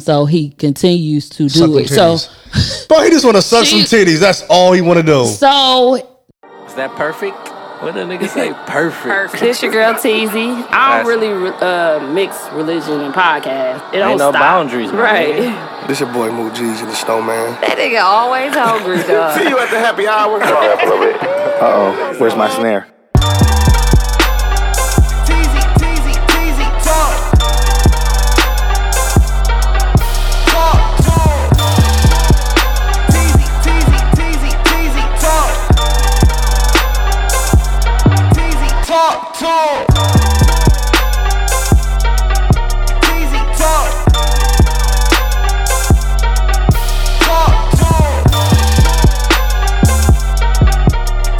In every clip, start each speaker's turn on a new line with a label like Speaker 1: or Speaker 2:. Speaker 1: so he continues to do
Speaker 2: Suck them
Speaker 1: it. So,
Speaker 2: titties. bro, he just want to suck
Speaker 1: She-
Speaker 2: some titties. That's all he want to do.
Speaker 1: so
Speaker 3: Is that perfect? What the nigga say? Perfect.
Speaker 4: Perfect. This your girl Teasy. I
Speaker 3: That's-
Speaker 4: don't really uh, mix religion and podcast. It don't
Speaker 3: Ain't no
Speaker 4: stop.
Speaker 3: boundaries, man.
Speaker 4: Right.
Speaker 5: This your boy Moo G's and the Snowman.
Speaker 4: That nigga always hungry, dog.
Speaker 5: you at the happy hour. a little bit. Uh oh. Where's my snare?
Speaker 6: Teasy, teasy, teasy, talk. Talk, talk. Teasy, teasy, teasy, teasy, talk. Teasy, talk, talk. Teasy, talk. Talk, talk.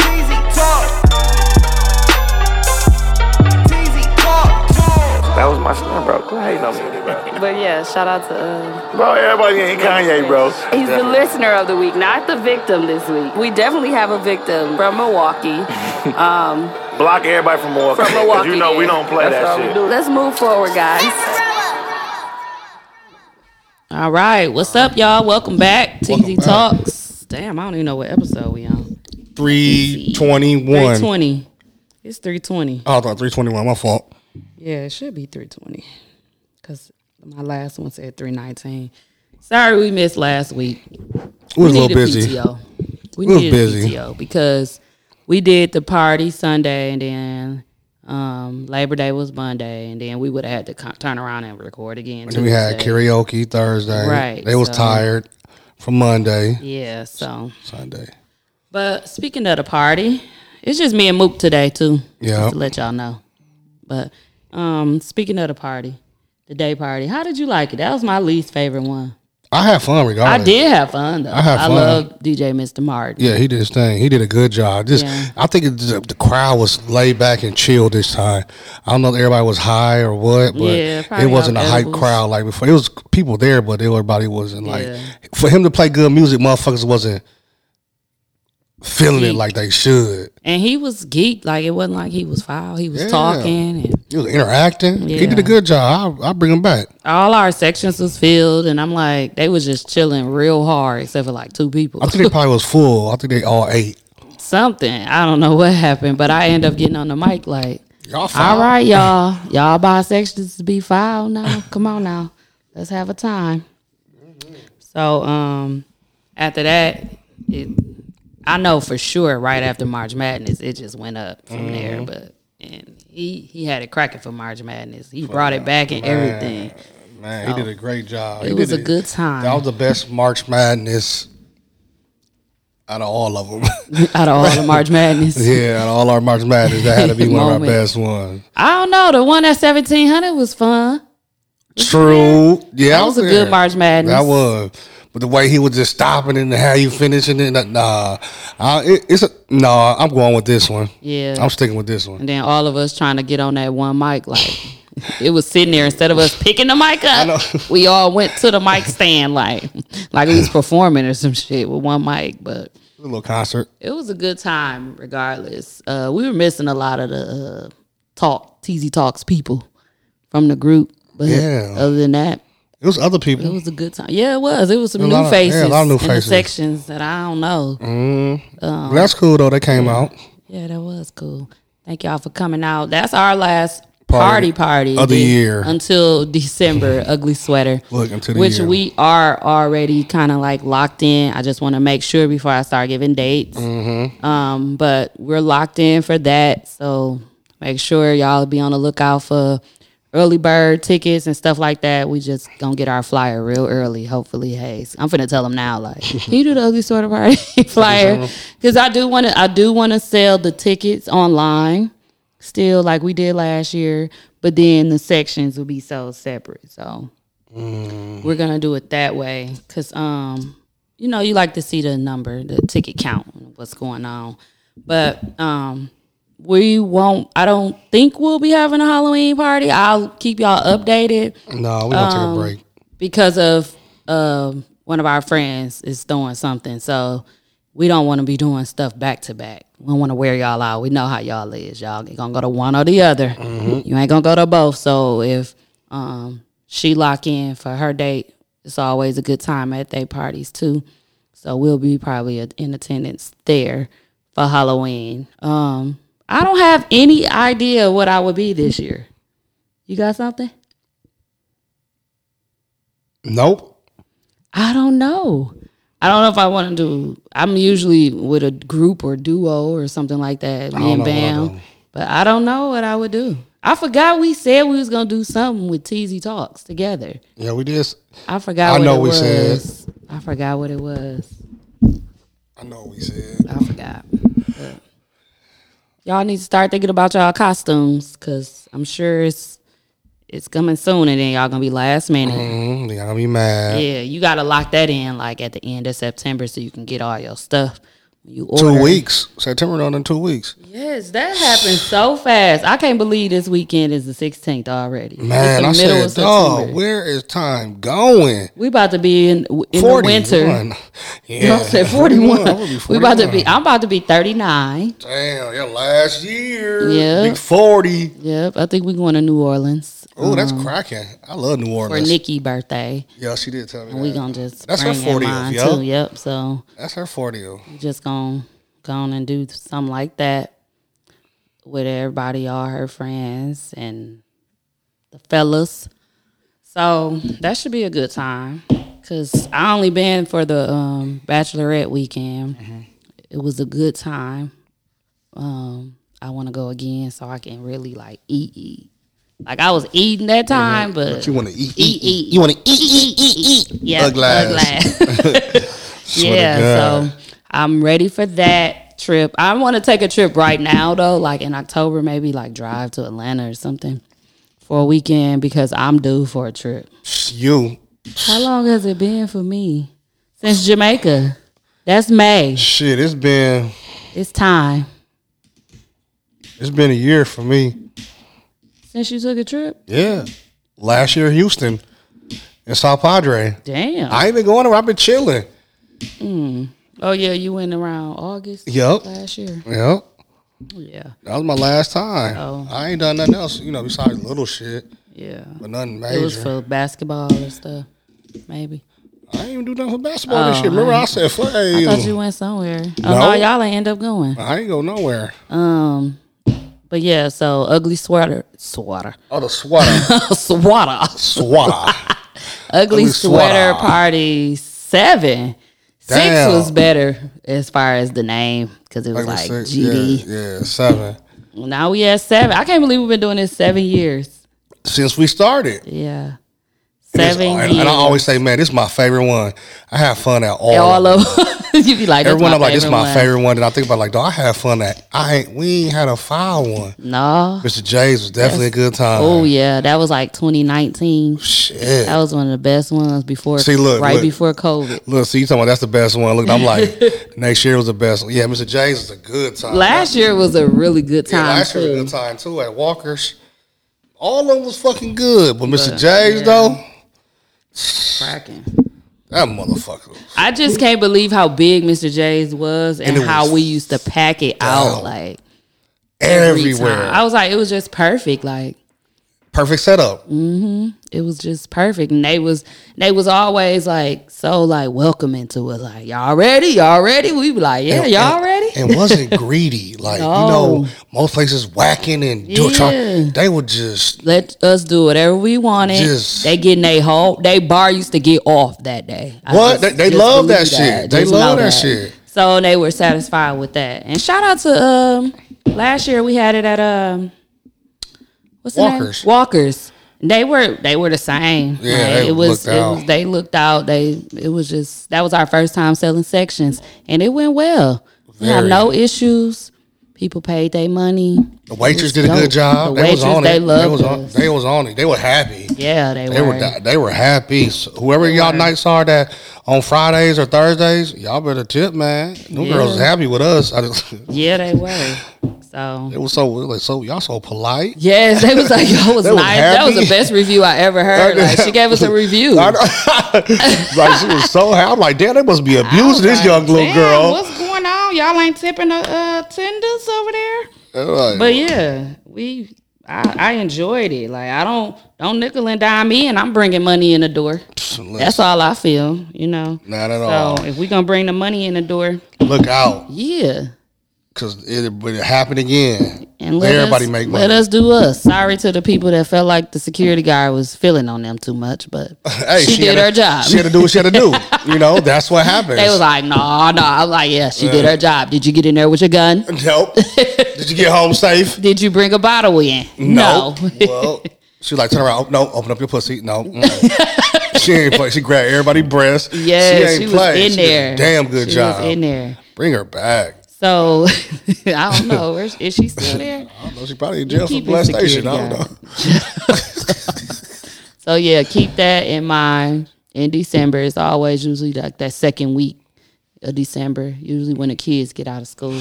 Speaker 6: Teasy, talk. Teasy, talk, talk.
Speaker 3: That was my snare, bro. Go ahead, no
Speaker 4: But yeah, shout out to. Uh,
Speaker 5: Bro, everybody ain't Kanye, bro.
Speaker 4: he's the listener of the week, not the victim this week. We definitely have a victim from Milwaukee.
Speaker 5: Block everybody from Milwaukee.
Speaker 4: From 'cause Milwaukee, you know we yeah. don't
Speaker 5: play
Speaker 3: That's all we do.
Speaker 4: Let's move forward, guys.
Speaker 1: all right, what's up, y'all? Welcome back to
Speaker 2: Welcome
Speaker 1: Easy
Speaker 2: back.
Speaker 1: Talks. Damn, I don't even know what episode we on.
Speaker 2: Three twenty-one.
Speaker 1: Three twenty. It's three twenty.
Speaker 2: Oh, I thought three twenty-one. My fault.
Speaker 1: Yeah, it should be 320 because my last one said 319. Sorry, we missed last week.
Speaker 2: We was a little
Speaker 1: needed
Speaker 2: busy.
Speaker 1: PTO. We
Speaker 2: We was
Speaker 1: needed
Speaker 2: busy.
Speaker 1: PTO because we did the party Sunday and then um, Labor Day was Monday and then we would have had to co- turn around and record again.
Speaker 2: Then we had
Speaker 1: Tuesday.
Speaker 2: karaoke Thursday.
Speaker 1: Right,
Speaker 2: They was
Speaker 1: so-
Speaker 2: tired from Monday,
Speaker 1: Yeah, so.
Speaker 2: Sunday.
Speaker 1: But speaking of the party, it's just me and Mook today too.
Speaker 2: Yeah.
Speaker 1: Just to let y'all know. But um speaking of the party, the day party, how did you like it? That was my least favorite one.
Speaker 2: I had fun regardless.
Speaker 1: I did have fun though. I,
Speaker 2: had fun.
Speaker 1: love DJ Mr. Martin.
Speaker 2: Yeah, he did his thing. He did a good job. Just,
Speaker 1: Yeah.
Speaker 2: I think it, the, the crowd was laid back and chill this time. I don't know if everybody was high or what, but
Speaker 1: Yeah, probably
Speaker 2: it wasn't a
Speaker 1: all
Speaker 2: hype
Speaker 1: edibles.
Speaker 2: crowd like before. It was people there, but everybody wasn't like.
Speaker 1: Yeah.
Speaker 2: For him to play good music, motherfuckers wasn't feeling it like they should.
Speaker 1: And he was geek. Like it wasn't like he was foul. He was
Speaker 2: Yeah.
Speaker 1: talking and
Speaker 2: He was interacting. He did
Speaker 1: Yeah.
Speaker 2: a good job. I I bring him back.
Speaker 1: all our sections was filled and I'm like they was just chilling real hard except for like two people.
Speaker 2: I think they probably was full. I think they all ate.
Speaker 1: Something. I don't know what happened, but I end up getting on the mic like
Speaker 2: Y'all fine.
Speaker 1: All right, y'all. Y'all bisections to be filed now. Come on now. Let's have a time. So um after that, it I know for sure right after March Madness, it just went up from
Speaker 2: Mm-hmm.
Speaker 1: there. But and he he had it cracking for March Madness. He brought it back and everything.
Speaker 2: Man, he did a great job. He
Speaker 1: It was
Speaker 2: did
Speaker 1: a good time
Speaker 2: That was the best March Madness out of all of them.
Speaker 1: out of all the March Madness.
Speaker 2: Yeah, and all our March Madness, that had to be one of our
Speaker 1: Moment.
Speaker 2: best ones.
Speaker 1: I don't know. The one at seventeen hundred was fun.
Speaker 2: True. Yeah, I
Speaker 1: That was a
Speaker 2: there.
Speaker 1: good March Madness.
Speaker 2: That was. But the way he was just stopping it and how you finishing it, nah. I, it it's a, nah, I'm going with this one.
Speaker 1: Yeah.
Speaker 2: I'm sticking with this one.
Speaker 1: And then all of us trying to get on that one mic, like it was sitting there instead of us picking the mic
Speaker 2: know.
Speaker 1: up. We all went to the mic stand, like like we was performing or some shit with one mic. But
Speaker 2: A little concert.
Speaker 1: it was a good time, regardless. Uh, we were missing a lot of the uh, talk, TZ Talks people from the group, but
Speaker 2: Yeah.
Speaker 1: other than that,
Speaker 2: It was other people.
Speaker 1: it was a good time. Yeah, it was. It was some
Speaker 2: A
Speaker 1: new
Speaker 2: lot of- yeah, a
Speaker 1: faces,
Speaker 2: lot of new
Speaker 1: in the
Speaker 2: faces.
Speaker 1: sections that I don't know.
Speaker 2: But That's cool though. They came out.
Speaker 1: Yeah, that was cool. Thank y'all for coming out. That's our last party
Speaker 2: Party
Speaker 1: party,
Speaker 2: of the
Speaker 1: Then-
Speaker 2: year.
Speaker 1: until December. ugly sweater,
Speaker 2: Look, until the
Speaker 1: which
Speaker 2: year.
Speaker 1: we are already kind of like locked in. I just want to make sure before I start giving dates.
Speaker 2: Mm-hmm.
Speaker 1: Um, but we're locked in for that, so make sure y'all be on the lookout for early bird tickets and stuff like that. We just gonna get our flyer real early, hopefully. Hey, I'm finna tell them now, like, can you do the ugly sort of party flyer?
Speaker 2: Uh-huh.
Speaker 1: Because I do want to, I do want to sell the tickets online still like we did last year, but then the sections will be sold separate. So we're gonna do it that way because um you know you like to see the number, the ticket count, what's going on, but um we won't. I don't think we'll be having a Halloween party. I'll keep y'all updated
Speaker 2: No, we're gonna
Speaker 1: Um,
Speaker 2: take a break.
Speaker 1: because of um one of our friends is doing something. So we don't want to be doing stuff back to back. We don't want to wear y'all out. We know how y'all is. Y'all gonna go to one or the other. You ain't gonna go to both. So if um, she lock in for her date, it's always a good time at they parties too. So we'll be probably a- in attendance there for Halloween. Um, I don't have any idea what I would be this year. You got something?
Speaker 2: Nope.
Speaker 1: I don't know. I don't know if I want to do. I'm usually with a group or duo or something like that. Me and
Speaker 2: know what I
Speaker 1: Bam,
Speaker 2: do.
Speaker 1: but I don't know what I would do. I forgot we said we was gonna do something with Teasy Talks together.
Speaker 2: Yeah, we did.
Speaker 1: I forgot.
Speaker 2: I
Speaker 1: what
Speaker 2: know
Speaker 1: it
Speaker 2: we
Speaker 1: was.
Speaker 2: said.
Speaker 1: I forgot what it was.
Speaker 2: I know we said.
Speaker 1: I forgot. But y'all need to start thinking about y'all costumes because I'm sure it's it's coming soon, and then y'all gonna be last minute.
Speaker 2: Mm, y'all be mad.
Speaker 1: Yeah, you gotta lock that in like at the end of September so you can get all your stuff. when You
Speaker 2: Two
Speaker 1: order.
Speaker 2: weeks. September done in two weeks.
Speaker 1: Yes, that happened so fast. I can't believe this weekend is the sixteenth already. It's
Speaker 2: Man,
Speaker 1: the
Speaker 2: I
Speaker 1: middle
Speaker 2: said,
Speaker 1: of September.
Speaker 2: dog, where is time going?
Speaker 1: we about to be in, in the
Speaker 2: 41.
Speaker 1: winter.
Speaker 2: Yeah.
Speaker 1: I said forty-one.
Speaker 2: I'm gonna be
Speaker 1: We about to be.
Speaker 2: 41.
Speaker 1: I'm about to be thirty-nine.
Speaker 2: Damn, yeah, last year.
Speaker 1: Yeah.
Speaker 2: Be 40.
Speaker 1: Yep, I think we going to New Orleans
Speaker 2: Oh, that's cracking. I love New
Speaker 1: Mm-hmm. for
Speaker 2: Orleans.
Speaker 1: Nikki's birthday.
Speaker 2: yeah, she did tell me that.
Speaker 1: We gonna just
Speaker 2: That's her
Speaker 1: bring in
Speaker 2: 40th,
Speaker 1: mine
Speaker 2: yo.
Speaker 1: too. Yep. So
Speaker 2: That's her 40th.
Speaker 1: just gonna go on and do something like that with everybody, all her friends and the fellas. So that should be a good time. Cause I only been for the um, bachelorette weekend. It was a good time. Um, I want to go again so I can really like eat, eat. Like I was eating that time, but,
Speaker 2: You want to eat,
Speaker 1: eat,
Speaker 2: eat,
Speaker 1: eat.
Speaker 2: You want to eat, eat, eat, eat.
Speaker 1: yeah,
Speaker 2: Ugh, glass.
Speaker 1: glass.
Speaker 2: to
Speaker 1: yeah,
Speaker 2: God.
Speaker 1: so I'm ready for that trip. I want to take a trip right now though, like in October, maybe like drive to Atlanta or something for a weekend because I'm due for a trip.
Speaker 2: You.
Speaker 1: How long has it been for me since Jamaica? That's May.
Speaker 2: Shit, it's been
Speaker 1: It's time
Speaker 2: it's been a year for me.
Speaker 1: since you took a trip.
Speaker 2: Yeah. Last year, Houston and Sao Padre.
Speaker 1: Damn.
Speaker 2: I ain't been going around. I've been chilling.
Speaker 1: oh yeah, you went around August
Speaker 2: Yup.
Speaker 1: last year.
Speaker 2: Yep.
Speaker 1: Yeah,
Speaker 2: That was my last time.
Speaker 1: Oh.
Speaker 2: I ain't done nothing else, you know, besides little shit,
Speaker 1: yeah.
Speaker 2: but nothing
Speaker 1: It was
Speaker 2: major.
Speaker 1: for basketball and stuff, maybe.
Speaker 2: I ain't even do nothing for basketball this year. Remember, I said, fuck
Speaker 1: Oh, I
Speaker 2: you.
Speaker 1: thought you went somewhere. Oh,
Speaker 2: No.
Speaker 1: no, y'all ain't end up going.
Speaker 2: I ain't go nowhere.
Speaker 1: Um, but yeah, so ugly sweater, sweater,
Speaker 2: Oh, the swatter.
Speaker 1: sweater,
Speaker 2: swatter.
Speaker 1: ugly
Speaker 2: Ugly
Speaker 1: sweater
Speaker 2: sweater.
Speaker 1: party seven. Six
Speaker 2: Damn.
Speaker 1: was better as far as the name because it was
Speaker 2: Ugly
Speaker 1: like
Speaker 2: six,
Speaker 1: GD.
Speaker 2: Yeah, yeah, seven.
Speaker 1: Now we at seven. I can't believe we've been doing this seven years.
Speaker 2: Since we started.
Speaker 1: Yeah,
Speaker 2: This-
Speaker 1: seven
Speaker 2: and,
Speaker 1: years.
Speaker 2: and I always say, man, this is my favorite one. I have fun at all.
Speaker 1: all of you be like,
Speaker 2: Everyone, I'm
Speaker 1: I'm
Speaker 2: like, this is my favorite one. And I think about like, do I have fun at? I ain't. We ain't had a foul one.
Speaker 1: No.
Speaker 2: Mr. J's was definitely a good time.
Speaker 1: Oh yeah, that was like 2019.
Speaker 2: shit.
Speaker 1: That was one of the best ones before.
Speaker 2: See, look,
Speaker 1: right
Speaker 2: look.
Speaker 1: before COVID.
Speaker 2: Look, see, you talking about that's the best one. Look, I'm like, next year was the best one. Yeah, Mr. J's is a good time.
Speaker 1: Last year was a really good
Speaker 2: yeah,
Speaker 1: time.
Speaker 2: last year was a
Speaker 1: too.
Speaker 2: good time too at Walker's. All of them was fucking good, but Mr. J's though,
Speaker 1: Cracking.
Speaker 2: that motherfucker.
Speaker 1: I just can't believe how big Mr. J's was and,
Speaker 2: And it
Speaker 1: how
Speaker 2: was
Speaker 1: we used to pack it out
Speaker 2: down
Speaker 1: like every
Speaker 2: Everywhere.
Speaker 1: time. I was like, it was just perfect. Like
Speaker 2: Perfect setup.
Speaker 1: it was just perfect. And they was they was always like so like welcoming to us. Like y'all ready? Y'all ready? We be like, yeah,
Speaker 2: And-
Speaker 1: y'all
Speaker 2: and-
Speaker 1: ready? Oh.
Speaker 2: And wasn't greedy. Like, you know, most places whacking and do,
Speaker 1: Yeah.
Speaker 2: trying, they would just
Speaker 1: Let us do whatever we wanted.
Speaker 2: Just-
Speaker 1: they getting they whole they bar used to get off that day. I
Speaker 2: What? They- they love that
Speaker 1: believe
Speaker 2: shit. They love
Speaker 1: know
Speaker 2: that shit.
Speaker 1: So they were satisfied with that. And shout out to um last year we had it at um what's the
Speaker 2: Walkers.
Speaker 1: name? Walkers. They were they were the same.
Speaker 2: Yeah,
Speaker 1: Like,
Speaker 2: they
Speaker 1: it was
Speaker 2: looked
Speaker 1: it
Speaker 2: out.
Speaker 1: was they looked out. They it was just that was our first time selling sections and it went well. We had
Speaker 2: Very.
Speaker 1: no issues. People paid their money.
Speaker 2: the waitress
Speaker 1: It's
Speaker 2: did a
Speaker 1: dope.
Speaker 2: good job.
Speaker 1: The
Speaker 2: they was
Speaker 1: waitress,
Speaker 2: on
Speaker 1: they
Speaker 2: it. They
Speaker 1: loved
Speaker 2: was on,
Speaker 1: us.
Speaker 2: they was on it. They were happy.
Speaker 1: Yeah, they,
Speaker 2: They were di- they were happy. So whoever y'all nights are that on Fridays or Thursdays, y'all better tip, man. Them
Speaker 1: Yeah.
Speaker 2: girls is happy with us. I just,
Speaker 1: Yeah, they were. So
Speaker 2: it was so it was like so y'all so polite.
Speaker 1: yes, they was like, "Yo, it was
Speaker 2: They was
Speaker 1: nice. that was the
Speaker 2: happy.
Speaker 1: best review I ever heard." Like she gave us a review.
Speaker 2: I know. like she was so happy. I'm like, damn, they must be
Speaker 1: I was
Speaker 2: abusing this
Speaker 1: like,
Speaker 2: young little
Speaker 1: "Damn,
Speaker 2: girl.
Speaker 1: What's going on? Y'all ain't tipping the uh, tenders over there.
Speaker 2: And I'm like,
Speaker 1: But yeah, we. I, I enjoyed it. Like I don't don't nickel and dime me, and I'm bringing money in the door. That's all I feel, you know.
Speaker 2: Not at
Speaker 1: so
Speaker 2: all.
Speaker 1: if we gonna bring the money in the door,
Speaker 2: Look out,
Speaker 1: yeah,
Speaker 2: because it would happen again.
Speaker 1: and
Speaker 2: let
Speaker 1: let
Speaker 2: everybody
Speaker 1: us,
Speaker 2: make
Speaker 1: let
Speaker 2: money.
Speaker 1: us do us. Sorry to the people that felt like the security guard was feeling on them too much, but
Speaker 2: Hey,
Speaker 1: she, did
Speaker 2: had to-
Speaker 1: her job.
Speaker 2: She had to do what she had to do. you know, that's what happens.
Speaker 1: they was like, nah, nah. I'm like, yeah, she did
Speaker 2: Uh.
Speaker 1: her job. Did you get in there with your gun?
Speaker 2: Nope. Did you get home safe?
Speaker 1: Did you bring a bottle in?
Speaker 2: well, she like turn around. Oh, no, open up your pussy. No. mm-mm. she ain't play. She grabbed everybody's breast.
Speaker 1: Yeah, she,
Speaker 2: ain't
Speaker 1: was
Speaker 2: play.
Speaker 1: in
Speaker 2: She did a
Speaker 1: there.
Speaker 2: damn good
Speaker 1: She
Speaker 2: job.
Speaker 1: Was in there.
Speaker 2: Bring her back.
Speaker 1: So I don't know. Where's, is she still there?
Speaker 2: I don't know. She probably in jail for
Speaker 1: Keep it
Speaker 2: molestation.
Speaker 1: secure,
Speaker 2: I don't
Speaker 1: yeah.
Speaker 2: know.
Speaker 1: So yeah, keep that in mind. In December, it's always usually like that second week of December. Usually when the kids get out of school.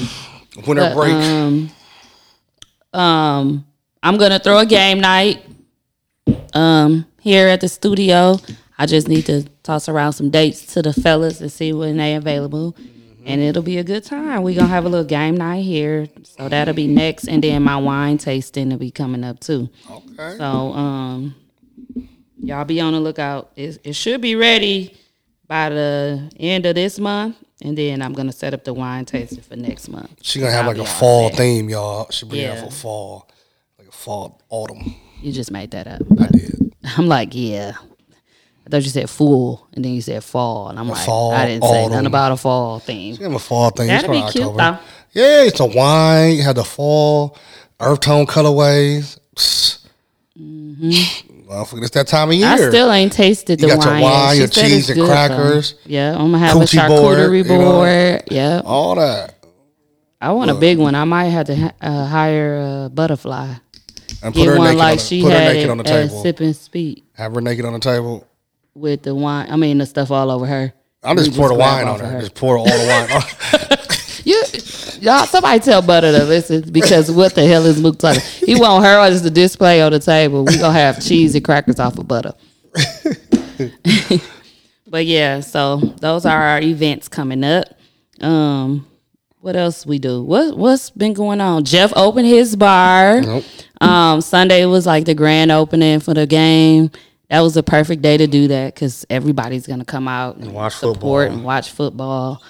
Speaker 2: Winter
Speaker 1: But,
Speaker 2: break.
Speaker 1: Um, um, I'm gonna throw a game night. Um, here at the studio. I just need to toss around some dates to the fellas and see when they available. And it'll be a good time. We're gonna have a little game night here. So that'll be next. And then my wine tasting will be coming up too. Okay. So um y'all be on the lookout. It, it should be ready by the end of this month. And then I'm gonna set up the wine tasting for next month.
Speaker 2: she gonna have
Speaker 1: I'll
Speaker 2: like a
Speaker 1: be all
Speaker 2: fall
Speaker 1: set.
Speaker 2: theme, y'all. She bring
Speaker 1: Yeah.
Speaker 2: out for fall, like a fall autumn.
Speaker 1: You just made that up.
Speaker 2: I did.
Speaker 1: I'm like, yeah. I thought you said fool, and then you said fall, and I'm like,
Speaker 2: fall,
Speaker 1: I didn't say
Speaker 2: autumn.
Speaker 1: nothing about a fall thing.
Speaker 2: She have a fall theme. It's
Speaker 1: That'd be
Speaker 2: probably
Speaker 1: cute,
Speaker 2: October. Yeah, it's a wine. You had the fall earth tone colorways. Psst. Well, fuck, it's that time of year.
Speaker 1: Mm-hmm. I still ain't tasted the
Speaker 2: You got your
Speaker 1: wine. yet.
Speaker 2: wine, your
Speaker 1: She said
Speaker 2: cheese
Speaker 1: it's
Speaker 2: and
Speaker 1: good, though.
Speaker 2: crackers,
Speaker 1: Yeah, I'm gonna have a
Speaker 2: coochie board,
Speaker 1: charcuterie
Speaker 2: you know.
Speaker 1: board. Yeah,
Speaker 2: all that.
Speaker 1: I want a big one. I might have to ha- uh, hire a butterfly.
Speaker 2: And put
Speaker 1: Get
Speaker 2: her
Speaker 1: one
Speaker 2: naked,
Speaker 1: like
Speaker 2: on, the,
Speaker 1: she
Speaker 2: put her
Speaker 1: had
Speaker 2: naked
Speaker 1: it
Speaker 2: on the
Speaker 1: at
Speaker 2: table.
Speaker 1: Sip and Speak
Speaker 2: Have her naked on the table.
Speaker 1: with the wine. I mean, the stuff all over her.
Speaker 2: I'll just
Speaker 1: We
Speaker 2: pour the
Speaker 1: grab
Speaker 2: wine
Speaker 1: off
Speaker 2: on
Speaker 1: of
Speaker 2: her. Just pour all the wine on her.
Speaker 1: You, y'all, somebody tell Butter to listen because what the hell is Mook talking? He want her as the display on the table. We gonna have cheese and crackers off of Butter. but yeah, so those are our events coming up. Um, what else we do? What what's been going on? Jeff opened his bar. Um, Sunday was like the grand opening for the game. That was the perfect day to do that because everybody's gonna come out and,
Speaker 2: watch
Speaker 1: support
Speaker 2: football.
Speaker 1: and watch football.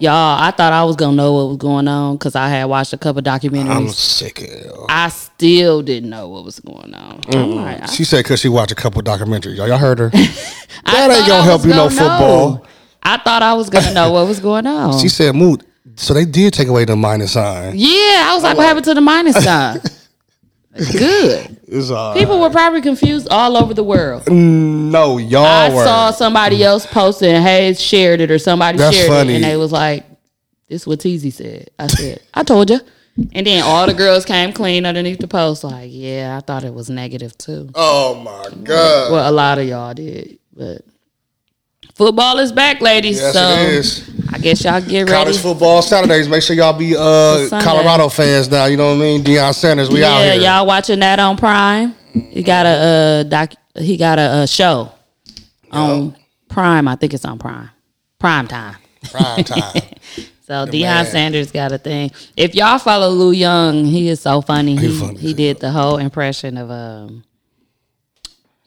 Speaker 1: Y'all, I thought I was gonna know what was going on because I had watched a couple documentaries.
Speaker 2: I'm sick of hell.
Speaker 1: I still didn't know what was going on.
Speaker 2: Mm.
Speaker 1: I'm like, I,
Speaker 2: She said because she watched a couple documentaries. Y'all, y'all heard her. that
Speaker 1: I
Speaker 2: ain't
Speaker 1: thought
Speaker 2: gonna
Speaker 1: I
Speaker 2: help
Speaker 1: was
Speaker 2: you no
Speaker 1: gonna
Speaker 2: football.
Speaker 1: know. I thought I was gonna know what was going on.
Speaker 2: She said, "Moot." So they did take away the minus sign.
Speaker 1: yeah, I was like, what happened to the minus sign? Good.
Speaker 2: It's uh,
Speaker 1: People were probably confused all over the world.
Speaker 2: no, y'all
Speaker 1: I
Speaker 2: were.
Speaker 1: saw somebody else posting, Hayes shared it or somebody
Speaker 2: Mm-hmm. That's
Speaker 1: shared
Speaker 2: funny.
Speaker 1: it, and they was like, "This is what Teasy said." I said, "I told you." And then all the girls came clean underneath the post, like, "Yeah, I thought it was negative too."
Speaker 2: oh my god!
Speaker 1: Well, a lot of y'all did, but football is back, ladies.
Speaker 2: yes,
Speaker 1: so
Speaker 2: it is.
Speaker 1: I guess y'all get ready.
Speaker 2: College football Saturdays. Make sure y'all be uh
Speaker 1: Sunday.
Speaker 2: Colorado fans now. You know what I mean? Deion Sanders, we out
Speaker 1: yeah,
Speaker 2: here.
Speaker 1: y'all watching that on Prime. He got a uh, doc. He got a uh, show on Prime. I think it's on Prime. Prime time.
Speaker 2: Prime time.
Speaker 1: So Deion
Speaker 2: man.
Speaker 1: Sanders got a thing. If y'all follow Lou Young, he is so funny. He,
Speaker 2: funny
Speaker 1: he
Speaker 2: as
Speaker 1: did the whole impression of um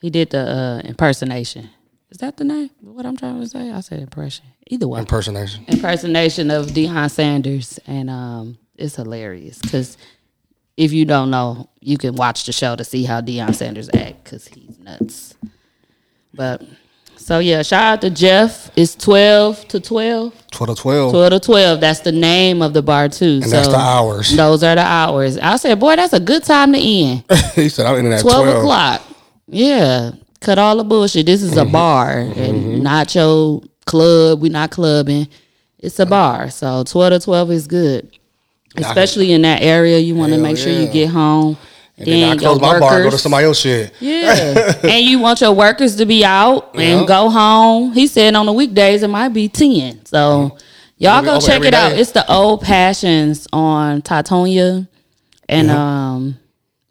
Speaker 1: he did the uh impersonation. Is that the name? What I'm trying to say? I said impression. Either way.
Speaker 2: Impersonation.
Speaker 1: impersonation of Deion Sanders and um it's hilarious cuz if you don't know, you can watch the show to see how Deion Sanders act cuz he's nuts. But so yeah, shout out to Jeff. It's 12 to 12.
Speaker 2: Twelve to twelve.
Speaker 1: 12 to 12. That's the name of the bar, too.
Speaker 2: And that's the hours.
Speaker 1: Those are the hours. I said, boy, that's a good time to end. 12,
Speaker 2: he said, "I'm in at 12,
Speaker 1: o'clock. Yeah. Cut all the bullshit. This is a
Speaker 2: Mm-hmm.
Speaker 1: bar and not your club. We're not clubbing. It's a bar. So 12 to 12 is good. Especially in that area, you want to
Speaker 2: Hell
Speaker 1: make sure you
Speaker 2: yeah.
Speaker 1: get home.
Speaker 2: And then I close my bar and go to somebody else's shit.
Speaker 1: yeah. and you want your workers to be out and go home. He said on the weekdays it might be 10. So y'all
Speaker 2: It'll be
Speaker 1: go
Speaker 2: open
Speaker 1: check
Speaker 2: Mm-hmm. every
Speaker 1: it out.
Speaker 2: day.
Speaker 1: It's the old passions on Titonia and um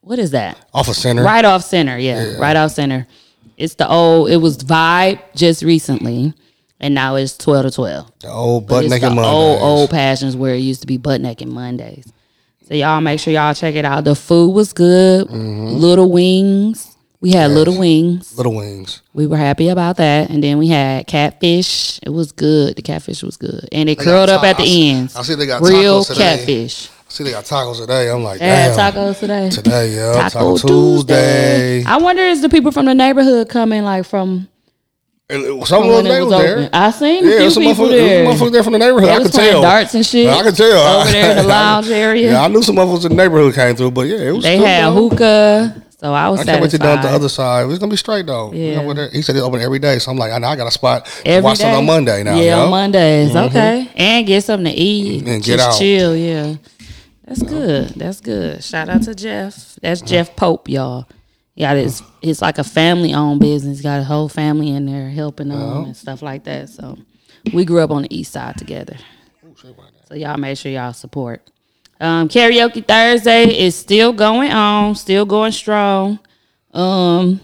Speaker 1: what is that?
Speaker 2: Off a center.
Speaker 1: Right off center, yeah, Right off center. It's the old it was vibe just recently. And now it's twelve to twelve.
Speaker 2: The old
Speaker 1: But
Speaker 2: butt
Speaker 1: it's
Speaker 2: naked
Speaker 1: the
Speaker 2: Mondays.
Speaker 1: old old passions where it used to be butt naked Mondays. So y'all make sure y'all check it out. The food was good.
Speaker 2: Mm-hmm.
Speaker 1: Little wings. We had little wings.
Speaker 2: Little Wings.
Speaker 1: We were happy about that. And then we had catfish. It was good. The catfish was good. And it
Speaker 2: got
Speaker 1: curled up at
Speaker 2: tacos.
Speaker 1: the ends.
Speaker 2: I see they got
Speaker 1: real
Speaker 2: tacos today.
Speaker 1: catfish.
Speaker 2: See, they got tacos today. I'm like,
Speaker 1: They had
Speaker 2: damn.
Speaker 1: tacos today.
Speaker 2: Today, yeah.
Speaker 1: Taco, Tuesday. I wonder is the people from the neighborhood coming like from
Speaker 2: And it was- Some
Speaker 1: from
Speaker 2: little
Speaker 1: when it
Speaker 2: neighbors
Speaker 1: was
Speaker 2: there.
Speaker 1: open? I seen
Speaker 2: Yeah,
Speaker 1: a few
Speaker 2: there's some
Speaker 1: people
Speaker 2: motherfuckers there.
Speaker 1: there.
Speaker 2: was motherfuckers there from the neighborhood.
Speaker 1: They
Speaker 2: I
Speaker 1: was
Speaker 2: could
Speaker 1: playing
Speaker 2: tell.
Speaker 1: darts and shit
Speaker 2: I could tell.
Speaker 1: over there in the lounge area.
Speaker 2: Yeah, I knew some motherfuckers in the neighborhood came through, but yeah, it was.
Speaker 1: They
Speaker 2: still
Speaker 1: had
Speaker 2: good.
Speaker 1: hookah. So I was
Speaker 2: I can't wait to
Speaker 1: satisfied.
Speaker 2: down to the other side. It's gonna be straight though. We
Speaker 1: Yeah.
Speaker 2: over there- He said it's open every day, so I'm like, I know I got a spot.
Speaker 1: Every
Speaker 2: Watch it
Speaker 1: day.
Speaker 2: on Monday now.
Speaker 1: Yeah,
Speaker 2: yo.
Speaker 1: on Mondays. Okay. And get something to eat.
Speaker 2: Mm-hmm. And get
Speaker 1: Just
Speaker 2: out.
Speaker 1: chill, yeah. That's good. That's good. Shout out to Jeff. That's
Speaker 2: Mm-hmm.
Speaker 1: Jeff Pope, y'all. Yeah, it's it's like a family owned business. Got a whole family in there helping them and stuff like that. So we grew up on the east side together. So y'all make sure y'all support. Um, karaoke Thursday is still going on, still going strong. Um,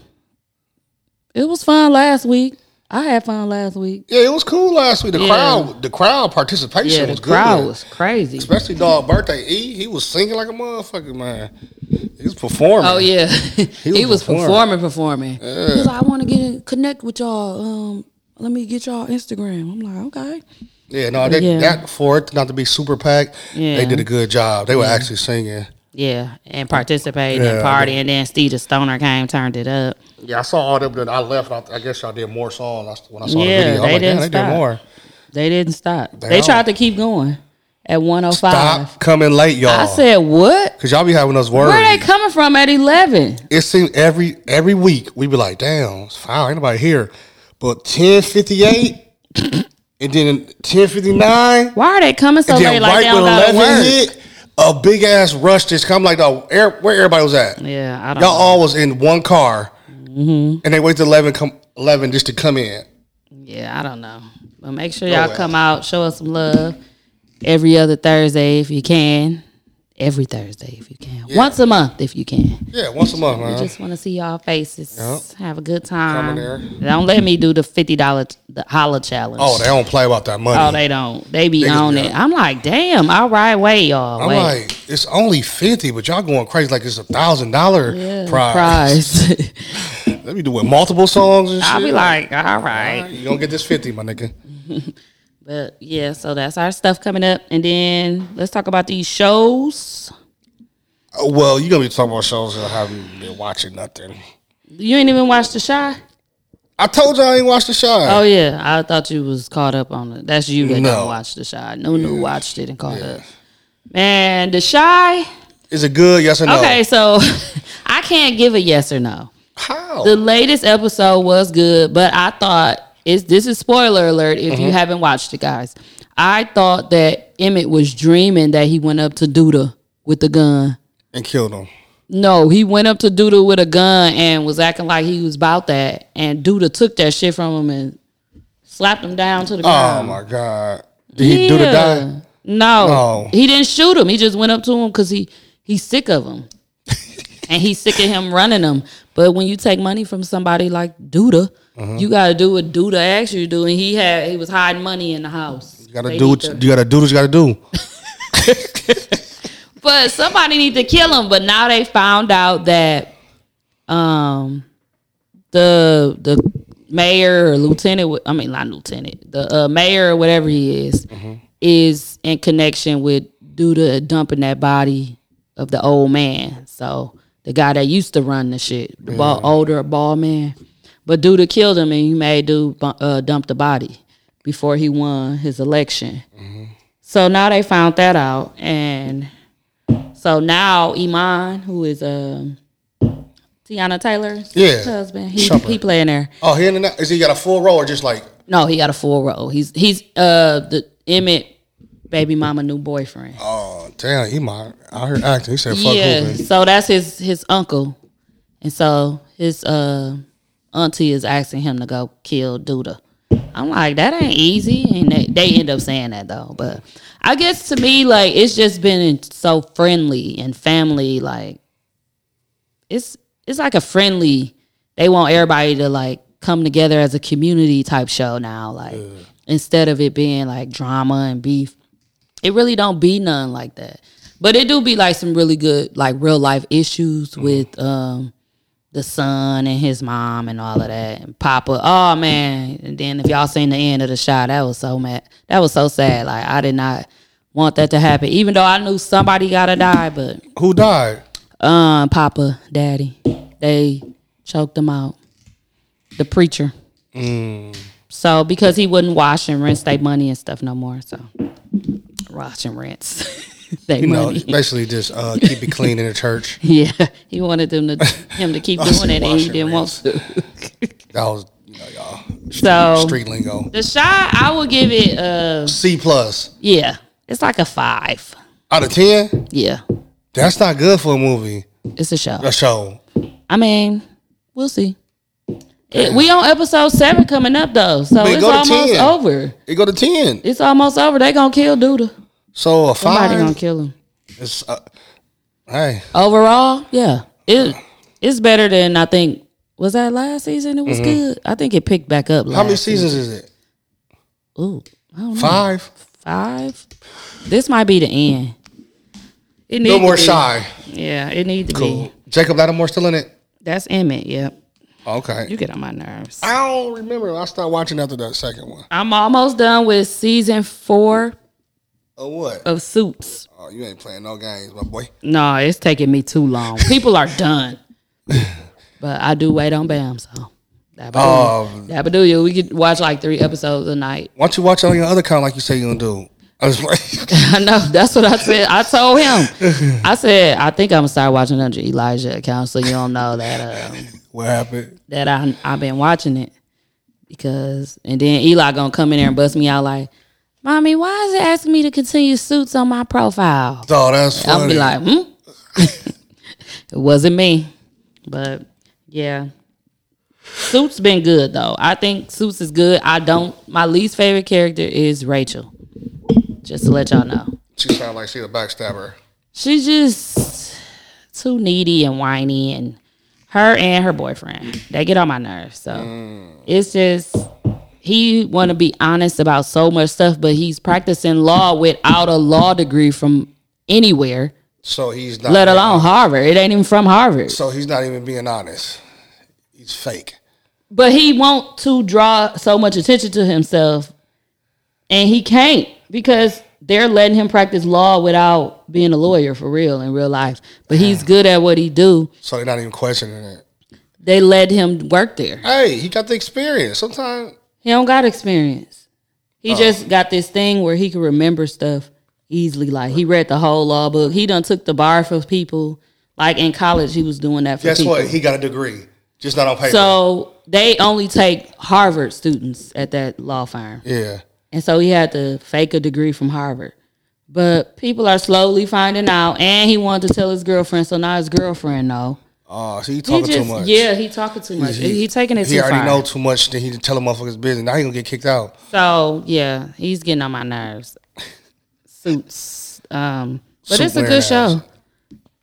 Speaker 1: it was fun last week. I had fun last week.
Speaker 2: Yeah, it was cool last week. The
Speaker 1: Yeah.
Speaker 2: crowd, the crowd participation
Speaker 1: Yeah, the
Speaker 2: was good.
Speaker 1: crowd was crazy.
Speaker 2: Especially dog birthday E, he was singing like a motherfucker, man. He was performing.
Speaker 1: Oh yeah, he was,
Speaker 2: was performing.
Speaker 1: performing, performing. He was like, "I want to get in, connect with y'all. Um, let me get y'all Instagram." I'm like, "Okay."
Speaker 2: Yeah, no, they,
Speaker 1: Yeah.
Speaker 2: that for it not to be super packed,
Speaker 1: Yeah.
Speaker 2: they did a good job. They were actually singing.
Speaker 1: Yeah, and participate
Speaker 2: Yeah.
Speaker 1: and party, and then Steve the Stoner came, turned it up.
Speaker 2: Yeah, I saw all them. Then I left. I, I guess y'all did more songs I- when I saw
Speaker 1: Yeah,
Speaker 2: the video. I'm
Speaker 1: they
Speaker 2: like, damn,
Speaker 1: didn't
Speaker 2: they
Speaker 1: stop.
Speaker 2: did more.
Speaker 1: They didn't stop. They,
Speaker 2: don't.
Speaker 1: tried to keep going at 105.
Speaker 2: Stop coming late, y'all.
Speaker 1: I said, "What?
Speaker 2: Cause y'all be having us worried.
Speaker 1: Where they coming from at 11?"
Speaker 2: it seems every every week we be like, damn, it's foul, ain't nobody here. But ten fifty eight, and then ten fifty nine,
Speaker 1: Why are they coming so
Speaker 2: and
Speaker 1: late?
Speaker 2: then
Speaker 1: Like
Speaker 2: right
Speaker 1: they
Speaker 2: when
Speaker 1: don't got to
Speaker 2: eleven
Speaker 1: work.
Speaker 2: hit, a big ass rush just come like the air, where everybody was at.
Speaker 1: Yeah, Mm-hmm. I don't.
Speaker 2: Y'all all was in one car, and they wait till eleven come eleven just to come in.
Speaker 1: Yeah, I don't know. But make sure y'all
Speaker 2: ahead.
Speaker 1: come out, show us some love every other Thursday if you can. Every Thursday if you can. Once a month if you can.
Speaker 2: Yeah, once a month, man.
Speaker 1: Just want to see y'all faces.
Speaker 2: Yep.
Speaker 1: Have a good time.
Speaker 2: there.
Speaker 1: Don't let me do the fifty dollar the holla challenge.
Speaker 2: oh, they don't play about that money.
Speaker 1: Oh, they don't. They be
Speaker 2: Niggas
Speaker 1: on
Speaker 2: be
Speaker 1: it.
Speaker 2: out.
Speaker 1: I'm like, damn. All right, wait, y'all.
Speaker 2: I'm
Speaker 1: wait.
Speaker 2: like, it's only fifty, but y'all going crazy like it's a thousand dollar
Speaker 1: Yeah,
Speaker 2: prize.
Speaker 1: prize.
Speaker 2: Let me do it multiple songs and shit.
Speaker 1: I'll be like, all
Speaker 2: All
Speaker 1: right.
Speaker 2: right, you gonna get this fifty, my nigga.
Speaker 1: But yeah, so that's our stuff coming up. And then let's talk about these shows.
Speaker 2: Uh, Well, you're gonna be talking about shows that I haven't been watching nothing.
Speaker 1: You ain't even watched The Shy?
Speaker 2: I told y'all I ain't watched the show.
Speaker 1: Oh yeah, I thought you was caught up on it. That's you that
Speaker 2: No.
Speaker 1: don't watch the shy. No, no, watched it and caught up. Man, the shy.
Speaker 2: Is it good? Yes or no?
Speaker 1: Okay, so I can't give a yes or no.
Speaker 2: How?
Speaker 1: The latest episode was good, but I thought it's this is spoiler alert if
Speaker 2: Mm-hmm.
Speaker 1: you haven't watched it, guys. I thought that Emmett was dreaming that he went up to Duda with the gun.
Speaker 2: and killed him.
Speaker 1: No, he went up to Duda with a gun and was acting like he was about that, and Duda took that shit from him and slapped him down to the ground.
Speaker 2: Oh my god. Did he do the
Speaker 1: Yeah.
Speaker 2: die?
Speaker 1: No,
Speaker 2: No.
Speaker 1: he didn't shoot him. He just went up to him because he he's sick of him, and he's sick of him running him. But when you take money from somebody like Duda,
Speaker 2: Uh-huh.
Speaker 1: you got to do what Duda asks you to do. And he had he was hiding money in the house.
Speaker 2: You gotta
Speaker 1: They
Speaker 2: do.
Speaker 1: need
Speaker 2: What
Speaker 1: to-
Speaker 2: you, you gotta do what you gotta do.
Speaker 1: but somebody need to kill him. But now they found out that um the the mayor or lieutenant wa- I mean not lieutenant the uh, mayor or whatever he is is in connection with due to dumping that body of the old man. So the guy that used to run the shit, the ball, older ball man, but Duda killed him and he made dude bu- uh, dump the body before he won his election. So now they found that out, and so now Iman, who is um Tiana Taylor's
Speaker 2: Yeah.
Speaker 1: husband, he,
Speaker 2: Chopper.
Speaker 1: he playing there.
Speaker 2: Oh, he in the night. Is he got a full role or just like?
Speaker 1: No, he got a full role. He's he's uh the Emmett baby mama new boyfriend.
Speaker 2: Oh damn, he might out here acting. He said, "Fuck
Speaker 1: yeah.
Speaker 2: Hoopin'."
Speaker 1: So that's his his uncle, and so his uh auntie is asking him to go kill Duda. I'm like, that ain't easy, and they, they end up saying that though. But I guess to me, like, it's just been so friendly and family. Like, it's it's like a friendly. They want everybody to like come together as a community type show now. Like, instead of it being like drama and beef, it really don't be none like that. But it do be like some really good, like real life issues with um the son and his mom and all of that and Papa. Oh man! And then if y'all seen the end of the shot, that was so mad. That was so sad. Like I did not want that to happen. Even though I knew somebody gotta die, but
Speaker 2: Who died?
Speaker 1: um, Papa, Daddy, they choked him out. The preacher.
Speaker 2: Mm.
Speaker 1: So because he wouldn't wash and rinse their money and stuff no more. So wash and rinse. They
Speaker 2: You know,
Speaker 1: money.
Speaker 2: basically just uh, keep it clean in the church.
Speaker 1: Yeah, he wanted them to him to keep
Speaker 2: I
Speaker 1: doing
Speaker 2: said
Speaker 1: it, and
Speaker 2: wash
Speaker 1: he
Speaker 2: and
Speaker 1: didn't want to.
Speaker 2: That was you know, y'all
Speaker 1: So
Speaker 2: street lingo.
Speaker 1: the shot, I will give it. Uh,
Speaker 2: C plus
Speaker 1: yeah, it's like a five.
Speaker 2: out of ten.
Speaker 1: Yeah,
Speaker 2: That's not good for a movie.
Speaker 1: it's a show.
Speaker 2: A show.
Speaker 1: I mean, we'll see. It, we on episode seven coming up though, so
Speaker 2: Man,
Speaker 1: it's
Speaker 2: go to
Speaker 1: almost
Speaker 2: 10.
Speaker 1: over.
Speaker 2: It go to ten.
Speaker 1: It's almost over. They gonna kill Duda.
Speaker 2: So a
Speaker 1: Somebody gonna
Speaker 2: five.
Speaker 1: kill him.
Speaker 2: It's, uh, hey,
Speaker 1: Overall, yeah, it it's better than I think. Was that last season? It was good. I think it picked back up. Last
Speaker 2: Mm-hmm. how many seasons is it?
Speaker 1: Ooh, I don't know.
Speaker 2: Five.
Speaker 1: five. This might be the end. It need
Speaker 2: No
Speaker 1: to
Speaker 2: more
Speaker 1: be.
Speaker 2: shy.
Speaker 1: Yeah, it need to
Speaker 2: Cool.
Speaker 1: be.
Speaker 2: Jacob Lattimore still in it.
Speaker 1: That's Emmett. Yep,
Speaker 2: Okay.
Speaker 1: you get on my nerves.
Speaker 2: I don't remember. I stopped watching after that second one.
Speaker 1: I'm almost done with season four
Speaker 2: Oh what?
Speaker 1: of Suits.
Speaker 2: Oh, you ain't playing no games, my boy.
Speaker 1: No, it's taking me too long. People are done, but I do wait on Bam. So that
Speaker 2: Um,
Speaker 1: Dabba do you? We could watch like three episodes a night.
Speaker 2: Why don't you watch on your other account like you say you gonna do? I was like,
Speaker 1: I know. That's what I said. I told him. I said I think I'm gonna start watching under Elijah account, so you don't know that. Um,
Speaker 2: what happened?
Speaker 1: that I I've been watching it because and then Eli gonna come in there and bust me out like, mommy, why is it asking me to continue suits on my profile?
Speaker 2: Oh, that's
Speaker 1: I'm gonna
Speaker 2: funny.
Speaker 1: be like, hmm, it wasn't me, but yeah. Suits been good though. I think Suits is good. I don't. My least favorite character is Rachel. Just to let y'all know,
Speaker 2: she sound like she's a backstabber.
Speaker 1: she's just too needy and whiny, and her and her boyfriend they get on my nerves. So it's just he want to be honest about so much stuff, but he's practicing law without a law degree from anywhere
Speaker 2: So he's not.
Speaker 1: let alone Harvard. It ain't even from Harvard.
Speaker 2: So he's not even being honest. He's fake.
Speaker 1: But he want to draw so much attention to himself, and he can't because they're letting him practice law without being a lawyer for real in real life. But he's good at what he do.
Speaker 2: So they're not even questioning it.
Speaker 1: They let him work there.
Speaker 2: Hey, he got the experience. Sometimes
Speaker 1: He don't got experience.
Speaker 2: Oh.
Speaker 1: He just got this thing where he can remember stuff easily. Like he read the whole law book. He done took the bar for people. Like in college, he was doing that for
Speaker 2: guess
Speaker 1: people.
Speaker 2: what? He got a degree, just not on paper.
Speaker 1: So they only take Harvard students at that law firm.
Speaker 2: yeah,
Speaker 1: And so he had to fake a degree from Harvard. But people are slowly finding out, and he wanted to tell his girlfriend, so now his girlfriend know.
Speaker 2: oh, so he
Speaker 1: He
Speaker 2: talking too
Speaker 1: just,
Speaker 2: much.
Speaker 1: yeah, he talking too much. He, taking it
Speaker 2: He
Speaker 1: too
Speaker 2: already
Speaker 1: far.
Speaker 2: know too much. Then he tell a motherfuckers business. Now he gonna get kicked out.
Speaker 1: So yeah, he's getting on my nerves. Suits, um, but it's a
Speaker 2: Super
Speaker 1: good
Speaker 2: ass.
Speaker 1: show.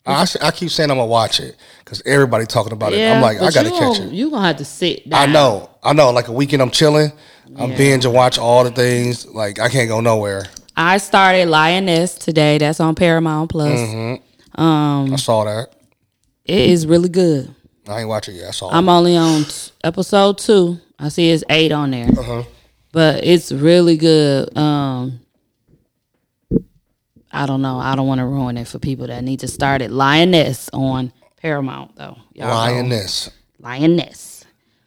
Speaker 2: I, sh- I keep saying I'm gonna watch it because everybody talking about it.
Speaker 1: Yeah,
Speaker 2: I'm like, I
Speaker 1: but
Speaker 2: gotta
Speaker 1: you
Speaker 2: catch
Speaker 1: gon-
Speaker 2: it.
Speaker 1: You gonna have to sit.
Speaker 2: I
Speaker 1: Down.
Speaker 2: know, I know. Like a weekend, I'm chilling. I'm binge and watch all the things. Like I can't go nowhere.
Speaker 1: I started Lioness today. That's on Paramount Plus.
Speaker 2: Mm-hmm. I saw that.
Speaker 1: It is really good.
Speaker 2: I ain't watch it yet. I saw it.
Speaker 1: I'm only on t- episode two. I see it's eight on there,
Speaker 2: Uh-huh.
Speaker 1: but it's really good. Um, I don't know. I don't want to ruin it for people that need to start it. Lioness on Paramount though. Y'all know.
Speaker 2: Lioness.
Speaker 1: Lioness.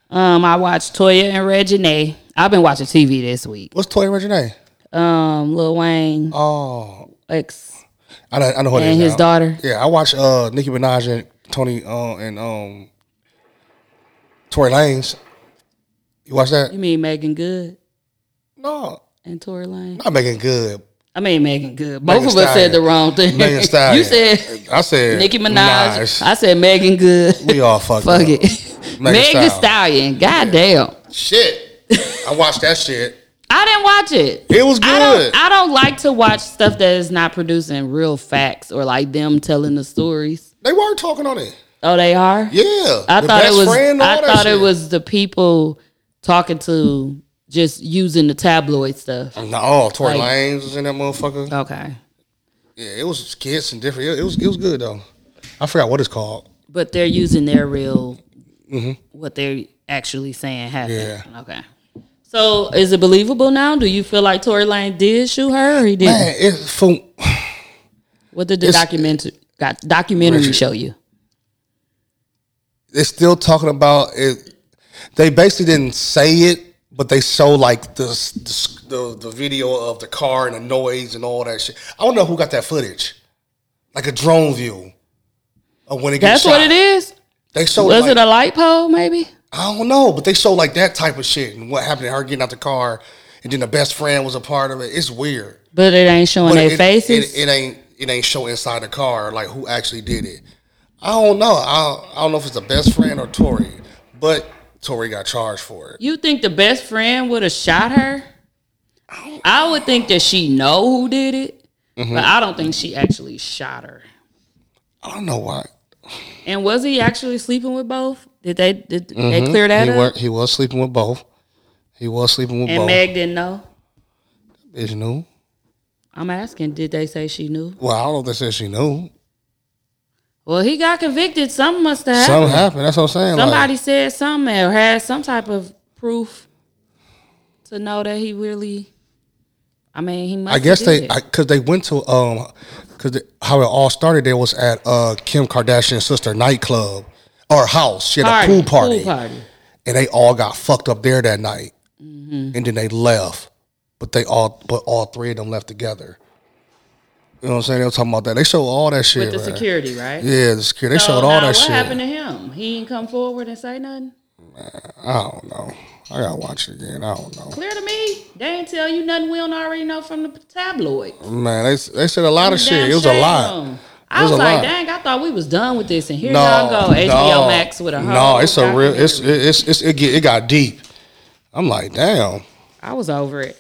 Speaker 1: Um, I watched Toya and Regine. I've been watching TV this week.
Speaker 2: What's Toy Reggie name?
Speaker 1: Um, Lil Wayne,
Speaker 2: Oh,
Speaker 1: ex,
Speaker 2: I know, I know who it is
Speaker 1: and his
Speaker 2: now.
Speaker 1: daughter.
Speaker 2: Yeah, I watch uh Nicki Minaj and Tony uh, and um Tory Lanez. You watch that?
Speaker 1: You mean Megan Good
Speaker 2: No,
Speaker 1: and Tory Lane?
Speaker 2: not making good.
Speaker 1: I mean Megan Good. Both
Speaker 2: Megan
Speaker 1: of us said
Speaker 2: Stallion.
Speaker 1: the wrong thing.
Speaker 2: Megan Stallion.
Speaker 1: you said
Speaker 2: I said
Speaker 1: Nicki Minaj. I said Megan Good.
Speaker 2: we all fucked
Speaker 1: Fuck
Speaker 2: up.
Speaker 1: it. Megan
Speaker 2: Stallion.
Speaker 1: Stallion. God damn.
Speaker 2: Shit, I watched that shit.
Speaker 1: I didn't watch it.
Speaker 2: It was
Speaker 1: I
Speaker 2: good.
Speaker 1: don't, I don't like to watch stuff that is not producing real facts or like them telling the stories.
Speaker 2: They weren't talking on it.
Speaker 1: Oh, they are?
Speaker 2: Yeah,
Speaker 1: I
Speaker 2: The
Speaker 1: thought it
Speaker 2: best
Speaker 1: was.
Speaker 2: friend, all
Speaker 1: I
Speaker 2: that
Speaker 1: thought it
Speaker 2: shit.
Speaker 1: was the people talking to just using the tabloid stuff.
Speaker 2: No, Tory
Speaker 1: Like- Uh,
Speaker 2: Lanez was in that motherfucker.
Speaker 1: Okay.
Speaker 2: Yeah, it was skits and different. It, it was it was good though. I forgot what it's called.
Speaker 1: But they're using their real, what they're actually saying happened.
Speaker 2: Mm-hmm. Yeah.
Speaker 1: Okay. So is it believable now? Do you feel like Tory Lane did shoot her or he didn't?
Speaker 2: Man, it's for
Speaker 1: what did the
Speaker 2: it's-
Speaker 1: documentary got documentary show you?
Speaker 2: they're still talking about it. They basically didn't say it, but they show like the s- the, s- the the video of the car and the noise and all that shit. I don't know who got that footage, like a drone view of when it
Speaker 1: That's
Speaker 2: gets shot.
Speaker 1: what it is.
Speaker 2: They show
Speaker 1: Was
Speaker 2: like,
Speaker 1: it a light pole? Maybe.
Speaker 2: I don't know, but they show like that type of shit and what happened to her getting out the car, and then the best friend was a part of it. It's weird.
Speaker 1: But it ain't showing
Speaker 2: But
Speaker 1: their
Speaker 2: it-
Speaker 1: faces.
Speaker 2: It, it ain't it ain't show inside the car like who actually did it. I don't know. I, I don't know if it's the best friend or Tori, but Tori got charged for it.
Speaker 1: you think the best friend would have shot her? I would think that she know who did it,
Speaker 2: Mm-hmm.
Speaker 1: but I don't think she actually shot her.
Speaker 2: I don't know why.
Speaker 1: And was he actually sleeping with both? Did they did they clear that
Speaker 2: Mm-hmm. He
Speaker 1: up?
Speaker 2: was, he was sleeping with both. He was sleeping with
Speaker 1: and
Speaker 2: both.
Speaker 1: Meg didn't know.
Speaker 2: Is she knew.
Speaker 1: I'm asking, did they say she knew?
Speaker 2: Well, I don't know if they said she knew.
Speaker 1: Well, he got convicted. Something must have happened.
Speaker 2: Something happened. That's what I'm saying. like-
Speaker 1: Somebody said something or had some type of proof to know that he really. I mean, he must.
Speaker 2: I guess
Speaker 1: have
Speaker 2: they
Speaker 1: did it.
Speaker 2: because they went to um because how it all started there was at uh Kim Kardashian's sister nightclub or house. She had
Speaker 1: Party,
Speaker 2: a pool party,
Speaker 1: Pool party.
Speaker 2: and they all got fucked up there that night,
Speaker 1: Mm-hmm.
Speaker 2: and then they left. But they all but all three of them left together. You know what I'm saying? They were talking about that. They showed all that shit.
Speaker 1: with the
Speaker 2: man.
Speaker 1: security, right?
Speaker 2: Yeah, the security. They
Speaker 1: So
Speaker 2: showed
Speaker 1: now
Speaker 2: all that
Speaker 1: what
Speaker 2: shit.
Speaker 1: happened to him? He didn't come forward and say nothing.
Speaker 2: I don't know. I gotta watch it again. I don't know.
Speaker 1: Clear to me, they ain't tell you nothing. We don't already know from the tabloid.
Speaker 2: Man, they they said a lot of
Speaker 1: Damn
Speaker 2: shit. It was a
Speaker 1: shame
Speaker 2: lot.
Speaker 1: on 'em.
Speaker 2: It
Speaker 1: I
Speaker 2: was
Speaker 1: was,
Speaker 2: a
Speaker 1: like,
Speaker 2: lot.
Speaker 1: dang, I thought we was done with this, and here
Speaker 2: No,
Speaker 1: y'all go HBO
Speaker 2: no.
Speaker 1: Max with a whole
Speaker 2: no. It's a real. It's
Speaker 1: documentary.
Speaker 2: it's it's it, get, it got deep. I'm like, damn.
Speaker 1: I was over it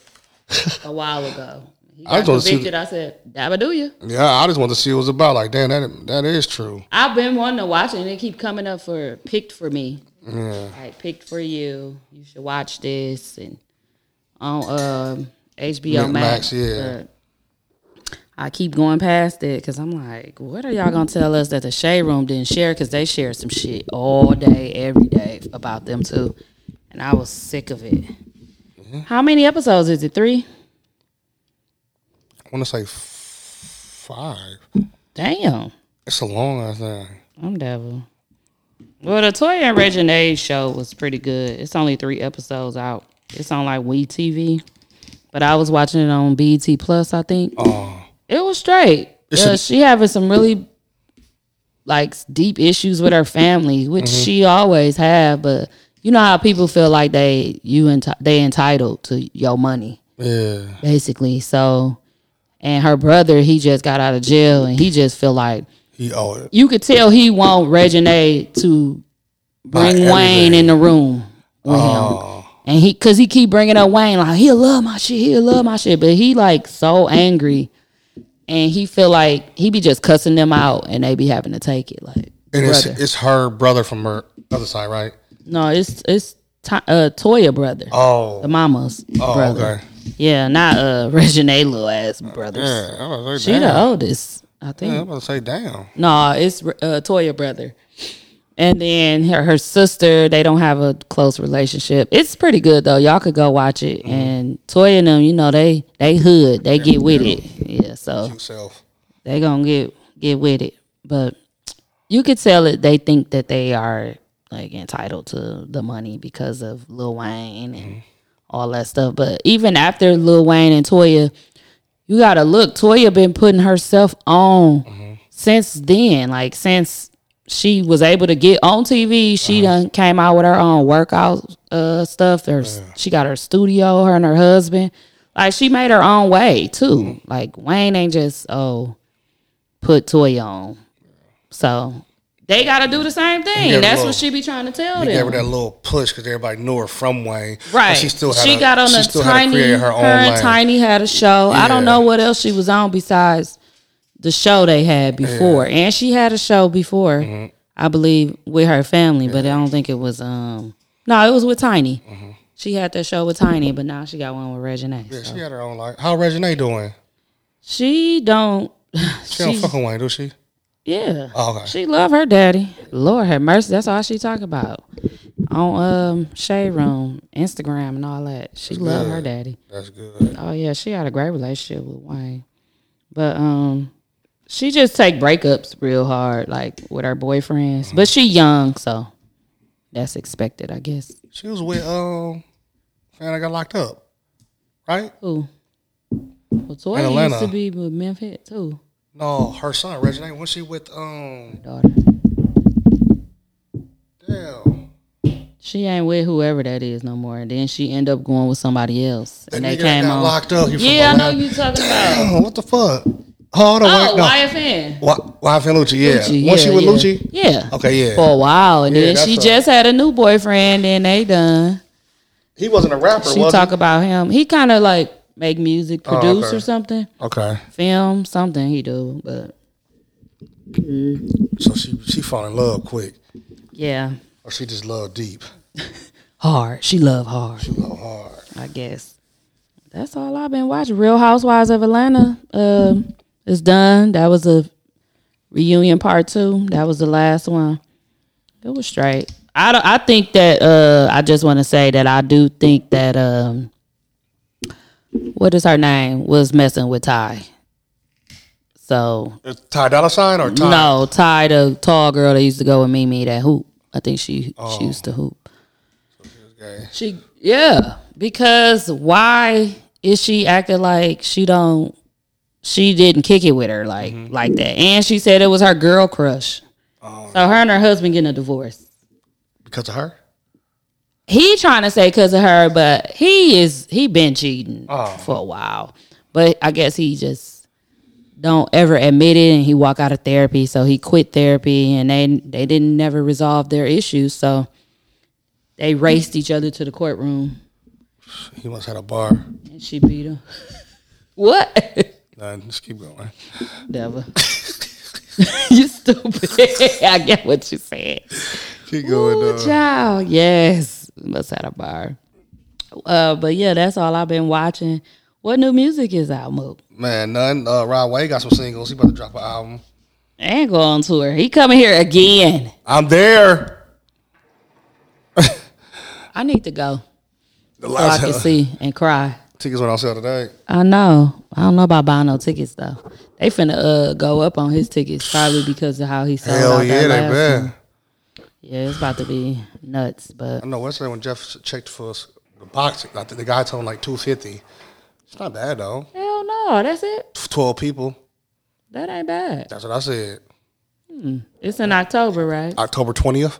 Speaker 1: a while ago. He
Speaker 2: I
Speaker 1: got
Speaker 2: just wanna see
Speaker 1: convicted.
Speaker 2: the-
Speaker 1: I said, "Dabba do you?"
Speaker 2: Yeah, I just wanted to see what it was about. Like, damn, that that is true.
Speaker 1: I've been wanting to watch it, and it keep coming up for picked for me. Like picked for you. You should watch this and on um, HBO
Speaker 2: Ma-
Speaker 1: Max.
Speaker 2: Max, yeah.
Speaker 1: but I keep going past it because I'm like, what are y'all gonna tell us that the Shade Room didn't share? Because they shared some shit all day, every day about them too, and I was sick of it. How many episodes is it? Three.
Speaker 2: I want to say f- five.
Speaker 1: Damn.
Speaker 2: It's a long ass thing.
Speaker 1: I'm devil. Well, the Toya and Reginae show was pretty good. It's only three episodes out. It's on like We TV, but I was watching it on BT Plus. I think it was straight.
Speaker 2: It's
Speaker 1: Uh,
Speaker 2: a-
Speaker 1: she having some really like deep issues with her family, which
Speaker 2: Mm-hmm.
Speaker 1: she always have. But you know how people feel like they you enti- they entitled to your money
Speaker 2: Yeah,
Speaker 1: basically. So, and her brother, he just got out of jail, and he just feel like
Speaker 2: he oh, owed it.
Speaker 1: you could tell he want Regine to bring Wayne
Speaker 2: everything. Oh.
Speaker 1: in the room with him, and he because he keep bringing up Wayne like he'll love my shit, he'll love my shit, but he like so angry, and he feel like he be just cussing them out, and they be having to take it like
Speaker 2: And it's
Speaker 1: brother.
Speaker 2: it's her brother from her other side, right?
Speaker 1: no, it's it's Ti- uh, Toya brother, the
Speaker 2: Oh,
Speaker 1: mama's
Speaker 2: oh,
Speaker 1: brother,
Speaker 2: okay.
Speaker 1: yeah, not uh Regine little ass brothers.
Speaker 2: Yeah, I was
Speaker 1: She
Speaker 2: like,
Speaker 1: the
Speaker 2: damn.
Speaker 1: oldest, I think.
Speaker 2: Yeah, I'm about to say, damn.
Speaker 1: No, it's uh, Toya brother. And then her, her sister, they don't have a close relationship. It's pretty good though. Y'all could go watch it. And Toya and them, you know, they they hood. They get with it. Yeah, so
Speaker 2: Self.
Speaker 1: they gonna get get with it. But you could tell it they think that they are like entitled to the money because of Lil Wayne and all that stuff. But even after Lil Wayne and Toya, you gotta look. Toya been putting herself on since then. Like since she was able to get on TV, she done came out with her own workout uh, stuff. Her, She got her studio, her and her husband. Like she made her own way too. Like Wayne ain't just oh put Toya on. So they gotta do the same
Speaker 2: gave her
Speaker 1: thing. That's
Speaker 2: little-
Speaker 1: what she be trying to tell
Speaker 2: He gave her
Speaker 1: them.
Speaker 2: that little push because everybody knew her from Wayne. but
Speaker 1: Right.
Speaker 2: She still had
Speaker 1: she
Speaker 2: to-
Speaker 1: got on
Speaker 2: she
Speaker 1: a
Speaker 2: still had to
Speaker 1: tiny.
Speaker 2: create
Speaker 1: Her,
Speaker 2: her own
Speaker 1: and
Speaker 2: lane.
Speaker 1: Tiny had a show. I don't
Speaker 2: Yeah.
Speaker 1: know what else she was on besides the show they had before, and she had a show before,
Speaker 2: Mm-hmm.
Speaker 1: I believe, with her family. But I don't think it was. um No, it was with Tiny. She had that show with Tiny, but now she got one with Reginae.
Speaker 2: Mm-hmm. Yeah,
Speaker 1: so.
Speaker 2: she had her own life. How Reginae doing?
Speaker 1: She don't.
Speaker 2: She don't
Speaker 1: She-
Speaker 2: fucking white, does she?
Speaker 1: Yeah.
Speaker 2: Oh, okay.
Speaker 1: She love her daddy. Lord have mercy. That's all she talk about on um Shade Room, Instagram, and all that. She love her daddy.
Speaker 2: That's good.
Speaker 1: Oh yeah, she had a great relationship with Wayne, but um, she just take breakups real hard, like with her boyfriends. But she young, so that's expected, I guess.
Speaker 2: She was with um, man, I got locked up, right?
Speaker 1: Ooh. Well, Tori used
Speaker 2: Atlanta.
Speaker 1: to be with Memphis too,
Speaker 2: No, her son Reginae. Was she with um?
Speaker 1: daughter.
Speaker 2: Damn,
Speaker 1: She ain't with whoever that is no more. And then she end up going with somebody else,
Speaker 2: that
Speaker 1: and
Speaker 2: nigga
Speaker 1: they
Speaker 2: that
Speaker 1: came
Speaker 2: got
Speaker 1: on.
Speaker 2: locked up. He from
Speaker 1: Yeah, I know
Speaker 2: Atlanta.
Speaker 1: you talking about.
Speaker 2: Oh, what the fuck? Hold on,
Speaker 1: Oh,
Speaker 2: wait, no.
Speaker 1: YFN.
Speaker 2: Why, why Lucci? Yeah,
Speaker 1: Lucci,
Speaker 2: was she
Speaker 1: yeah,
Speaker 2: with
Speaker 1: yeah.
Speaker 2: Lucci?
Speaker 1: Yeah.
Speaker 2: Okay, yeah.
Speaker 1: For a while, and
Speaker 2: Yeah,
Speaker 1: then
Speaker 2: that's
Speaker 1: she
Speaker 2: a-
Speaker 1: just had a new boyfriend, and they done.
Speaker 2: He wasn't a rapper.
Speaker 1: She
Speaker 2: was
Speaker 1: talk about him. He kind of like make music,
Speaker 2: Oh,
Speaker 1: produce
Speaker 2: okay.
Speaker 1: or something,
Speaker 2: he? Okay,
Speaker 1: film something. He do, but
Speaker 2: so she she fall in love quick,
Speaker 1: yeah,
Speaker 2: or she just love deep.
Speaker 1: hard. She love hard.
Speaker 2: Love hard.
Speaker 1: I guess that's all I've been watching. Real Housewives of Atlanta um, is done. That was a reunion part two. That was the last one. It was straight. I don't, I think that uh, I just want to say that I do think that um, what is her name was messing with Ty. So
Speaker 2: It's Uh, Ty Dolla Sign or Ty?
Speaker 1: no, Ty, the tall girl that used to go with Mimi that hoop. I think she she used to hoop. She yeah, because why is she acting like she don't she didn't kick it with her like like that? And she said it was her girl crush. so her and her husband getting a divorce.
Speaker 2: because of her.
Speaker 1: He trying to say because of her, but he is he been cheating for a while. But I guess he just don't ever admit it, and he walk out of therapy. So he quit therapy, and they they didn't never resolve their issues. So they raced each other to the courtroom,
Speaker 2: He must had a bar.
Speaker 1: and she beat him. what?
Speaker 2: Nah, just keep going.
Speaker 1: Never. you stupid. I get what you said.
Speaker 2: Keep going. uh,
Speaker 1: Ooh,
Speaker 2: dog.
Speaker 1: child. Yes. Must have a bar. Uh, but yeah, that's all I've been watching. What new music is out, Mook?
Speaker 2: Man, none. Uh, Rod Wave got some singles. He about to drop an album.
Speaker 1: And go on tour. He coming here again.
Speaker 2: I'm there.
Speaker 1: I need to go
Speaker 2: The
Speaker 1: so I
Speaker 2: last
Speaker 1: can see and cry.
Speaker 2: tickets went on sale today.
Speaker 1: I know. I don't know about buying no tickets though. They finna uh go up on his tickets probably because of how he sold out
Speaker 2: Hell yeah,
Speaker 1: that
Speaker 2: they
Speaker 1: last
Speaker 2: bad.
Speaker 1: one. Yeah, it's about to be nuts. But
Speaker 2: I know yesterday when Jeff checked for us, the box, I think the guy told him like 250. It's not bad though.
Speaker 1: hell no, that's it.
Speaker 2: 12 people.
Speaker 1: That ain't bad.
Speaker 2: That's what I said.
Speaker 1: It's in October, right?
Speaker 2: October 20th.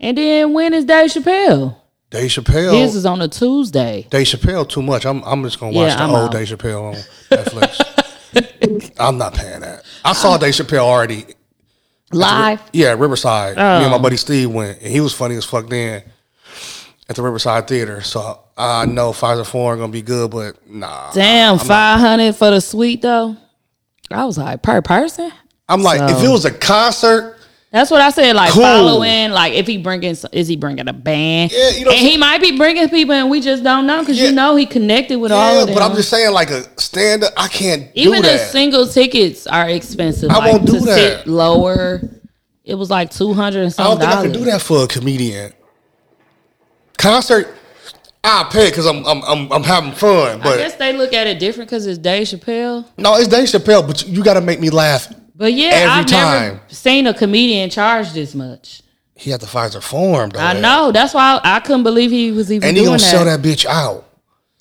Speaker 1: And then when is Dave Chappelle?
Speaker 2: Dave Chappelle.
Speaker 1: His is on a Tuesday.
Speaker 2: Dave Chappelle too much. I'm I'm just gonna watch
Speaker 1: Yeah,
Speaker 2: the
Speaker 1: I'm
Speaker 2: old
Speaker 1: out.
Speaker 2: Dave Chappelle on Netflix. I'm not paying that. I saw Dave Chappelle already.
Speaker 1: Live.
Speaker 2: Yeah, Riverside. Me
Speaker 1: Oh.
Speaker 2: and my buddy Steve went, and he was funny as fuck then at the Riverside Theater. So I know Pfizer Foreign gonna be good, but nah.
Speaker 1: Damn, five hundred for the suite though. I was like per person.
Speaker 2: I'm like, if it
Speaker 1: So-
Speaker 2: was a concert,
Speaker 1: That's what I said. Like
Speaker 2: Cool.
Speaker 1: following, like if he bringing, is he bringing a band?
Speaker 2: Yeah, you know-
Speaker 1: and he might be bringing people, and we just don't know because
Speaker 2: Yeah.
Speaker 1: you know he connected with all
Speaker 2: yeah,
Speaker 1: of them.
Speaker 2: but I'm just saying, like a stand up, I can't
Speaker 1: even
Speaker 2: do
Speaker 1: the
Speaker 2: that.
Speaker 1: single tickets are expensive.
Speaker 2: I
Speaker 1: like,
Speaker 2: won't do
Speaker 1: to
Speaker 2: that.
Speaker 1: Sit lower, it was like two hundred and
Speaker 2: I don't
Speaker 1: something.
Speaker 2: think I can
Speaker 1: dollars.
Speaker 2: do that for a comedian. Concert, I pay because I'm, I'm I'm I'm having fun,
Speaker 1: I
Speaker 2: but.
Speaker 1: guess they look at it different because it's Dave Chappelle.
Speaker 2: No, it's Dave Chappelle, but you got to make me laugh.
Speaker 1: But yeah,
Speaker 2: Every
Speaker 1: I've
Speaker 2: time.
Speaker 1: never seen a comedian charge this much.
Speaker 2: He had the Pfizer form, though.
Speaker 1: I know. That's why I, I couldn't believe he was even
Speaker 2: And he
Speaker 1: doing
Speaker 2: gonna
Speaker 1: that.
Speaker 2: sell that bitch out.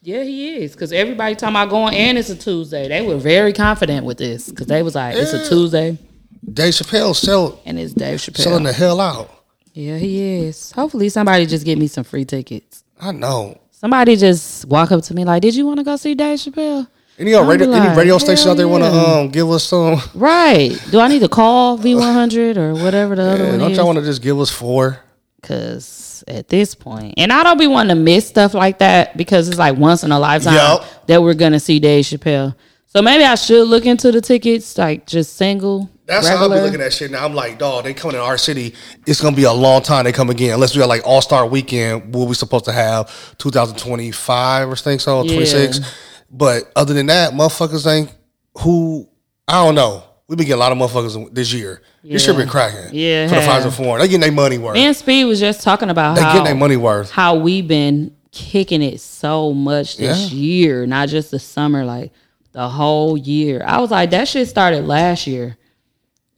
Speaker 1: Yeah, he is. Because everybody talking about going and it's a Tuesday. They were very confident with this because they was like, it's a Tuesday
Speaker 2: Dave Chappelle sell
Speaker 1: and it's Dave Chappelle.
Speaker 2: selling the hell out.
Speaker 1: yeah, he is. Hopefully, somebody just get me some free tickets.
Speaker 2: I know.
Speaker 1: Somebody just walk up to me like, did you want to go see Dave Chappelle?
Speaker 2: Any uh,
Speaker 1: I'll be
Speaker 2: radio, any
Speaker 1: like,
Speaker 2: radio station
Speaker 1: hell
Speaker 2: out there want to
Speaker 1: yeah.
Speaker 2: um give us some?
Speaker 1: Right. Do I need to call V100 or whatever the other
Speaker 2: Yeah,
Speaker 1: one
Speaker 2: don't
Speaker 1: is?
Speaker 2: y'all want to just give us four?
Speaker 1: Cause at this point, and I don't be wanting to miss stuff like that because it's like once in a lifetime
Speaker 2: Yup.
Speaker 1: that we're gonna see Dave Chappelle. So maybe I should look into the tickets, like just single.
Speaker 2: That's how I be looking at shit now. I'm like, dog, they coming in our city. It's gonna be a long time they come again. Unless we got like All Star Weekend, what we supposed to have 2025 or think so, 26.
Speaker 1: Yeah.
Speaker 2: But other than that, motherfuckers ain't who I don't know. We've been getting a lot of motherfuckers this year. This shit
Speaker 1: Yeah.
Speaker 2: been cracking.
Speaker 1: Yeah, it
Speaker 2: For the
Speaker 1: has.
Speaker 2: Pfizer form. They getting their money worth.
Speaker 1: Me and Speed was just talking about
Speaker 2: they
Speaker 1: how
Speaker 2: getting their money worth.
Speaker 1: how we've been kicking it so much this
Speaker 2: Yeah.
Speaker 1: year, not just the summer, like the whole year. I was like, that shit started last year.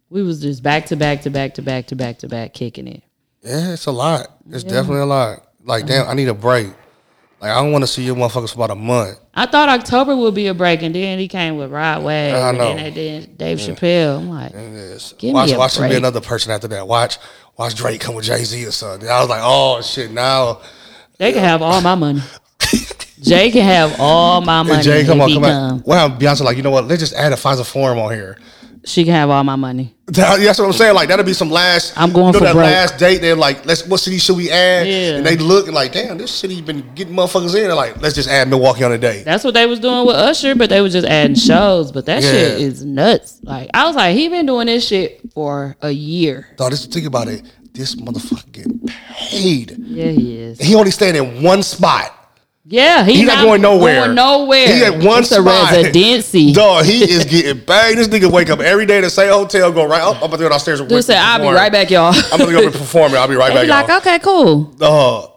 Speaker 1: We was just back to back to back to back to back to back kicking it.
Speaker 2: Yeah, it's a lot. It's definitely a lot. Like, damn, I need a break. Like, I don't want to see you motherfuckers for about a month.
Speaker 1: I thought October would be a break, and then he came with Rod Wave,
Speaker 2: I
Speaker 1: and
Speaker 2: know.
Speaker 1: then they did Dave Chappelle. I'm like, Give
Speaker 2: watch,
Speaker 1: me a
Speaker 2: watch him be
Speaker 1: break.
Speaker 2: another person after that. Watch, watch Drake come with Jay Z or something. I was like, oh shit, now
Speaker 1: they can have all my money. Jay can have all my money.
Speaker 2: and Jay come
Speaker 1: if
Speaker 2: on,
Speaker 1: he
Speaker 2: come on. Well, Beyonce like, you know what? Let's just add a Pfizer form on here.
Speaker 1: She can have all my money.
Speaker 2: That- that's what I'm saying. Like that'll be some last.
Speaker 1: I'm going
Speaker 2: you know,
Speaker 1: for
Speaker 2: that
Speaker 1: broke.
Speaker 2: last date. They're like, let's what city should we add?
Speaker 1: Yeah.
Speaker 2: And they look and like, damn, this city been getting motherfuckers in. They're like, let's just add Milwaukee on a date.
Speaker 1: That's what they was doing with Usher, but they was just adding shows. But that shit
Speaker 2: Yeah.
Speaker 1: is nuts. Like I was like, he been doing this shit for a year.
Speaker 2: Dog, just think about it. This motherfucker getting paid.
Speaker 1: Yeah, he is.
Speaker 2: He only staying in one spot.
Speaker 1: Yeah, he's
Speaker 2: He not going nowhere.
Speaker 1: Going nowhere.
Speaker 2: He at one
Speaker 1: it's
Speaker 2: spot.
Speaker 1: a residency.
Speaker 2: Dog, he is getting paid. This nigga wake up every day to say hotel, go right. I'm about to go downstairs. and
Speaker 1: Dude said, "I'll be right back, y'all."
Speaker 2: I'm gonna go and perform. I'll be right
Speaker 1: They
Speaker 2: back.
Speaker 1: be like,
Speaker 2: y'all.
Speaker 1: okay, cool.
Speaker 2: Dog,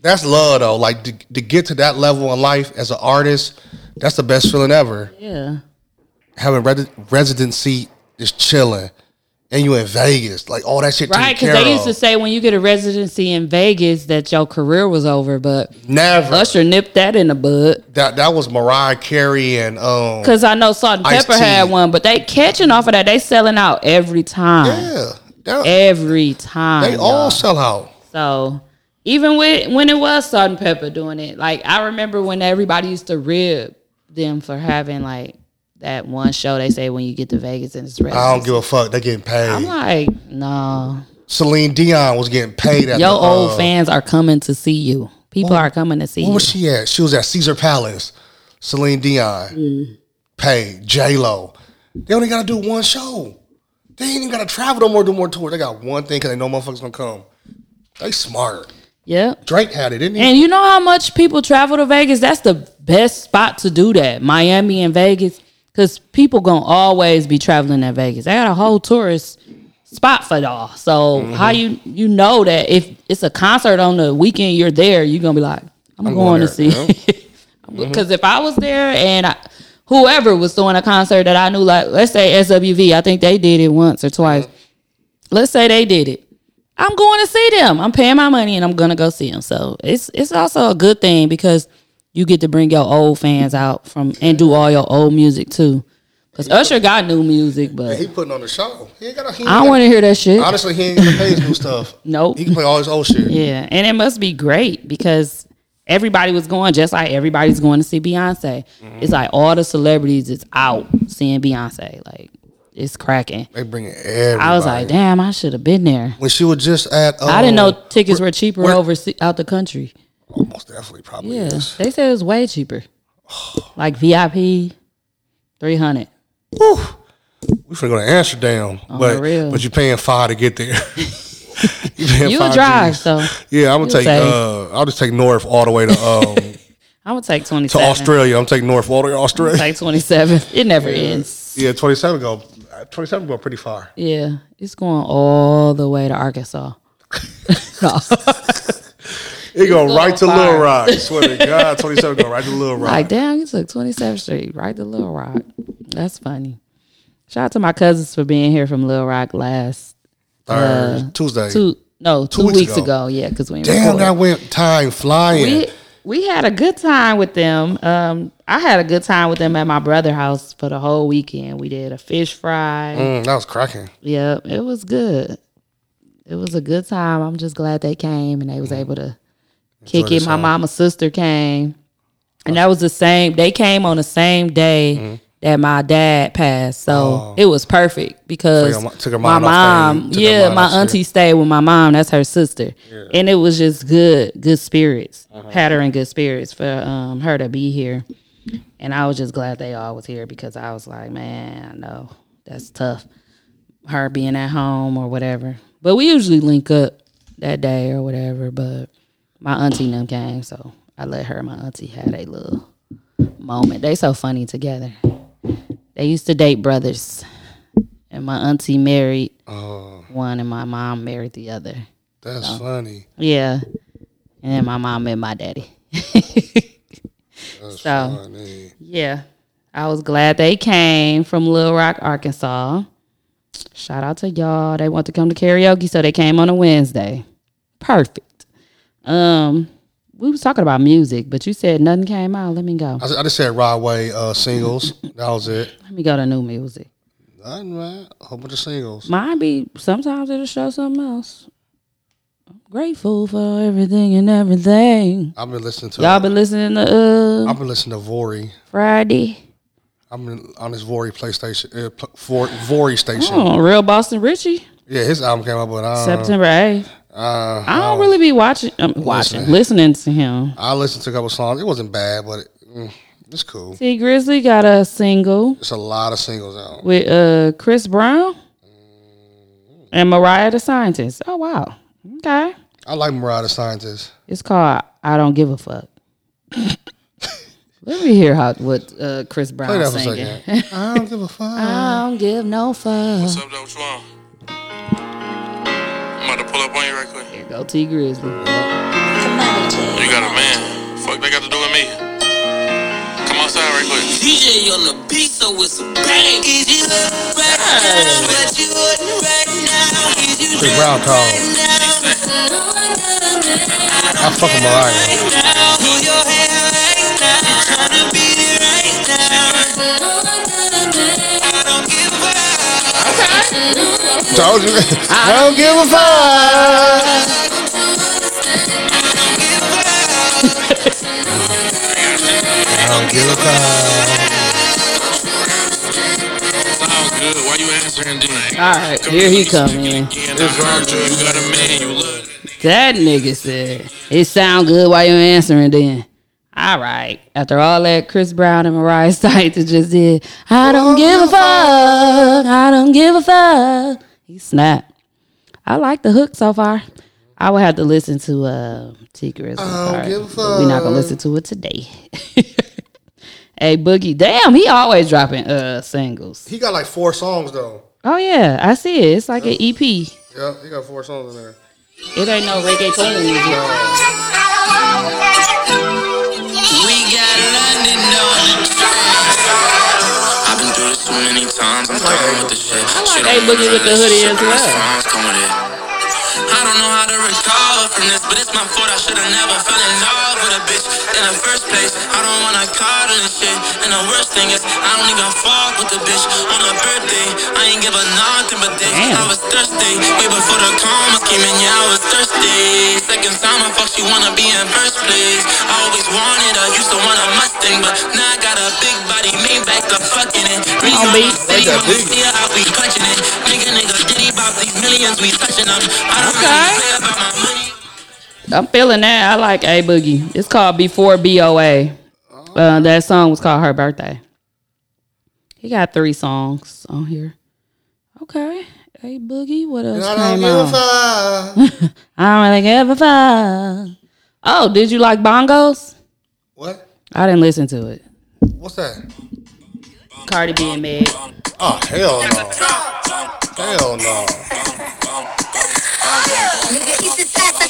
Speaker 2: that's love though. Like to, to get to that level in life as an artist, that's the best feeling ever.
Speaker 1: Yeah,
Speaker 2: Having res- residency, just chilling, and you in Vegas, like all that shit.
Speaker 1: right.
Speaker 2: Because
Speaker 1: Because they used to say when you get a residency in Vegas that your career was over, but
Speaker 2: never.
Speaker 1: Usher nipped that in the bud.
Speaker 2: That that was Mariah Carey and um.
Speaker 1: Because I know Salt and
Speaker 2: Iced
Speaker 1: Pepper
Speaker 2: tea.
Speaker 1: had one, but they catching off of that. They selling out every time.
Speaker 2: Yeah, that-
Speaker 1: Every time.
Speaker 2: they all
Speaker 1: y'all.
Speaker 2: sell out.
Speaker 1: So even with when it was salt and pepper doing it, like I remember when everybody used to rib them for having like that one show they say when you get to Vegas and it's
Speaker 2: I don't
Speaker 1: rest.
Speaker 2: give a fuck. They getting paid.
Speaker 1: I'm like, no,
Speaker 2: Celine Dion was getting paid at
Speaker 1: your
Speaker 2: the,
Speaker 1: old
Speaker 2: uh, Oh,
Speaker 1: fans are coming to see you. People are coming to see
Speaker 2: Where
Speaker 1: you.
Speaker 2: was she at? She was at Caesar Palace. Celine Dion,
Speaker 1: Mm.
Speaker 2: paid J Lo. They only got to do one show. They ain't even got to travel no more. Do more tours. They got one thing because they know motherfuckers gonna come. They smart.
Speaker 1: Yep.
Speaker 2: Drake had it, didn't he?
Speaker 1: And you know how much people travel to Vegas? That's the best spot to do that. Miami and Vegas. Cause people gonna always be traveling at Vegas. They got a whole tourist spot for y'all. So
Speaker 2: Mm-hmm.
Speaker 1: how you you know that if it's a concert on the weekend you're there, you're gonna be like, I'm, going,
Speaker 2: going
Speaker 1: to
Speaker 2: there,
Speaker 1: see. Because if I was there and I, whoever was doing a concert that I knew, like let's say SWV, I think they did it once or twice. Let's say they did it. I'm going to see them. I'm paying my money and I'm gonna go see them. So it's it's also a good thing because you get to bring your old fans out from and do all your old music too. Because Usher got new music, but
Speaker 2: he putting on the show. He ain't got. He ain't
Speaker 1: I don't want to hear that shit.
Speaker 2: Honestly, he ain't gonna pay his new stuff.
Speaker 1: Nope.
Speaker 2: He can play all his old shit.
Speaker 1: Yeah, and it must be great because everybody was going just like everybody's going to see Beyonce. It's like all the celebrities is out seeing Beyonce. Like it's cracking.
Speaker 2: They bringing everybody.
Speaker 1: I was like, damn, I should have been there.
Speaker 2: when she was just at. Um,
Speaker 1: I didn't know tickets Oh, were cheaper
Speaker 2: where-
Speaker 1: over out the country.
Speaker 2: Almost definitely, probably.
Speaker 1: Yeah,
Speaker 2: Is.
Speaker 1: they said it was way cheaper. Like VIP, three hundred.
Speaker 2: Whew. We finna go to Amsterdam, but
Speaker 1: real.
Speaker 2: but you paying five to get there. you paying
Speaker 1: You would
Speaker 2: five
Speaker 1: drive,
Speaker 2: Gs.
Speaker 1: so
Speaker 2: Yeah, I'm gonna
Speaker 1: you'll
Speaker 2: take.
Speaker 1: save.
Speaker 2: Uh, I'll just take north all the way to um,
Speaker 1: I would take twenty
Speaker 2: to
Speaker 1: seven.
Speaker 2: Australia. I'm taking north all the way to Australia.
Speaker 1: Take twenty seven. It never ends.
Speaker 2: yeah, 27 go. uh, 27 go pretty far.
Speaker 1: Yeah, it's going all the way to Arkansas.
Speaker 2: It go right to
Speaker 1: far.
Speaker 2: Little Rock. swear to God, 27 go right to Little Rock.
Speaker 1: Like, damn, you took 27th Street, right to Little Rock. That's funny. Shout out to my cousins for being here from Little Rock last uh,
Speaker 2: Thurs- Tuesday.
Speaker 1: two, no, two,
Speaker 2: weeks
Speaker 1: weeks, ago.
Speaker 2: ago.
Speaker 1: Yeah, because we
Speaker 2: Damn,
Speaker 1: recorded.
Speaker 2: that went time flying.
Speaker 1: we we had a good time with them. Um, I had a good time with them at my brother's house for the whole weekend. We did a fish fry.
Speaker 2: Mm, that was cracking.
Speaker 1: Yep, it was good. It was a good time. I'm just glad they came and they
Speaker 2: Mm-hmm.
Speaker 1: was able to kick it. My mama's sister came.
Speaker 2: Oh.
Speaker 1: And that was the same. They came on the same day
Speaker 2: Mm-hmm.
Speaker 1: that my dad passed. So it was perfect because
Speaker 2: Oh. Took her mo- took her
Speaker 1: my
Speaker 2: mom off
Speaker 1: mom,
Speaker 2: stage, took her
Speaker 1: yeah,
Speaker 2: mom
Speaker 1: my
Speaker 2: off stage.
Speaker 1: auntie stayed with my mom. That's her sister. And it was just good, good spirits.
Speaker 2: Uh-huh.
Speaker 1: Had her in good spirits for um, her to be here. And I was just glad they all was here because I was like, man, I know that's tough. Her being at home or whatever. But we usually link up that day or whatever. But my auntie and them came, so I let her and my auntie had a little moment. They so funny together. They used to date brothers, and my auntie married one, and my mom married the other.
Speaker 2: That's funny.
Speaker 1: Yeah, and then my mom met my daddy.
Speaker 2: That's
Speaker 1: So.
Speaker 2: funny.
Speaker 1: Yeah. I was glad they came from Little Rock, Arkansas. Shout out to y'all. They want to come to karaoke, so they came on a Wednesday. Perfect. Um, we was talking about music, but you said nothing came out. Let me go.
Speaker 2: I, I just said Rod Wave, uh, singles. that was it.
Speaker 1: Let me go to new music.
Speaker 2: Nothing, man. A whole bunch of singles.
Speaker 1: Mine be sometimes it'll show something else. I'm grateful for everything and everything.
Speaker 2: I've been listening to.
Speaker 1: Y'all been listening to uh
Speaker 2: I've been listening to Vori.
Speaker 1: Friday.
Speaker 2: I've been on this Vori PlayStation, uh, pl- for, Vori station.
Speaker 1: Oh, real Boston Richie.
Speaker 2: Yeah, his album came out, but uh, I,
Speaker 1: September 8th. I don't really be watching, um, watching, listening to him.
Speaker 2: I listened to a couple songs. It wasn't bad, but it, mm, it's cool.
Speaker 1: See, Grizzly got a single
Speaker 2: It's a lot of singles out.
Speaker 1: with uh Chris Brown and Mariah the Scientist. Oh wow, okay.
Speaker 2: I like Mariah the Scientist.
Speaker 1: It's called I Don't Give a Fuck. Let me hear how what uh, Chris
Speaker 2: Play
Speaker 1: Brown
Speaker 2: that for a
Speaker 1: singing.
Speaker 2: second. I don't give a fuck.
Speaker 1: I don't give no fuck.
Speaker 7: What's up, though? What's wrong? I'm about to pull up on you right quick.
Speaker 1: Here go T Grizzly.
Speaker 7: You got a man. Fuck, they got to do with me. Come outside right quick.
Speaker 8: DJ on the beat, so it's a bang. Is you up right now? What you up right now? Is you
Speaker 2: Chris Brown called. I fuck with Mariah.
Speaker 8: down? Pull your hair right now. Trying to beat it right now. I don't give a
Speaker 2: Told you. I don't give a fuck. I don't give a fuck.
Speaker 7: Sound good. Why you answering tonight?
Speaker 1: All right, here he come in.
Speaker 7: It's Roger. You got a man. You love it.
Speaker 1: That nigga said, it sound good while you answering then. All right. After all that Chris Brown and Mariah Scientist just did, I don't give a fuck. I don't give a fuck. He snapped. I like the hook so far. I would have to listen to uh, T. Grizzly. I
Speaker 2: give a
Speaker 1: We're not going to listen to it today. hey, Boogie. Damn, he always dropping uh singles.
Speaker 2: He got like four songs though.
Speaker 1: Oh, yeah. I see it. It's like an EP. It
Speaker 2: Yeah, he got four songs in there.
Speaker 1: ain't no reggae clean music.
Speaker 8: We got London on.
Speaker 7: I've been through this so many times. I'm done with this shit.
Speaker 1: like they looking with the hoodie as well.
Speaker 8: I don't know how to recover from this, but it's my fault. I should have never fell in love with a bitch in the first place. I don't wanna coddle and shit. And the worst thing is, I don't even fuck with the bitch on her birthday. I ain't give her nothing but this.
Speaker 1: Damn.
Speaker 8: I was thirsty way before the karma came in. Yeah, I was thirsty. Second time I fucked, she wanna be in first place. I always wanted her, used to want a Mustang, but now I got a big body, made back the fucking it. Reason
Speaker 1: on, B.
Speaker 8: I'm steady,
Speaker 2: Like that
Speaker 8: when we
Speaker 2: beat.
Speaker 8: see her out, we punching it. Nigga, nigga, diddy bop these millions, we touching them. I don't
Speaker 1: Okay.
Speaker 8: really care about my money.
Speaker 1: I'm feeling that. I like A Boogie. It's called Before BOA. Uh, that song was called Her Birthday. He got three songs on here. Okay. A Boogie, what else
Speaker 2: I don't
Speaker 1: came
Speaker 2: give a
Speaker 1: out?
Speaker 2: fuck.
Speaker 1: I don't really give a fuck. Oh, did you like Bongos?
Speaker 2: What?
Speaker 1: I didn't listen to it.
Speaker 2: What's that?
Speaker 1: Cardi B and Meg.
Speaker 2: Oh hell no. Hell no.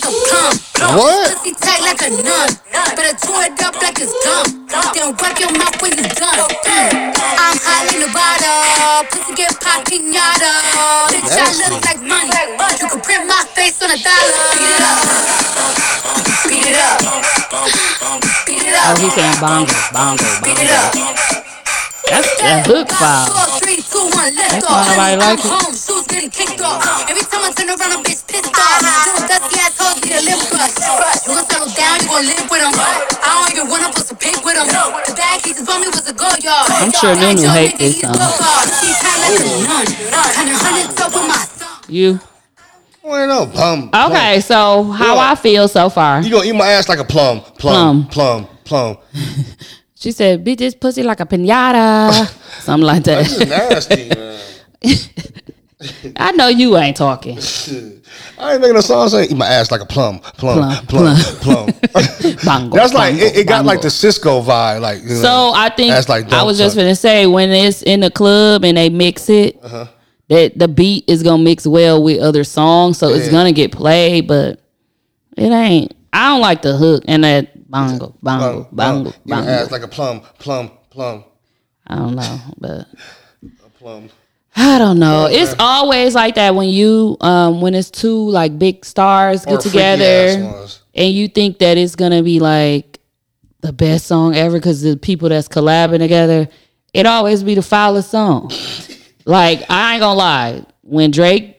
Speaker 2: What?
Speaker 9: Pussy tight like a nun. Better tore it up like it's gum. Then wipe your mouth when you're done. Mm. I'm high in Nevada. Pussy get pop pinata. Bitch, I look like money. You can print my face on a dollar. Beat it up. Beat it up. Beat it
Speaker 1: Oh,
Speaker 9: up.
Speaker 1: he's saying Bongos, Bongos,
Speaker 9: Beat
Speaker 1: Bongos.
Speaker 9: it up.
Speaker 1: That's that hook file.
Speaker 9: Five, four, three, two, one,
Speaker 1: That's
Speaker 9: let's go.
Speaker 1: why nobody
Speaker 9: I'm
Speaker 1: like it.
Speaker 9: home, shoes getting kicked off. Every time I turn around, a bitch pissed
Speaker 1: Ah.
Speaker 9: off. Little dusty assholes need a lip brush. You gon' settle down, you gon' live with 'em. I don't even wanna put some pig with 'em. The bag he just bought me was a go yard.
Speaker 1: I'm sure Nunu hate this song.
Speaker 9: She's high like a nun. Kinda hundreds up with my son.
Speaker 1: You
Speaker 2: Well, no plum.
Speaker 1: okay? So how
Speaker 2: Yeah.
Speaker 1: I feel so far?
Speaker 2: You gonna eat my ass like a plum. Plum. Plum. Plum.
Speaker 1: She said, "Beat this pussy like a pinata," something like that.
Speaker 2: This is nasty, man.
Speaker 1: I know you ain't talking.
Speaker 2: I ain't making a song saying eat my ass like a plum, plum, plum,
Speaker 1: Plum,
Speaker 2: plum.
Speaker 1: Bongo,
Speaker 2: That's like
Speaker 1: bongo,
Speaker 2: it, it got like
Speaker 1: bongo.
Speaker 2: the Cisco vibe, like you know,
Speaker 1: So I think
Speaker 2: that's like
Speaker 1: I
Speaker 2: dope,
Speaker 1: was just
Speaker 2: son.
Speaker 1: gonna say when it's in the club and they mix it,
Speaker 2: Uh-huh.
Speaker 1: that the beat is gonna mix well with other songs, so it's
Speaker 2: Yeah.
Speaker 1: gonna get played. But it ain't. I don't like the hook and that bongo, bongo, bongo,
Speaker 2: Eat my ass
Speaker 1: bongo.
Speaker 2: like a plum, plum, plum,
Speaker 1: I don't know, but
Speaker 2: plum.
Speaker 1: I don't know. It's always like that when you um when it's two like big stars
Speaker 2: Or
Speaker 1: get
Speaker 2: freaky ass
Speaker 1: together
Speaker 2: ones.
Speaker 1: and you think that it's gonna be like the best song ever because the people that's collabing together, it always be the foulest song. like I ain't gonna lie, when Drake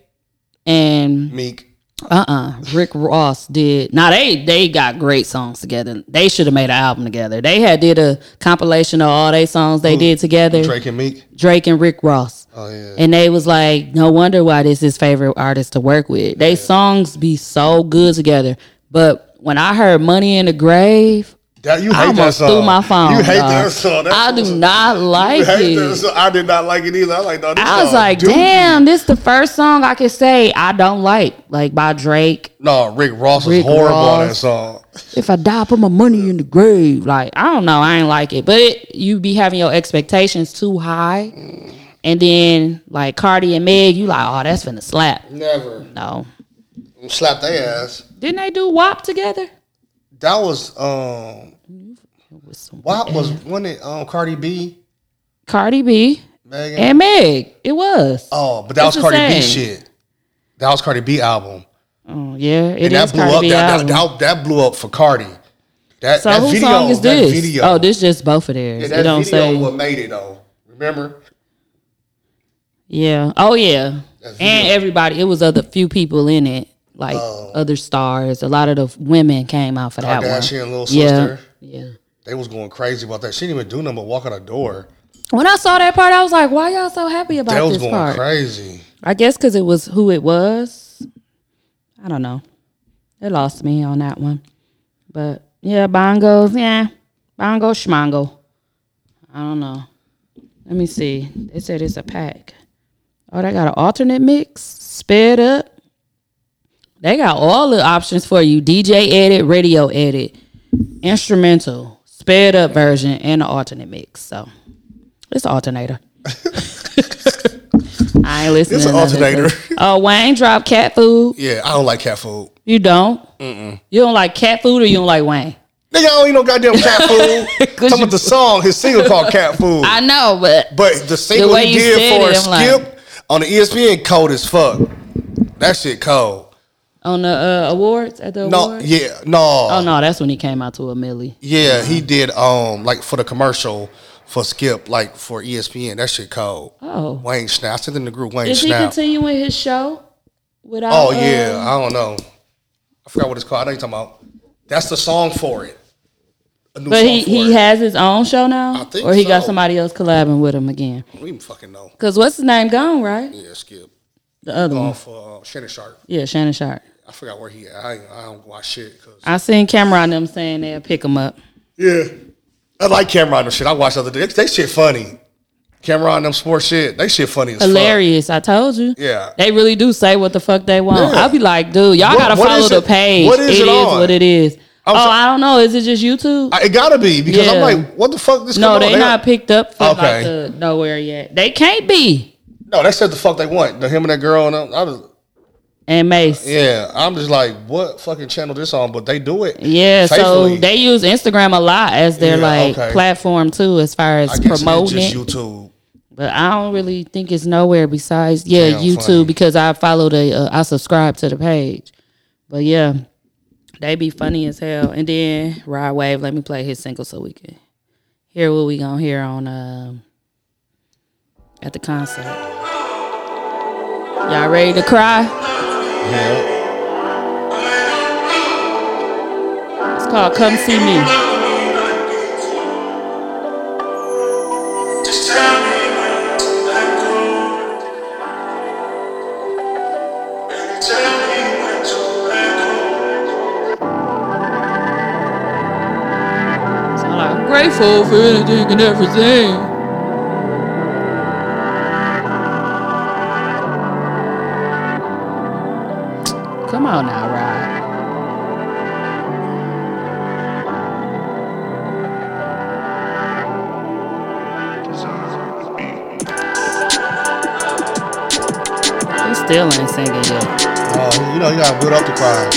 Speaker 1: and
Speaker 2: Meek.
Speaker 1: uh-uh rick ross did now they they got great songs together they should have made an album together they had did a compilation of all they songs they did together
Speaker 2: Drake and Meek.
Speaker 1: Drake and Rick Ross.
Speaker 2: Oh yeah.
Speaker 1: And they was like, no wonder why this is favorite artist to work with. They songs be so good together. But when I heard Money in the Grave,
Speaker 2: That, you hate
Speaker 1: I
Speaker 2: that
Speaker 1: almost
Speaker 2: song.
Speaker 1: threw my phone.
Speaker 2: You hate
Speaker 1: dog.
Speaker 2: that song. That
Speaker 1: I do
Speaker 2: song-
Speaker 1: not
Speaker 2: You
Speaker 1: like
Speaker 2: hate
Speaker 1: it.
Speaker 2: that song. I did not like it either. I was like, no, this
Speaker 1: I was
Speaker 2: song
Speaker 1: like,
Speaker 2: doo-doo.
Speaker 1: damn, this the first song I could say I don't like, like by Drake.
Speaker 2: No, Rick Ross was
Speaker 1: Rick
Speaker 2: horrible on that
Speaker 1: Ross.
Speaker 2: song.
Speaker 1: If I die, I put my money in the grave. Like, I don't know. I ain't like it. But it, you be having your expectations too high. And then, like, Cardi and Meg, you like, oh, that's finna slap.
Speaker 2: Never
Speaker 1: No.
Speaker 2: slap their ass.
Speaker 1: Didn't they do WAP together?
Speaker 2: That was um.
Speaker 1: With some
Speaker 2: Why was one it um Cardi B?
Speaker 1: Cardi B
Speaker 2: Megan?
Speaker 1: and Meg. It was.
Speaker 2: oh, but that
Speaker 1: It's
Speaker 2: was
Speaker 1: the
Speaker 2: Cardi
Speaker 1: same.
Speaker 2: B shit. That was Cardi B album,
Speaker 1: Oh, yeah. It
Speaker 2: and
Speaker 1: is
Speaker 2: that blew
Speaker 1: Cardi
Speaker 2: up.
Speaker 1: B
Speaker 2: That,
Speaker 1: album.
Speaker 2: that, that, that blew up for Cardi. That,
Speaker 1: so
Speaker 2: that
Speaker 1: whose
Speaker 2: video,
Speaker 1: song is
Speaker 2: that
Speaker 1: this?
Speaker 2: video.
Speaker 1: Oh, this just both of theirs.
Speaker 2: Yeah,
Speaker 1: it
Speaker 2: that
Speaker 1: don't
Speaker 2: video
Speaker 1: say.
Speaker 2: what made it though. Remember?
Speaker 1: yeah. Oh, yeah.
Speaker 2: That
Speaker 1: And
Speaker 2: video. Oh.
Speaker 1: everybody. It was other few people in it, like other stars. A lot of the women came out for that one.
Speaker 2: Kardashian, Lil Sister.
Speaker 1: Yeah. Yeah.
Speaker 2: They was going crazy about that. She didn't even do nothing but walk out the door.
Speaker 1: When I saw that part, I was like, "Why y'all so happy
Speaker 2: That
Speaker 1: about
Speaker 2: was
Speaker 1: this
Speaker 2: going
Speaker 1: part?"
Speaker 2: crazy.
Speaker 1: I guess because it was who it was. I don't know. It lost me on that one. But yeah, bongos, yeah. Bongo schmongo. I don't know. Let me see. They said it's a pack. Oh, they got an alternate mix, sped up. They got all the options for you DJ edit, radio edit, instrumental, sped up version, and an alternate mix. So it's an alternator. I ain't listening
Speaker 2: It's
Speaker 1: to
Speaker 2: an
Speaker 1: none of this.
Speaker 2: alternator.
Speaker 1: Oh, Wayne drop cat food.
Speaker 2: Yeah, I don't like cat food.
Speaker 1: You don't? You don't like cat food or you don't like Wayne?
Speaker 2: Nigga, I don't eat no goddamn cat food. Talking about the song, his single called Cat Food.
Speaker 1: I know, but
Speaker 2: But the single
Speaker 1: way
Speaker 2: he
Speaker 1: you
Speaker 2: did
Speaker 1: said
Speaker 2: for
Speaker 1: it, I'm like-
Speaker 2: Skip on the E ESPN cold as fuck. That shit cold.
Speaker 1: on the uh, awards at the
Speaker 2: No,
Speaker 1: awards?
Speaker 2: yeah, no.
Speaker 1: Oh no, that's when he came out to a millie.
Speaker 2: Yeah, he did um like for the commercial for Skip, like for E ESPN. That shit cold.
Speaker 1: Oh.
Speaker 2: Wayne Snap. I sent in the group Wayne
Speaker 1: Is he
Speaker 2: Snap.
Speaker 1: continuing his show? Without,
Speaker 2: Oh
Speaker 1: uh,
Speaker 2: yeah, I don't know. I forgot what it's called. I know you're talking about. That's the song for it. A new
Speaker 1: but
Speaker 2: song
Speaker 1: he,
Speaker 2: for
Speaker 1: he
Speaker 2: it.
Speaker 1: has his own show now,
Speaker 2: I think
Speaker 1: or he got
Speaker 2: so.
Speaker 1: somebody else collabing with him again.
Speaker 2: We don't even fucking know.
Speaker 1: Cause what's his name gone right?
Speaker 2: Yeah, Skip.
Speaker 1: The other one,
Speaker 2: Off uh, Shannon Sharp.
Speaker 1: yeah, Shannon Sharp.
Speaker 2: I forgot where he at. I, ain't- I don't watch shit. 'cause-
Speaker 1: I seen Cameron and them saying they'll pick him up.
Speaker 2: Yeah. I like Cameron and shit. I watched the other day. They, they shit funny. Cameron and them sports shit. They shit funny as
Speaker 1: Hilarious! I told you.
Speaker 2: fuck. Yeah.
Speaker 1: They really do say what the fuck they want.
Speaker 2: Yeah.
Speaker 1: I'll be like, dude, y'all
Speaker 2: What-
Speaker 1: gotta
Speaker 2: what
Speaker 1: follow
Speaker 2: is
Speaker 1: the
Speaker 2: it-
Speaker 1: page.
Speaker 2: what is it on?
Speaker 1: what it is.
Speaker 2: I'm
Speaker 1: oh,
Speaker 2: so-
Speaker 1: I don't know. Is it just YouTube?
Speaker 2: I- it gotta be because I'm
Speaker 1: Yeah.
Speaker 2: like, what the fuck? This
Speaker 1: no,
Speaker 2: come
Speaker 1: they
Speaker 2: on?
Speaker 1: not picked up for
Speaker 2: Okay.
Speaker 1: like the nowhere yet. They can't be.
Speaker 2: No, they said the fuck they want. The him and that girl and them, I was,
Speaker 1: And Mace. Yeah.
Speaker 2: yeah. I'm just like, what fucking channel this on? But they do it.
Speaker 1: so
Speaker 2: faithfully.
Speaker 1: they use Instagram a lot as their
Speaker 2: Yeah,
Speaker 1: like
Speaker 2: okay.
Speaker 1: platform too, as far as
Speaker 2: I guess
Speaker 1: promoting it.
Speaker 2: it's just YouTube.
Speaker 1: But I don't really think it's nowhere besides yeah
Speaker 2: Damn
Speaker 1: YouTube
Speaker 2: funny.
Speaker 1: because I follow the uh, I subscribe to the page. But yeah, they be funny as hell. And then Rod Wave, let me play his single so we can hear what we gonna hear on um at the concert. Y'all ready to cry?
Speaker 2: Yeah.
Speaker 1: It's called Come See Me. So I'm like, grateful for anything and everything. Come on now, Rod. You still ain't singing yet.
Speaker 2: Oh, you know, you gotta build up the crowd.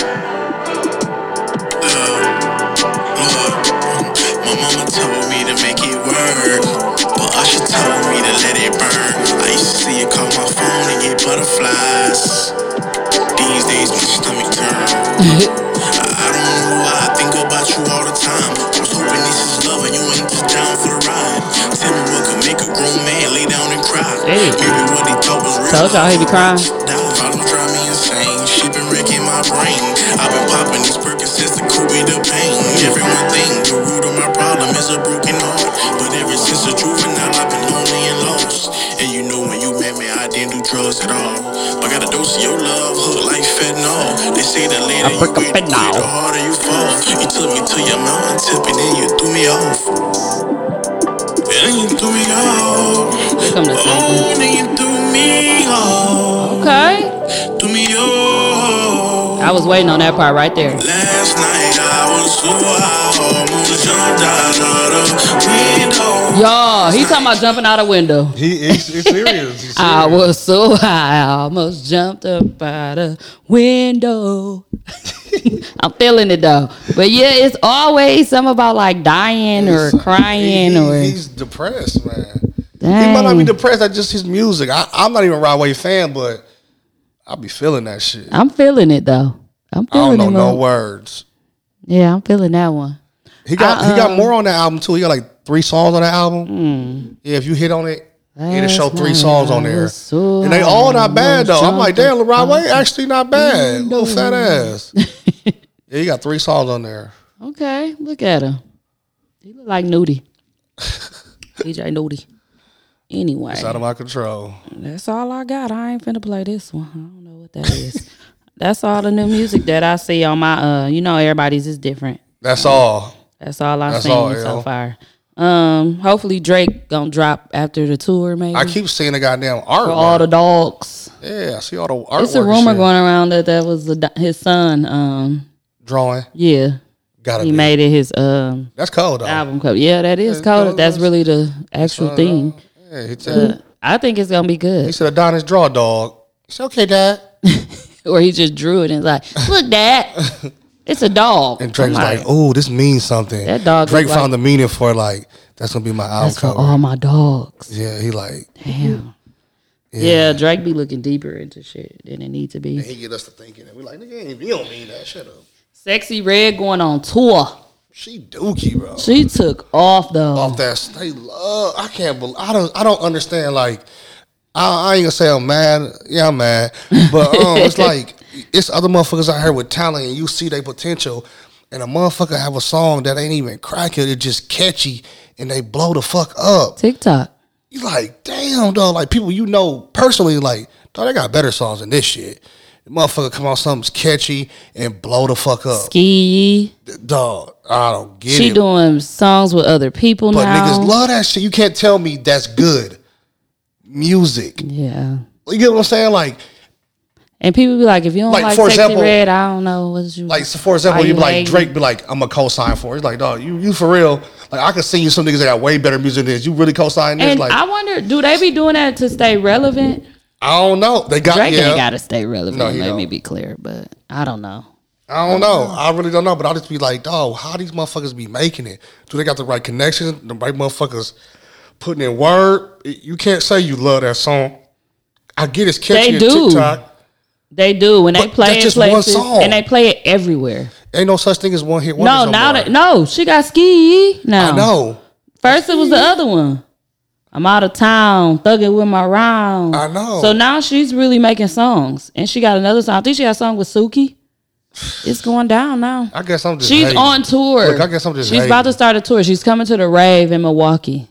Speaker 8: My mama told me to make it work, but Usher told me to let it burn. I used to see it call my phone and get butterflies. These days, my stomach turn. I, I don't know why I think about you all the time. I was hoping this is love and you ain't just down for the ride. Tell me what could make a grown man lay down and cry.
Speaker 1: Hey.
Speaker 8: Maybe what he thought was real.
Speaker 1: Told y'all he be crying.
Speaker 8: Now bottles drive me insane. She been wrecking my brain. I've been popping these Percocets since the COVID the pain. Everyone think the root of my problem is a broken heart. But ever since a juvenile, I've been lonely and lost. And you know when you met me, I didn't do drugs at all. I got a dose of your love, hook like fentanyl. They say the
Speaker 1: I
Speaker 8: later you
Speaker 1: break a
Speaker 8: get, the
Speaker 1: fentanyl.
Speaker 8: greater harder you fall. You took me to your mountain tip and then you threw me off. Then you threw me off.
Speaker 1: Here come the
Speaker 8: Oh,
Speaker 1: singing.
Speaker 8: then you threw me off.
Speaker 1: Okay.
Speaker 8: Threw oh, me off.
Speaker 1: I was waiting on that part right there.
Speaker 8: Last night I was so high, almost jumped out of the window.
Speaker 1: Y'all, he talking about jumping out a window.
Speaker 2: He, he's, he's serious. He's
Speaker 1: I
Speaker 2: serious.
Speaker 1: was so high, I almost jumped up by the window. I'm feeling it though, but yeah, it's always something about like dying or crying
Speaker 2: He- he-
Speaker 1: or
Speaker 2: he's depressed, man. He might not be
Speaker 1: dang.
Speaker 2: depressed at just his music. I, I'm not even a Rod Wave fan, but I be feeling that shit. I
Speaker 1: I'm feeling it though. I'm feeling
Speaker 2: don't know
Speaker 1: it.
Speaker 2: no
Speaker 1: Mo.
Speaker 2: words.
Speaker 1: Yeah, I'm feeling that one.
Speaker 2: He got he
Speaker 1: Uh-uh.
Speaker 2: got more on that album too. He got like three songs on that album.
Speaker 1: Hmm.
Speaker 2: Yeah, if you hit on it, it'll show
Speaker 1: Last
Speaker 2: three
Speaker 1: night
Speaker 2: songs
Speaker 1: I
Speaker 2: on there,
Speaker 1: was so
Speaker 2: and they all not bad though.
Speaker 1: almost
Speaker 2: I'm like, damn,
Speaker 1: jumped
Speaker 2: LeBron
Speaker 1: up
Speaker 2: Wayne actually not bad. Little fat ass. yeah, he got three songs on there.
Speaker 1: Okay, look at him. He look like Nudie. DJ Nudie. Anyway,
Speaker 2: It's out of my control.
Speaker 1: That's all I got. I ain't finna play this one. I don't know what that is. That's all the new music that I see on my uh you know everybody's is different.
Speaker 2: That's all.
Speaker 1: That's all I've
Speaker 2: That's
Speaker 1: seen
Speaker 2: all,
Speaker 1: so
Speaker 2: yo.
Speaker 1: far. Um hopefully Drake gonna drop after the tour maybe.
Speaker 2: I keep seeing the goddamn art.
Speaker 1: Mm. for all the dogs.
Speaker 2: yeah, I see all the artwork.
Speaker 1: It's a
Speaker 2: and
Speaker 1: rumor
Speaker 2: shit.
Speaker 1: going around that that was the, do- his son. Um
Speaker 2: Drawing.
Speaker 1: yeah.
Speaker 2: Gotta
Speaker 1: He
Speaker 2: be.
Speaker 1: made it his um
Speaker 2: That's cold though.
Speaker 1: album cover. Yeah, that is
Speaker 2: Yeah,
Speaker 1: cold. That's
Speaker 2: that's-
Speaker 1: really the actual thing.
Speaker 2: Yeah, he, said,
Speaker 1: I think it's gonna be
Speaker 2: he
Speaker 1: good.
Speaker 2: said Adonis draw dog. It's okay, dad.
Speaker 1: Or he just drew it and like, look, Dad, it's a dog.
Speaker 2: And Drake's
Speaker 1: I'm
Speaker 2: like, oh, this means something.
Speaker 1: That dog
Speaker 2: Drake
Speaker 1: look like-
Speaker 2: found the meaning for like that's gonna be my album
Speaker 1: That's for
Speaker 2: cover.
Speaker 1: all my dogs.
Speaker 2: yeah, he like
Speaker 1: Damn. Yeah. Drake be looking deeper into shit than it need to be.
Speaker 2: he get us to thinking, and we like nigga, ain't- you don't mean that. Shut up.
Speaker 1: Sexy Red going on tour.
Speaker 2: She dookie, bro.
Speaker 1: She took off though.
Speaker 2: off that state love. I can't believe I don't I don't understand like I, I ain't gonna say I'm mad. Yeah, I'm mad. But um, it's like it's other motherfuckers out here with talent and you see their potential and a motherfucker have a song that ain't even cracking, it's just catchy and they blow the fuck up.
Speaker 1: TikTok.
Speaker 2: You like, damn dog, like people you know personally, like, dog, they got better songs than this shit. Motherfucker come out something's catchy and blow the fuck up.
Speaker 1: Ski.
Speaker 2: Dog, I don't get
Speaker 1: She
Speaker 2: it.
Speaker 1: doing songs with other people
Speaker 2: But
Speaker 1: now.
Speaker 2: niggas love that shit. You can't tell me that's good music.
Speaker 1: yeah.
Speaker 2: You get what I'm saying? Like,
Speaker 1: And people be like, if you don't
Speaker 2: Like,
Speaker 1: like,
Speaker 2: for
Speaker 1: Sexy
Speaker 2: example-
Speaker 1: Red, I don't know what you
Speaker 2: like so for example,
Speaker 1: why
Speaker 2: you be like
Speaker 1: hating?
Speaker 2: Drake be like, I'm a co-sign for. it. It's like, dog, you you for real? Like, I can sing you some niggas that got way better music than this. You really co-sign this?
Speaker 1: And
Speaker 2: like,
Speaker 1: I
Speaker 2: I,
Speaker 1: wonder, do they be doing that to stay relevant?
Speaker 2: don't know. They got
Speaker 1: Drake
Speaker 2: yeah.
Speaker 1: ain't gotta stay relevant.
Speaker 2: No, he
Speaker 1: let me
Speaker 2: don't.
Speaker 1: be clear, but I don't know.
Speaker 2: I don't know. I really don't know. But I'll just be like, dog, how these motherfuckers be making it? Do they got the right connections? The right motherfuckers putting in word? You can't say you love that song. I get it's catchy
Speaker 1: They
Speaker 2: as
Speaker 1: do.
Speaker 2: TikTok.
Speaker 1: They do when they
Speaker 2: But
Speaker 1: play
Speaker 2: that's
Speaker 1: it
Speaker 2: just one
Speaker 1: places,
Speaker 2: song.
Speaker 1: and they play it everywhere.
Speaker 2: Ain't no such thing as one hit.
Speaker 1: No,
Speaker 2: wonders no
Speaker 1: now
Speaker 2: more.
Speaker 1: that no, she got ski.
Speaker 2: I
Speaker 1: No,
Speaker 2: know.
Speaker 1: First it was the other one. I'm out of town, thugging with my round.
Speaker 2: I know.
Speaker 1: So now she's really making songs, and she got another song. I think she got a song with Suki. It's going down now.
Speaker 2: I guess I'm just.
Speaker 1: She's
Speaker 2: hating.
Speaker 1: on tour.
Speaker 2: Look, I guess I'm just.
Speaker 1: She's
Speaker 2: hating.
Speaker 1: about to start a tour. She's coming to the rave in Milwaukee.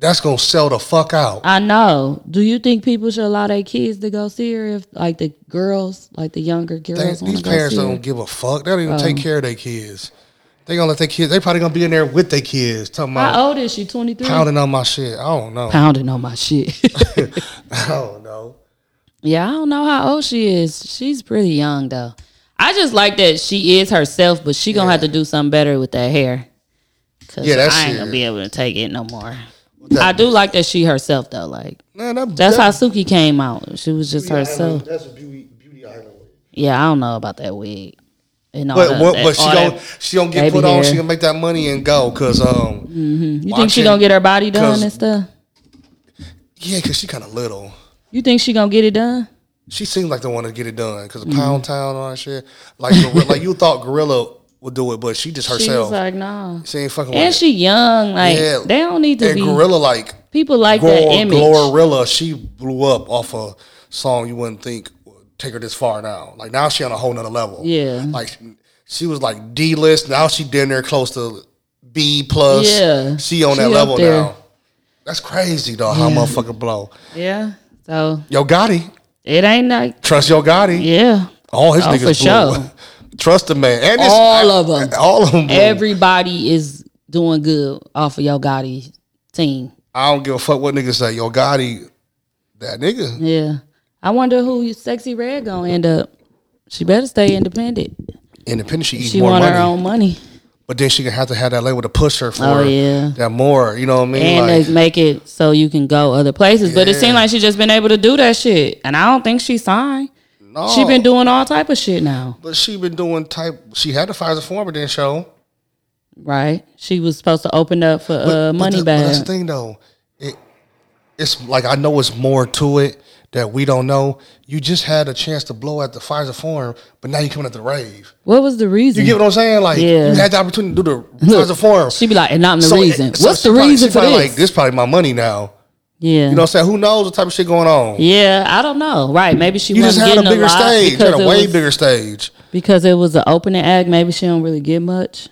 Speaker 2: That's gonna sell the fuck out.
Speaker 1: I know. Do you think people should allow their kids to go see her if, like, the girls, like the younger
Speaker 2: They-
Speaker 1: girls, want
Speaker 2: these
Speaker 1: to go
Speaker 2: parents
Speaker 1: see her?
Speaker 2: don't give a fuck. They don't even
Speaker 1: Oh.
Speaker 2: take care of their kids. They gonna let their kids. They probably gonna be in there with their kids talking about
Speaker 1: How old is she? Twenty three.
Speaker 2: pounding on my shit. I don't know.
Speaker 1: Pounding on my shit.
Speaker 2: I don't know.
Speaker 1: Yeah, I don't know how old she is. She's pretty young though. I just like that she is herself, but she gonna have to do something better with that hair. Cause
Speaker 2: Yeah, that
Speaker 1: I ain't
Speaker 2: shit-
Speaker 1: gonna be able to take it no more.
Speaker 2: that-
Speaker 1: I do like that she herself though. Like
Speaker 2: Man, that-
Speaker 1: that's
Speaker 2: that-
Speaker 1: how Suki came out. She was just herself.
Speaker 10: That's a beauty beauty item.
Speaker 1: Yeah, I don't know about that wig. And all
Speaker 2: But
Speaker 1: that-
Speaker 2: what,
Speaker 1: that-
Speaker 2: but she
Speaker 1: all
Speaker 2: don't
Speaker 1: that-
Speaker 2: she don't get
Speaker 1: baby
Speaker 2: put on.
Speaker 1: hair.
Speaker 2: She gonna make that money and go because um
Speaker 1: You think she
Speaker 2: watching-
Speaker 1: gonna get her body done
Speaker 2: 'cause-
Speaker 1: and stuff?
Speaker 2: yeah because she kind of little.
Speaker 1: You think she gonna get it done?
Speaker 2: She seemed like the one to get it done because
Speaker 1: Mm-hmm.
Speaker 2: of Pound Town and all that shit. Like Gorilla- like you thought Gorilla would do it, but she just
Speaker 1: She was
Speaker 2: herself. She,
Speaker 1: like, no.
Speaker 2: ain't fucking.
Speaker 1: And
Speaker 2: with
Speaker 1: she young. Like
Speaker 2: it. yeah.
Speaker 1: they don't need to
Speaker 2: and
Speaker 1: be.
Speaker 2: Gorilla like
Speaker 1: people like that
Speaker 2: Glor-
Speaker 1: image.
Speaker 2: Glorilla. She blew up off a song you wouldn't think would take her this far now. Like now she on a whole nother level.
Speaker 1: Yeah.
Speaker 2: like she was like D list. Now she down there close to B plus.
Speaker 1: Yeah.
Speaker 2: she on
Speaker 1: She
Speaker 2: that
Speaker 1: up
Speaker 2: level
Speaker 1: there.
Speaker 2: now. That's crazy though. How motherfucking blow.
Speaker 1: Yeah. So
Speaker 2: Yo Gotti,
Speaker 1: it ain't like
Speaker 2: trust Yo Gotti.
Speaker 1: yeah.
Speaker 2: All his
Speaker 1: Oh,
Speaker 2: niggas
Speaker 1: for
Speaker 2: blew.
Speaker 1: sure.
Speaker 2: Trust the man and it's-
Speaker 1: All of 'em.
Speaker 2: All of them.
Speaker 1: Everybody is doing good off of Yo Gotti team.
Speaker 2: I don't give a fuck what niggas say. Yo Gotti, that nigga.
Speaker 1: Yeah. I wonder who sexy red gonna end up. She better stay independent.
Speaker 2: Independent, she eat
Speaker 1: She
Speaker 2: more
Speaker 1: want
Speaker 2: money.
Speaker 1: her own money.
Speaker 2: But then she gonna have to have that label to push her for
Speaker 1: Oh, yeah.
Speaker 2: that more. You know what I mean?
Speaker 1: And
Speaker 2: like,
Speaker 1: they make it so you can go other places. But it seemed like she just been able to do that shit. And I don't think she signed.
Speaker 2: no,
Speaker 1: She been doing all type of shit now.
Speaker 2: But she been doing type. She had the Pfizer form, but then show.
Speaker 1: Right? She was supposed to open up for
Speaker 2: But-
Speaker 1: uh,
Speaker 2: but
Speaker 1: money
Speaker 2: that- but
Speaker 1: bag.
Speaker 2: that's the thing though. It, it's like I know it's more to it that we don't know. You just had a chance to blow at the Pfizer form, but now you coming at the rave.
Speaker 1: What was the reason?
Speaker 2: You get what I'm saying? Like
Speaker 1: Yeah.
Speaker 2: you had the opportunity to do the Pfizer form.
Speaker 1: She be like, and I'm the
Speaker 2: So it-
Speaker 1: reason.
Speaker 2: so
Speaker 1: What's
Speaker 2: she
Speaker 1: the
Speaker 2: probably-
Speaker 1: reason
Speaker 2: she
Speaker 1: for
Speaker 2: probably
Speaker 1: this?
Speaker 2: Like this probably my money now.
Speaker 1: Yeah.
Speaker 2: You know what I'm saying? Who knows what type of shit going on?
Speaker 1: yeah, I don't know. Right. Maybe she
Speaker 2: You just
Speaker 1: wasn't
Speaker 2: had a
Speaker 1: getting
Speaker 2: bigger
Speaker 1: lot
Speaker 2: stage. You
Speaker 1: Because
Speaker 2: had a
Speaker 1: it
Speaker 2: way
Speaker 1: was,
Speaker 2: bigger stage.
Speaker 1: Because it was an opening act. Maybe she don't really get much.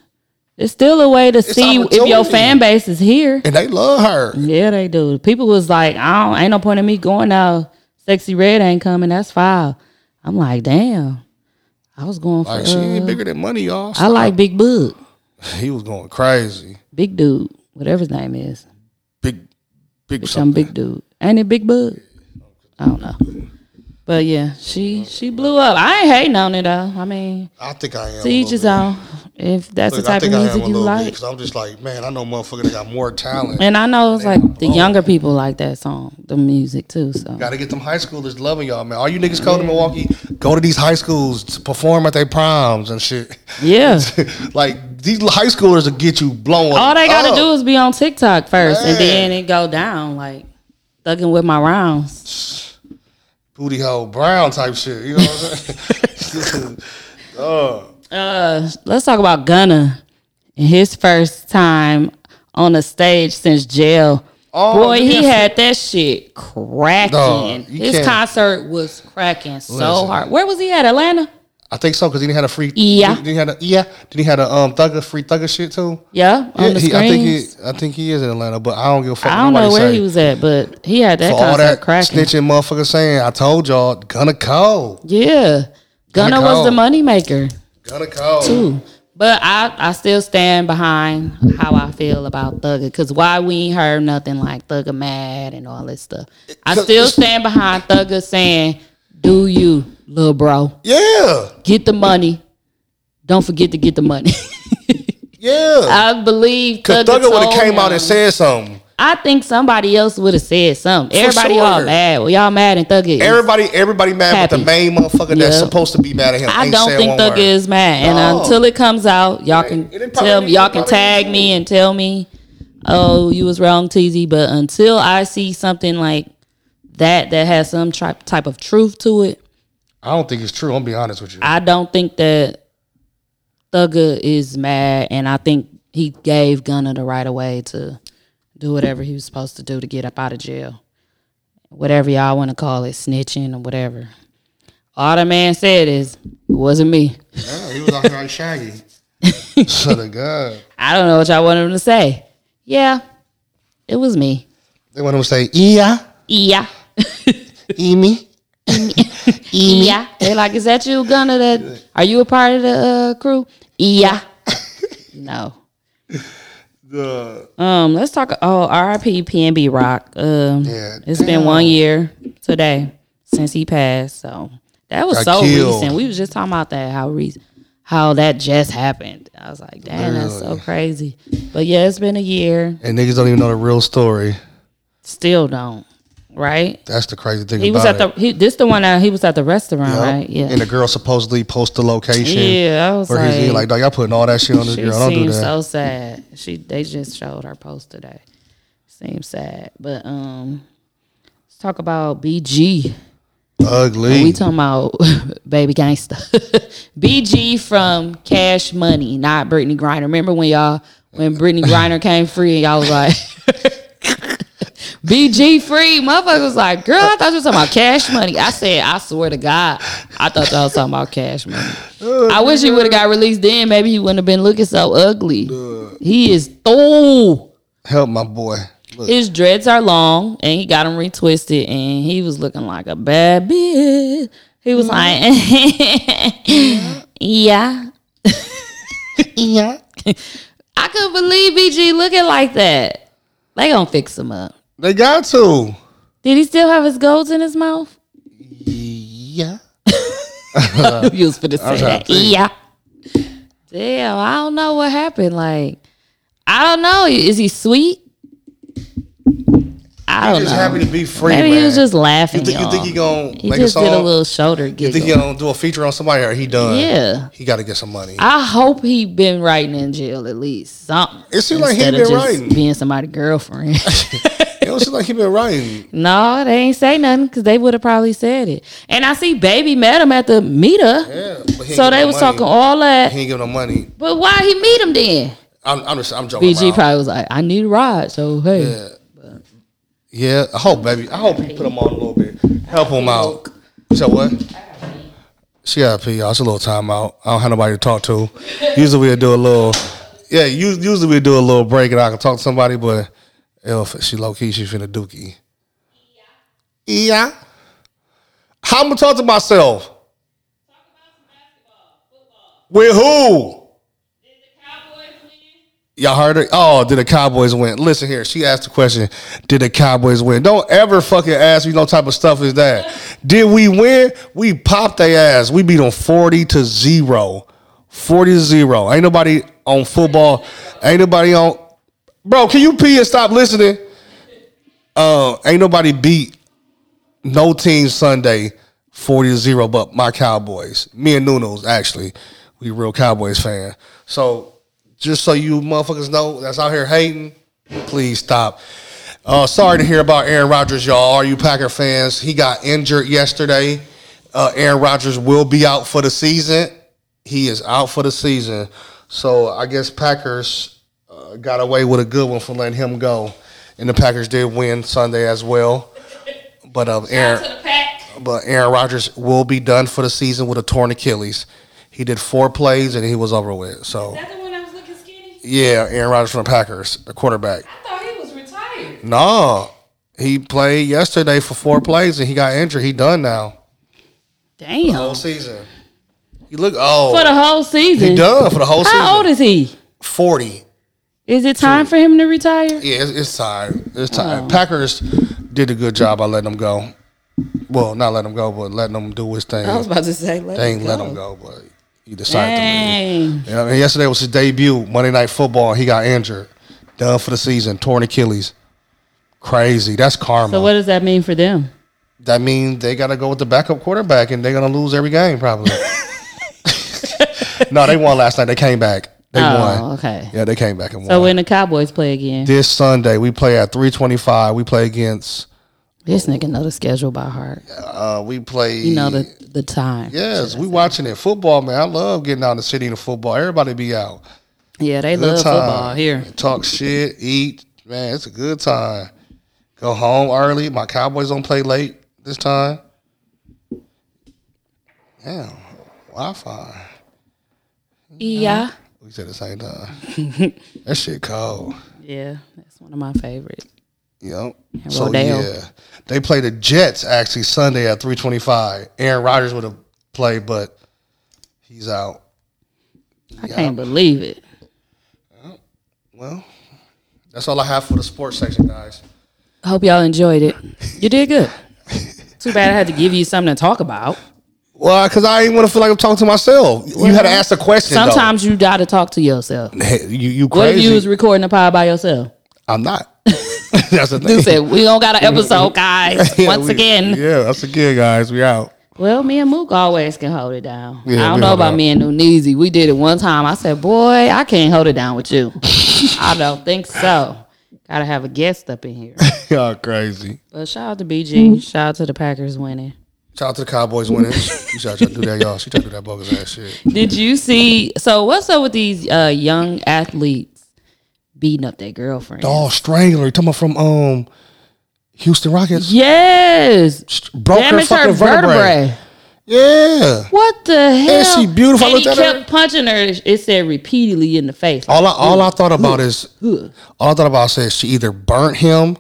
Speaker 1: It's still a way to see if your
Speaker 2: opportunity.
Speaker 1: fan base is here.
Speaker 2: And they love her.
Speaker 1: Yeah, they do. People was like, I don't ain't no point in me going out. Sexy Red ain't coming. That's foul. I'm like, damn. I was going for
Speaker 2: Like she ain't
Speaker 1: uh,
Speaker 2: bigger than money, y'all.
Speaker 1: I like Big Bug.
Speaker 2: he was going crazy.
Speaker 1: Big dude. Whatever his name is.
Speaker 2: Big, big.
Speaker 1: Some
Speaker 2: Something.
Speaker 1: big dude. Ain't it Big Bug? I don't know. But yeah, she she blew up. I ain't hating on it though. I mean,
Speaker 2: I think I am.
Speaker 1: to
Speaker 2: a
Speaker 1: each
Speaker 2: little
Speaker 1: his
Speaker 2: bit.
Speaker 1: own. If that's
Speaker 2: Look,
Speaker 1: the type of music you like.
Speaker 2: because I'm just like, man, I know motherfucker that got more talent.
Speaker 1: And I know it's like the
Speaker 2: blow.
Speaker 1: younger people like that song, the music too. So
Speaker 2: Got to get them high schoolers loving y'all, man. All you niggas go to Milwaukee, go to these high schools to perform at their proms and shit.
Speaker 1: yeah,
Speaker 2: like these high schoolers will get you blown.
Speaker 1: all they gotta
Speaker 2: up.
Speaker 1: do is be on TikTok first, and
Speaker 2: Oh. Man.
Speaker 1: then it go down like thugging with my rounds.
Speaker 2: booty hole brown type shit. You know what I'm saying? oh,
Speaker 1: Let's talk about Gunna and his first time on a stage since jail.
Speaker 2: Oh,
Speaker 1: Boy, he
Speaker 2: yeah.
Speaker 1: had that shit cracking.
Speaker 2: Dog, you
Speaker 1: his
Speaker 2: can't-
Speaker 1: concert was cracking so
Speaker 2: Listen.
Speaker 1: hard. Where was he at? Atlanta?
Speaker 2: I think so because he had a free.
Speaker 1: Yeah.
Speaker 2: then he had a yeah. Then he had a um thugger free thugger shit too.
Speaker 1: Yeah, on
Speaker 2: Yeah,
Speaker 1: the
Speaker 2: he,
Speaker 1: screen.
Speaker 2: I
Speaker 1: I,
Speaker 2: think he, I think he is in Atlanta, but I don't give a fuck.
Speaker 1: don't know
Speaker 2: nobody
Speaker 1: where
Speaker 2: say.
Speaker 1: he was at, but he had that
Speaker 2: For
Speaker 1: concert
Speaker 2: all that
Speaker 1: cracking.
Speaker 2: snitching motherfucker saying, I told y'all, gonna call,
Speaker 1: Yeah.
Speaker 2: Gunna
Speaker 1: Gunna was the
Speaker 2: Cole.
Speaker 1: moneymaker
Speaker 2: gonna call.
Speaker 1: too. But I, I still stand behind how I feel about Thugger because why we ain't heard nothing like Thugger mad and all this stuff. I still stand behind Thugger saying, Do you, little bro?
Speaker 2: Yeah,
Speaker 1: Get the money. Don't forget to get the money.
Speaker 2: yeah.
Speaker 1: I believe
Speaker 2: Because
Speaker 1: Thugger,
Speaker 2: Thugger would have
Speaker 1: told
Speaker 2: came out
Speaker 1: him-
Speaker 2: and said something.
Speaker 1: I think somebody else would have said something. Everybody all
Speaker 2: sure.
Speaker 1: mad. Well, y'all mad and Thugger. is-
Speaker 2: Everybody, everybody mad, but
Speaker 1: Happy.
Speaker 2: the main mugger that's
Speaker 1: Yeah.
Speaker 2: supposed to be mad at him.
Speaker 1: I
Speaker 2: ain't
Speaker 1: don't
Speaker 2: said
Speaker 1: think
Speaker 2: one
Speaker 1: Thugger
Speaker 2: word.
Speaker 1: is mad, and
Speaker 2: No.
Speaker 1: until it comes out, y'all
Speaker 2: It
Speaker 1: can
Speaker 2: ain't- it ain't
Speaker 1: tell
Speaker 2: probably-
Speaker 1: y'all
Speaker 2: it
Speaker 1: can
Speaker 2: ain't
Speaker 1: tag
Speaker 2: probably-
Speaker 1: me and tell me, oh, you was wrong, TZ. But until I see something like that that has some tri- type of truth to it,
Speaker 2: I don't think it's true. I'm gonna be honest with you.
Speaker 1: I don't think that Thugger is mad, and I think he gave Gunna the right of way to do whatever he was supposed to do to get up out of jail, whatever y'all want to call it, snitching or whatever. All the man said is, "It wasn't me."
Speaker 2: Yeah, he was out here like Shaggy. Son of God.
Speaker 1: I don't know what y'all wanted him to say. Yeah, it was me.
Speaker 2: They want him to say, "Yeah,
Speaker 1: Yeah,
Speaker 2: e me."
Speaker 1: yeah. They like, is that you, Gunna? That are you a part of the uh, crew? Yeah. no. Um. Let's talk. Oh, R.I.P. PNB Rock. Um.
Speaker 2: Yeah,
Speaker 1: it's been one year today since he passed. So that was
Speaker 2: Got
Speaker 1: so
Speaker 2: killed.
Speaker 1: recent. We was just talking about that how recent how that just happened. I was like, damn, that's so crazy. But yeah, it's been a year.
Speaker 2: And niggas don't even know the real story.
Speaker 1: Still don't. Right?
Speaker 2: That's the crazy thing
Speaker 1: He was
Speaker 2: about
Speaker 1: at the
Speaker 2: it.
Speaker 1: he, this the one that he was at the restaurant,
Speaker 2: Yup.
Speaker 1: right? Yeah.
Speaker 2: And the girl supposedly post the location.
Speaker 1: Yeah, I was
Speaker 2: Where he's
Speaker 1: like-
Speaker 2: like, dog, y'all putting all that shit on this
Speaker 1: She
Speaker 2: girl. Don't do
Speaker 1: seems
Speaker 2: that.
Speaker 1: so sad. She they just showed her post today. Seems sad, but um, let's talk about BG.
Speaker 2: Ugly.
Speaker 1: We talking about baby gangsta. BG from Cash Money, not Brittany Griner. Remember when y'all when Brittany Griner came free and y'all was like. BG free, motherfucker was like, girl, I thought you were talking about cash money. I said, I swear to God, I thought y'all was talking about cash money. I wish he would have got released then. Maybe he wouldn't have been looking so ugly. He is through.
Speaker 2: Help my boy. Look,
Speaker 1: His dreads are long, and he got them retwisted, and he was looking like a bad bitch. He was like, yeah. yeah. I couldn't believe BG looking like that. They gonna fix him up.
Speaker 2: they got to.
Speaker 1: Did he still have his golds in his mouth?
Speaker 2: Yeah.
Speaker 1: you was finna say
Speaker 2: Uh, trying
Speaker 1: that.
Speaker 2: to think.
Speaker 1: Yeah. Damn, I don't know what happened. Like, I don't know. Is he sweet? I don't
Speaker 2: Just
Speaker 1: know.
Speaker 2: happy to be free.
Speaker 1: Maybe
Speaker 2: man.
Speaker 1: he was just laughing.
Speaker 2: You think, you think he
Speaker 1: y'all.
Speaker 2: gonna
Speaker 1: He
Speaker 2: make
Speaker 1: just
Speaker 2: a song?
Speaker 1: did a little shoulder
Speaker 2: you
Speaker 1: giggle.
Speaker 2: think he gonna do a feature on somebody or he done?
Speaker 1: yeah.
Speaker 2: He got to get some money.
Speaker 1: I hope he been writing in jail at least something.
Speaker 2: It seem like he
Speaker 1: instead of
Speaker 2: been
Speaker 1: just
Speaker 2: writing.
Speaker 1: being somebody's girlfriend.
Speaker 2: it don't seem like he been writing.
Speaker 1: no, they ain't say nothing because they would have probably said it. And I see baby met him at the meetup,
Speaker 2: Yeah, but he ain't
Speaker 1: so
Speaker 2: give
Speaker 1: they
Speaker 2: no
Speaker 1: was
Speaker 2: money.
Speaker 1: talking all that.
Speaker 2: He ain't give no money.
Speaker 1: But why he meet him then?
Speaker 2: I'm, I'm just, I'm joking.
Speaker 1: BG
Speaker 2: around.
Speaker 1: probably was like, I need a ride, so hey.
Speaker 2: Yeah, I hope, baby. I hope you put him on a little bit. Help him out. So what? She got to pee, y'all. It's a little timeout. I don't have nobody to talk to. Usually we'll do a little. Yeah, us- usually we do a little break and I can talk to somebody, but if she low key, she finna dookie. Yeah. How I'm gonna talk to myself? With who? Y'all heard her? Oh, did the Cowboys win? Listen here, she asked the question, did the Cowboys win? Don't ever fucking ask me no type of stuff is that. Did we win? We popped their ass. We beat them 40 to 0. 40 to 0. Ain't nobody on football. Ain't nobody on Bro, can you pee and stop listening? Uh, ain't nobody beat no team Sunday 40 to 0 but my Cowboys. Me and Nuno's actually. We real Cowboys fan. So just so you motherfuckers know that's out here hating, please stop. Uh, sorry to hear about Aaron Rodgers, y'all. Are you Packer fans? He got injured yesterday. Uh, Aaron Rodgers will be out for the season. He is out for the season. So I guess Packers uh, got away with a good one for letting him go. And the Packers did win Sunday as well. But um, Aaron, but Aaron Rodgers will be done for the season with a torn Achilles. He did four plays and he was over with. So
Speaker 1: the one that was looking skinny?
Speaker 2: yeah, Aaron Rodgers from the Packers, the quarterback.
Speaker 1: I thought he was retired.
Speaker 2: No, he played yesterday for four plays and he got injured. He done now.
Speaker 1: Damn.
Speaker 2: Whole season. You look old.
Speaker 1: For the whole season.
Speaker 2: he done for the whole season.
Speaker 1: How old is he?
Speaker 2: Forty.
Speaker 1: Is it time for him to retire?
Speaker 2: Yeah, it's, it's time. It's
Speaker 1: Oh.
Speaker 2: time. Packers did a good job by letting him go. Well, not letting him go, but letting him do his thing.
Speaker 1: about to say, let
Speaker 2: they ain't let him go, but he decided to
Speaker 1: Dang.
Speaker 2: leave. You know, and yesterday was his debut, Monday Night Football. He got injured, done for the season, torn Achilles. Crazy. That's karma.
Speaker 1: So what does that mean for them?
Speaker 2: that means they got to go with the backup quarterback, and they're gonna lose every game probably. no, they won last night. They came back. They
Speaker 1: Oh,
Speaker 2: won.
Speaker 1: okay.
Speaker 2: Yeah, they came back and
Speaker 1: So
Speaker 2: won.
Speaker 1: Oh, when the Cowboys play again,
Speaker 2: this Sunday we play at three twenty five. We play against.
Speaker 1: this nigga know the schedule by heart.
Speaker 2: Uh, we play.
Speaker 1: You know the the time.
Speaker 2: Yes, we watching it. Football, man. I love getting out in the city to football. Everybody be out.
Speaker 1: Yeah, they
Speaker 2: Good
Speaker 1: love
Speaker 2: time.
Speaker 1: football here.
Speaker 2: Talk shit, eat. Man, it's a good time. Go home early. My Cowboys don't play late this time. Damn, Wi Fi.
Speaker 1: Yeah.
Speaker 2: We said the same time. that shit cold.
Speaker 1: Yeah, that's one of my favorites.
Speaker 2: Yep.
Speaker 1: And Rodale.
Speaker 2: they play the Jets actually Sunday at three twenty five. Aaron Rodgers would have played, but he's out.
Speaker 1: I can't believe it.
Speaker 2: Well, that's all I have for the sports section, guys.
Speaker 1: Hope y'all enjoyed it. You did good. Too bad I had to give you something to talk about.
Speaker 2: Well, because I ain't want to feel like I'm talking to myself. you had to ask a question. though.
Speaker 1: Sometimes you gotta talk to yourself.
Speaker 2: you you
Speaker 1: What if you was
Speaker 2: crazy.
Speaker 1: recording a pod by yourself?
Speaker 2: I'm not. that's the thing.
Speaker 1: You said we don't got an episode, guys.
Speaker 2: Yeah,
Speaker 1: Once
Speaker 2: we-
Speaker 1: again.
Speaker 2: Yeah, that's again, guys. We out.
Speaker 1: Well, me and Mook always can hold it down.
Speaker 2: Yeah,
Speaker 1: I don't
Speaker 2: we
Speaker 1: know
Speaker 2: hold
Speaker 1: about
Speaker 2: down.
Speaker 1: me and Nuneezy. We did it one time. I said, "Boy, I can't hold it down with you." I don't think so. Gotta have a guest up in here.
Speaker 2: Y'all crazy.
Speaker 1: But shout out to BG. Shout out to the Packers winning.
Speaker 2: Shout out to the Cowboys winning. you should try to do that, y'all. She tried to do that bogus ass shit.
Speaker 1: Did you see? So what's up with these uh, young athletes beating up their girlfriend?
Speaker 2: Oh, Strangler. You talking about from um Houston Rockets?
Speaker 1: Yes,
Speaker 2: Broke her
Speaker 1: damage her
Speaker 2: fucking vertebrae.
Speaker 1: vertebrae.
Speaker 2: Yeah.
Speaker 1: What the hell?
Speaker 2: she beautiful? I
Speaker 1: And he
Speaker 2: looked at her.
Speaker 1: kept punching her. It said repeatedly in the face.
Speaker 2: All I all I thought about is all I thought about is she either burnt him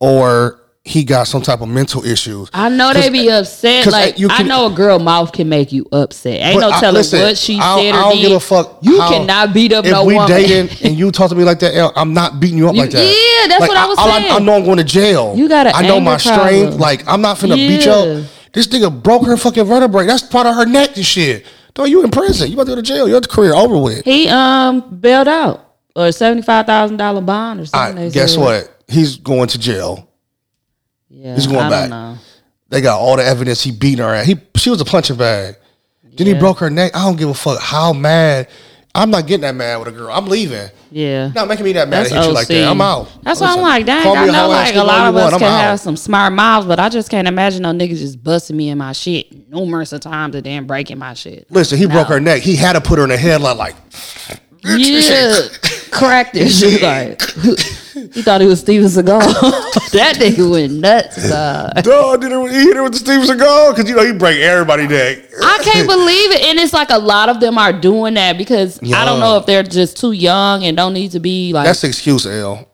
Speaker 2: or he got some type of mental issues.
Speaker 1: I know they be upset.
Speaker 2: 'cause uh,
Speaker 1: Like
Speaker 2: you
Speaker 1: I
Speaker 2: can-
Speaker 1: know a girl mouth can make you upset. Ain't
Speaker 2: But
Speaker 1: no
Speaker 2: I-
Speaker 1: telling
Speaker 2: listen,
Speaker 1: what she
Speaker 2: I don't-
Speaker 1: said or
Speaker 2: I don't
Speaker 1: did.
Speaker 2: give a fuck.
Speaker 1: You
Speaker 2: how-
Speaker 1: cannot beat up
Speaker 2: if
Speaker 1: no
Speaker 2: we
Speaker 1: woman.
Speaker 2: dating and you talk to me like that, L, I'm not beating you up
Speaker 1: You-
Speaker 2: like that.
Speaker 1: yeah, that's
Speaker 2: Like,
Speaker 1: what I was
Speaker 2: all
Speaker 1: saying.
Speaker 2: I, know I'm going to jail.
Speaker 1: You got an
Speaker 2: I know
Speaker 1: anger
Speaker 2: my strength.
Speaker 1: problem.
Speaker 2: Like I'm not finna beat
Speaker 1: Yeah.
Speaker 2: you up. This nigga broke her fucking vertebrae. That's part of her neck and shit. Dog, you in prison. You about to go to jail. Your career over with.
Speaker 1: he um bailed out or seventy five thousand dollar bond or
Speaker 2: All
Speaker 1: something.
Speaker 2: right,
Speaker 1: they
Speaker 2: guess
Speaker 1: said.
Speaker 2: what? He's going to jail.
Speaker 1: Yeah,
Speaker 2: He's going
Speaker 1: I
Speaker 2: back.
Speaker 1: Don't know.
Speaker 2: They got all the evidence. He beating her ass. He she was a punching bag. Then he broke her neck. I don't give a fuck how mad. I'm not getting that mad with a girl. I'm leaving.
Speaker 1: Yeah.
Speaker 2: Not making me that mad
Speaker 1: That's
Speaker 2: to hit you like that.
Speaker 1: OC.
Speaker 2: I'm out.
Speaker 1: That's why I'm
Speaker 2: Listen,
Speaker 1: like, dang,
Speaker 2: call me
Speaker 1: I
Speaker 2: a
Speaker 1: know
Speaker 2: hoe ass,
Speaker 1: like
Speaker 2: do
Speaker 1: a
Speaker 2: all
Speaker 1: lot
Speaker 2: you
Speaker 1: of
Speaker 2: want,
Speaker 1: us
Speaker 2: I'm
Speaker 1: can
Speaker 2: out.
Speaker 1: have some smart mouths, but I just can't imagine no niggas just busting me in my shit numerous of times and then breaking my shit.
Speaker 2: Listen, he
Speaker 1: No.
Speaker 2: broke her neck. He had to put her in a headlock. Like,
Speaker 1: Yeah, cracked this shit like. He thought he was Steven Seagal. that nigga went nuts. dog.
Speaker 2: dog, did it, he hit her with the Steve Seagal because you know he break everybody neck.
Speaker 1: I can't believe it, and it's like a lot of them are doing that because I don't know
Speaker 2: Yeah.
Speaker 1: if they're just too young and don't need to be like.
Speaker 2: That's an excuse, L.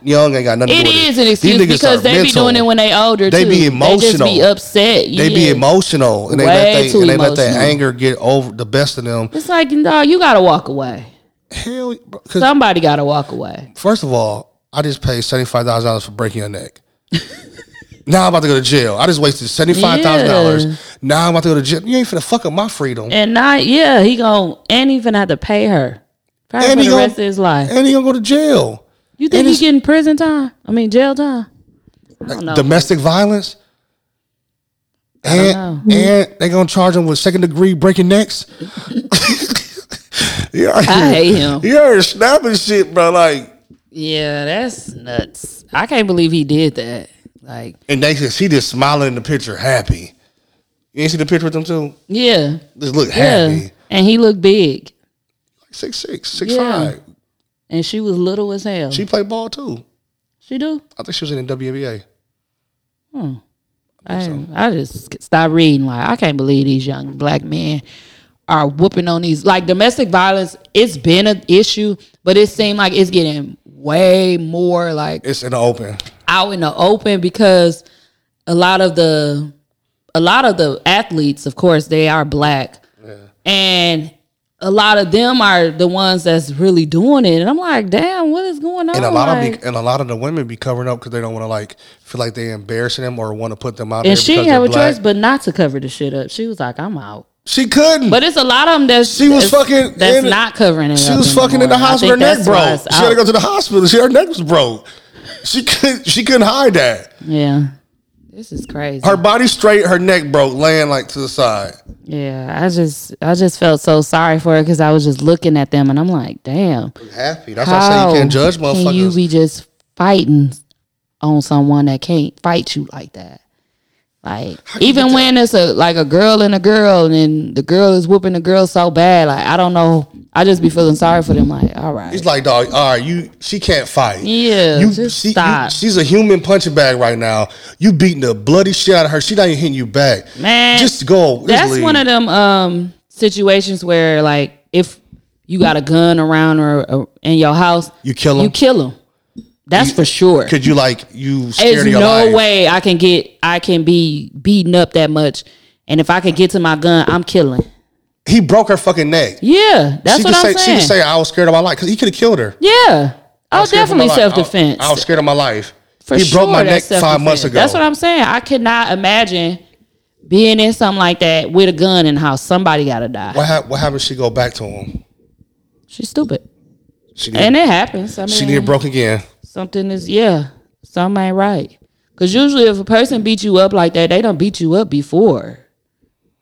Speaker 2: Young ain't got nothing.
Speaker 1: it
Speaker 2: to do with
Speaker 1: is
Speaker 2: it.
Speaker 1: an
Speaker 2: These
Speaker 1: excuse
Speaker 2: niggas
Speaker 1: because
Speaker 2: are
Speaker 1: they be
Speaker 2: mental.
Speaker 1: doing it when they older.
Speaker 2: They
Speaker 1: too.
Speaker 2: be
Speaker 1: They just be
Speaker 2: emotional.
Speaker 1: upset.
Speaker 2: They be
Speaker 1: yeah.
Speaker 2: emotional and they
Speaker 1: Way
Speaker 2: let they,
Speaker 1: too
Speaker 2: and they let that
Speaker 1: emotional.
Speaker 2: anger get over the best of them.
Speaker 1: It's like, no, you gotta walk away.
Speaker 2: Hell, because
Speaker 1: Somebody gotta walk away.
Speaker 2: First of all, I just paid seventy five thousand dollars for breaking your neck. now I'm about to go to jail. I just wasted seventy five thousand
Speaker 1: Yeah.
Speaker 2: dollars. Now I'm about to go to jail. You ain't finna fuck up my freedom.
Speaker 1: And not, yeah, he gon' and he finna have to pay her probably
Speaker 2: And
Speaker 1: for
Speaker 2: he
Speaker 1: the
Speaker 2: gon-
Speaker 1: rest of his life.
Speaker 2: And you gonna go to jail.
Speaker 1: You think
Speaker 2: and
Speaker 1: he
Speaker 2: it's-
Speaker 1: getting prison time? I mean, jail time. I don't know.
Speaker 2: Domestic violence. And and they gonna charge him with second degree breaking necks. yeah,
Speaker 1: I hate him.
Speaker 2: You're snapping shit, bro. Like,
Speaker 1: Yeah, that's nuts. I can't believe he did that. Like,
Speaker 2: and they just she just smiling in the picture, happy. You ain't see the picture with them too?
Speaker 1: yeah,
Speaker 2: Just look
Speaker 1: yeah.
Speaker 2: happy.
Speaker 1: And he looked big,
Speaker 2: Six six, six
Speaker 1: Yeah.
Speaker 2: five.
Speaker 1: and she was little as hell.
Speaker 2: She
Speaker 1: She,
Speaker 2: played ball too.
Speaker 1: do.
Speaker 2: I think she was in the WNBA.
Speaker 1: I, I just stop reading. Like, I can't believe these young black men are whooping on these. Like, domestic violence, it's been an issue, but it seemed like it's getting way more like
Speaker 2: It's in the open.
Speaker 1: out in the open because a lot of the a lot of the athletes, of course, they are black, and a lot of them are the ones that's really doing it. And I'm like, damn, what is going on?
Speaker 2: And a lot
Speaker 1: Like-
Speaker 2: of be, and a lot of the women be covering up because they don't want to like feel like they embarrassing them or want to put them out. there
Speaker 1: and she
Speaker 2: because
Speaker 1: didn't have
Speaker 2: they're
Speaker 1: a
Speaker 2: black.
Speaker 1: choice but not to cover the shit up. She was like, I'm out.
Speaker 2: she couldn't.
Speaker 1: But it's a lot of them that's
Speaker 2: She was
Speaker 1: that's-
Speaker 2: fucking
Speaker 1: that's
Speaker 2: in-
Speaker 1: not covering it.
Speaker 2: she
Speaker 1: up
Speaker 2: was fucking in the
Speaker 1: anymore. I
Speaker 2: house with
Speaker 1: think
Speaker 2: her neck
Speaker 1: that's why
Speaker 2: broke.
Speaker 1: it's
Speaker 2: She had to
Speaker 1: out.
Speaker 2: go to the hospital. She her neck was broke. She couldn't. She couldn't hide that.
Speaker 1: Yeah, this is crazy.
Speaker 2: Her body straight. Her neck broke, laying like to the side.
Speaker 1: yeah, I just I just felt so sorry for her because I was just looking at them and I'm like, damn.
Speaker 2: Happy. That's why I say you can't judge
Speaker 1: How
Speaker 2: motherfuckers.
Speaker 1: Can you be just fighting on someone that can't fight you like that? Like even when it's a like a girl and a girl, and then the girl is whooping the girl so bad, like I don't know. I just be feeling sorry for them. Like all right,
Speaker 2: He's like, dog, all right, you. She can't fight.
Speaker 1: Yeah,
Speaker 2: you,
Speaker 1: just
Speaker 2: she, you-
Speaker 1: stop.
Speaker 2: she's a human punching bag right now. You beating the bloody shit out of her. She not even hitting you back.
Speaker 1: man,
Speaker 2: just go. Just
Speaker 1: That's
Speaker 2: leave.
Speaker 1: one of them um situations where like if you got a gun around or, or in your house,
Speaker 2: You kill 'em?
Speaker 1: You kill him. That's for sure.
Speaker 2: Could you like you scared
Speaker 1: There's
Speaker 2: of your
Speaker 1: no
Speaker 2: life?
Speaker 1: way I can get I can be beaten up that much. And if I can get to my gun, I'm killing.
Speaker 2: He broke her fucking neck.
Speaker 1: Yeah, that's
Speaker 2: she
Speaker 1: what
Speaker 2: could
Speaker 1: I'm
Speaker 2: say,
Speaker 1: saying.
Speaker 2: She could say I was scared of my life because he could have killed her.
Speaker 1: yeah,
Speaker 2: I
Speaker 1: oh,
Speaker 2: was scared for my
Speaker 1: definitely
Speaker 2: life. I-
Speaker 1: self defense.
Speaker 2: I, was scared of my life.
Speaker 1: for
Speaker 2: He
Speaker 1: sure.
Speaker 2: broke my
Speaker 1: that's
Speaker 2: neck five months
Speaker 1: self-defense.
Speaker 2: ago.
Speaker 1: That's what I'm saying. I could not imagine being in something like that with a gun and how somebody got to die.
Speaker 2: What, hap- what happened? She go back to him.
Speaker 1: She's stupid,
Speaker 2: She
Speaker 1: and
Speaker 2: did,
Speaker 1: it happens. I mean,
Speaker 2: she did broke again.
Speaker 1: something is yeah, something ain't right. Cause usually if a person beat you up like that, they don't beat you up before.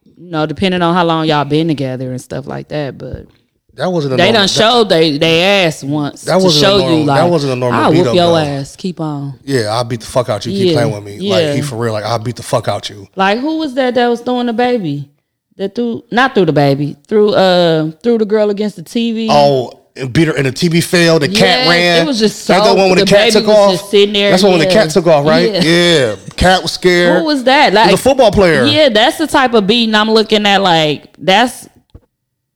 Speaker 1: You know, depending on how long y'all been together and stuff like that, but.
Speaker 2: That wasn't. A
Speaker 1: They
Speaker 2: normal,
Speaker 1: done
Speaker 2: that-
Speaker 1: showed they they ass once
Speaker 2: That
Speaker 1: to
Speaker 2: wasn't a
Speaker 1: show you
Speaker 2: normal-
Speaker 1: like
Speaker 2: that wasn't a normal
Speaker 1: I'll whoop
Speaker 2: beat up,
Speaker 1: your
Speaker 2: though.
Speaker 1: ass. Keep on.
Speaker 2: Yeah, I beat the fuck out you.
Speaker 1: Yeah,
Speaker 2: Keep playing with me.
Speaker 1: yeah.
Speaker 2: Like he for real. Like I beat the fuck out you.
Speaker 1: Like who was that that was throwing the baby? That threw not through the baby through uh through the girl against the TV.
Speaker 2: Oh, and beat her and the TV fell. The cat
Speaker 1: Yes,
Speaker 2: ran.
Speaker 1: it was just
Speaker 2: That's
Speaker 1: so-
Speaker 2: the one when the,
Speaker 1: the baby
Speaker 2: cat took
Speaker 1: was
Speaker 2: off.
Speaker 1: just sitting there,
Speaker 2: That's the one when the
Speaker 1: yeah.
Speaker 2: cat took off, right?
Speaker 1: Yeah.
Speaker 2: Yeah. Cat was scared.
Speaker 1: What was that? Like
Speaker 2: a football player.
Speaker 1: Yeah, that's the type of beating I'm looking at. Like that's